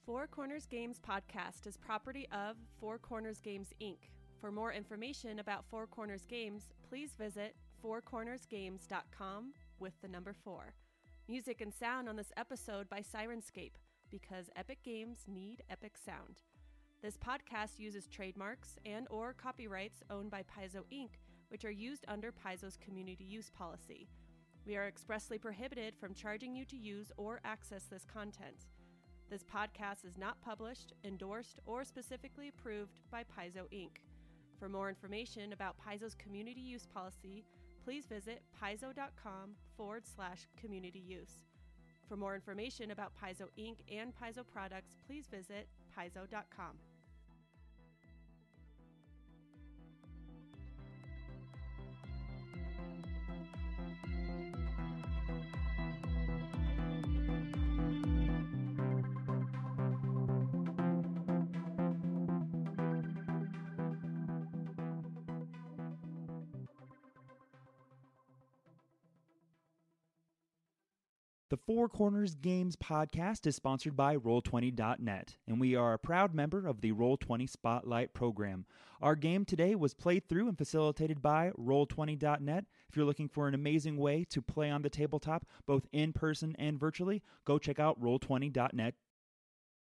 Speaker 10: Four Corners Games podcast is property of Four Corners Games Inc. For more information about Four Corners Games, please visit fourcornersgames.com with the number 4. Music and sound on this episode by Sirenscape because epic games need epic sound. This podcast uses trademarks and or copyrights owned by Paizo Inc, which are used under Paizo's community use policy. We are expressly prohibited from charging you to use or access this content. This podcast is not published, endorsed, or specifically approved by Paizo Inc. For more information about Paizo's community use policy, please visit paizo.com forward slash community use. For more information about Paizo Inc. and Paizo products, please visit paizo.com.
Speaker 1: The Four Corners Games podcast is sponsored by Roll20.net, and we are a proud member of the Roll20 Spotlight program. Our game today was played through and facilitated by Roll20.net. If you're looking for an amazing way to play on the tabletop, both in person and virtually, go check out Roll20.net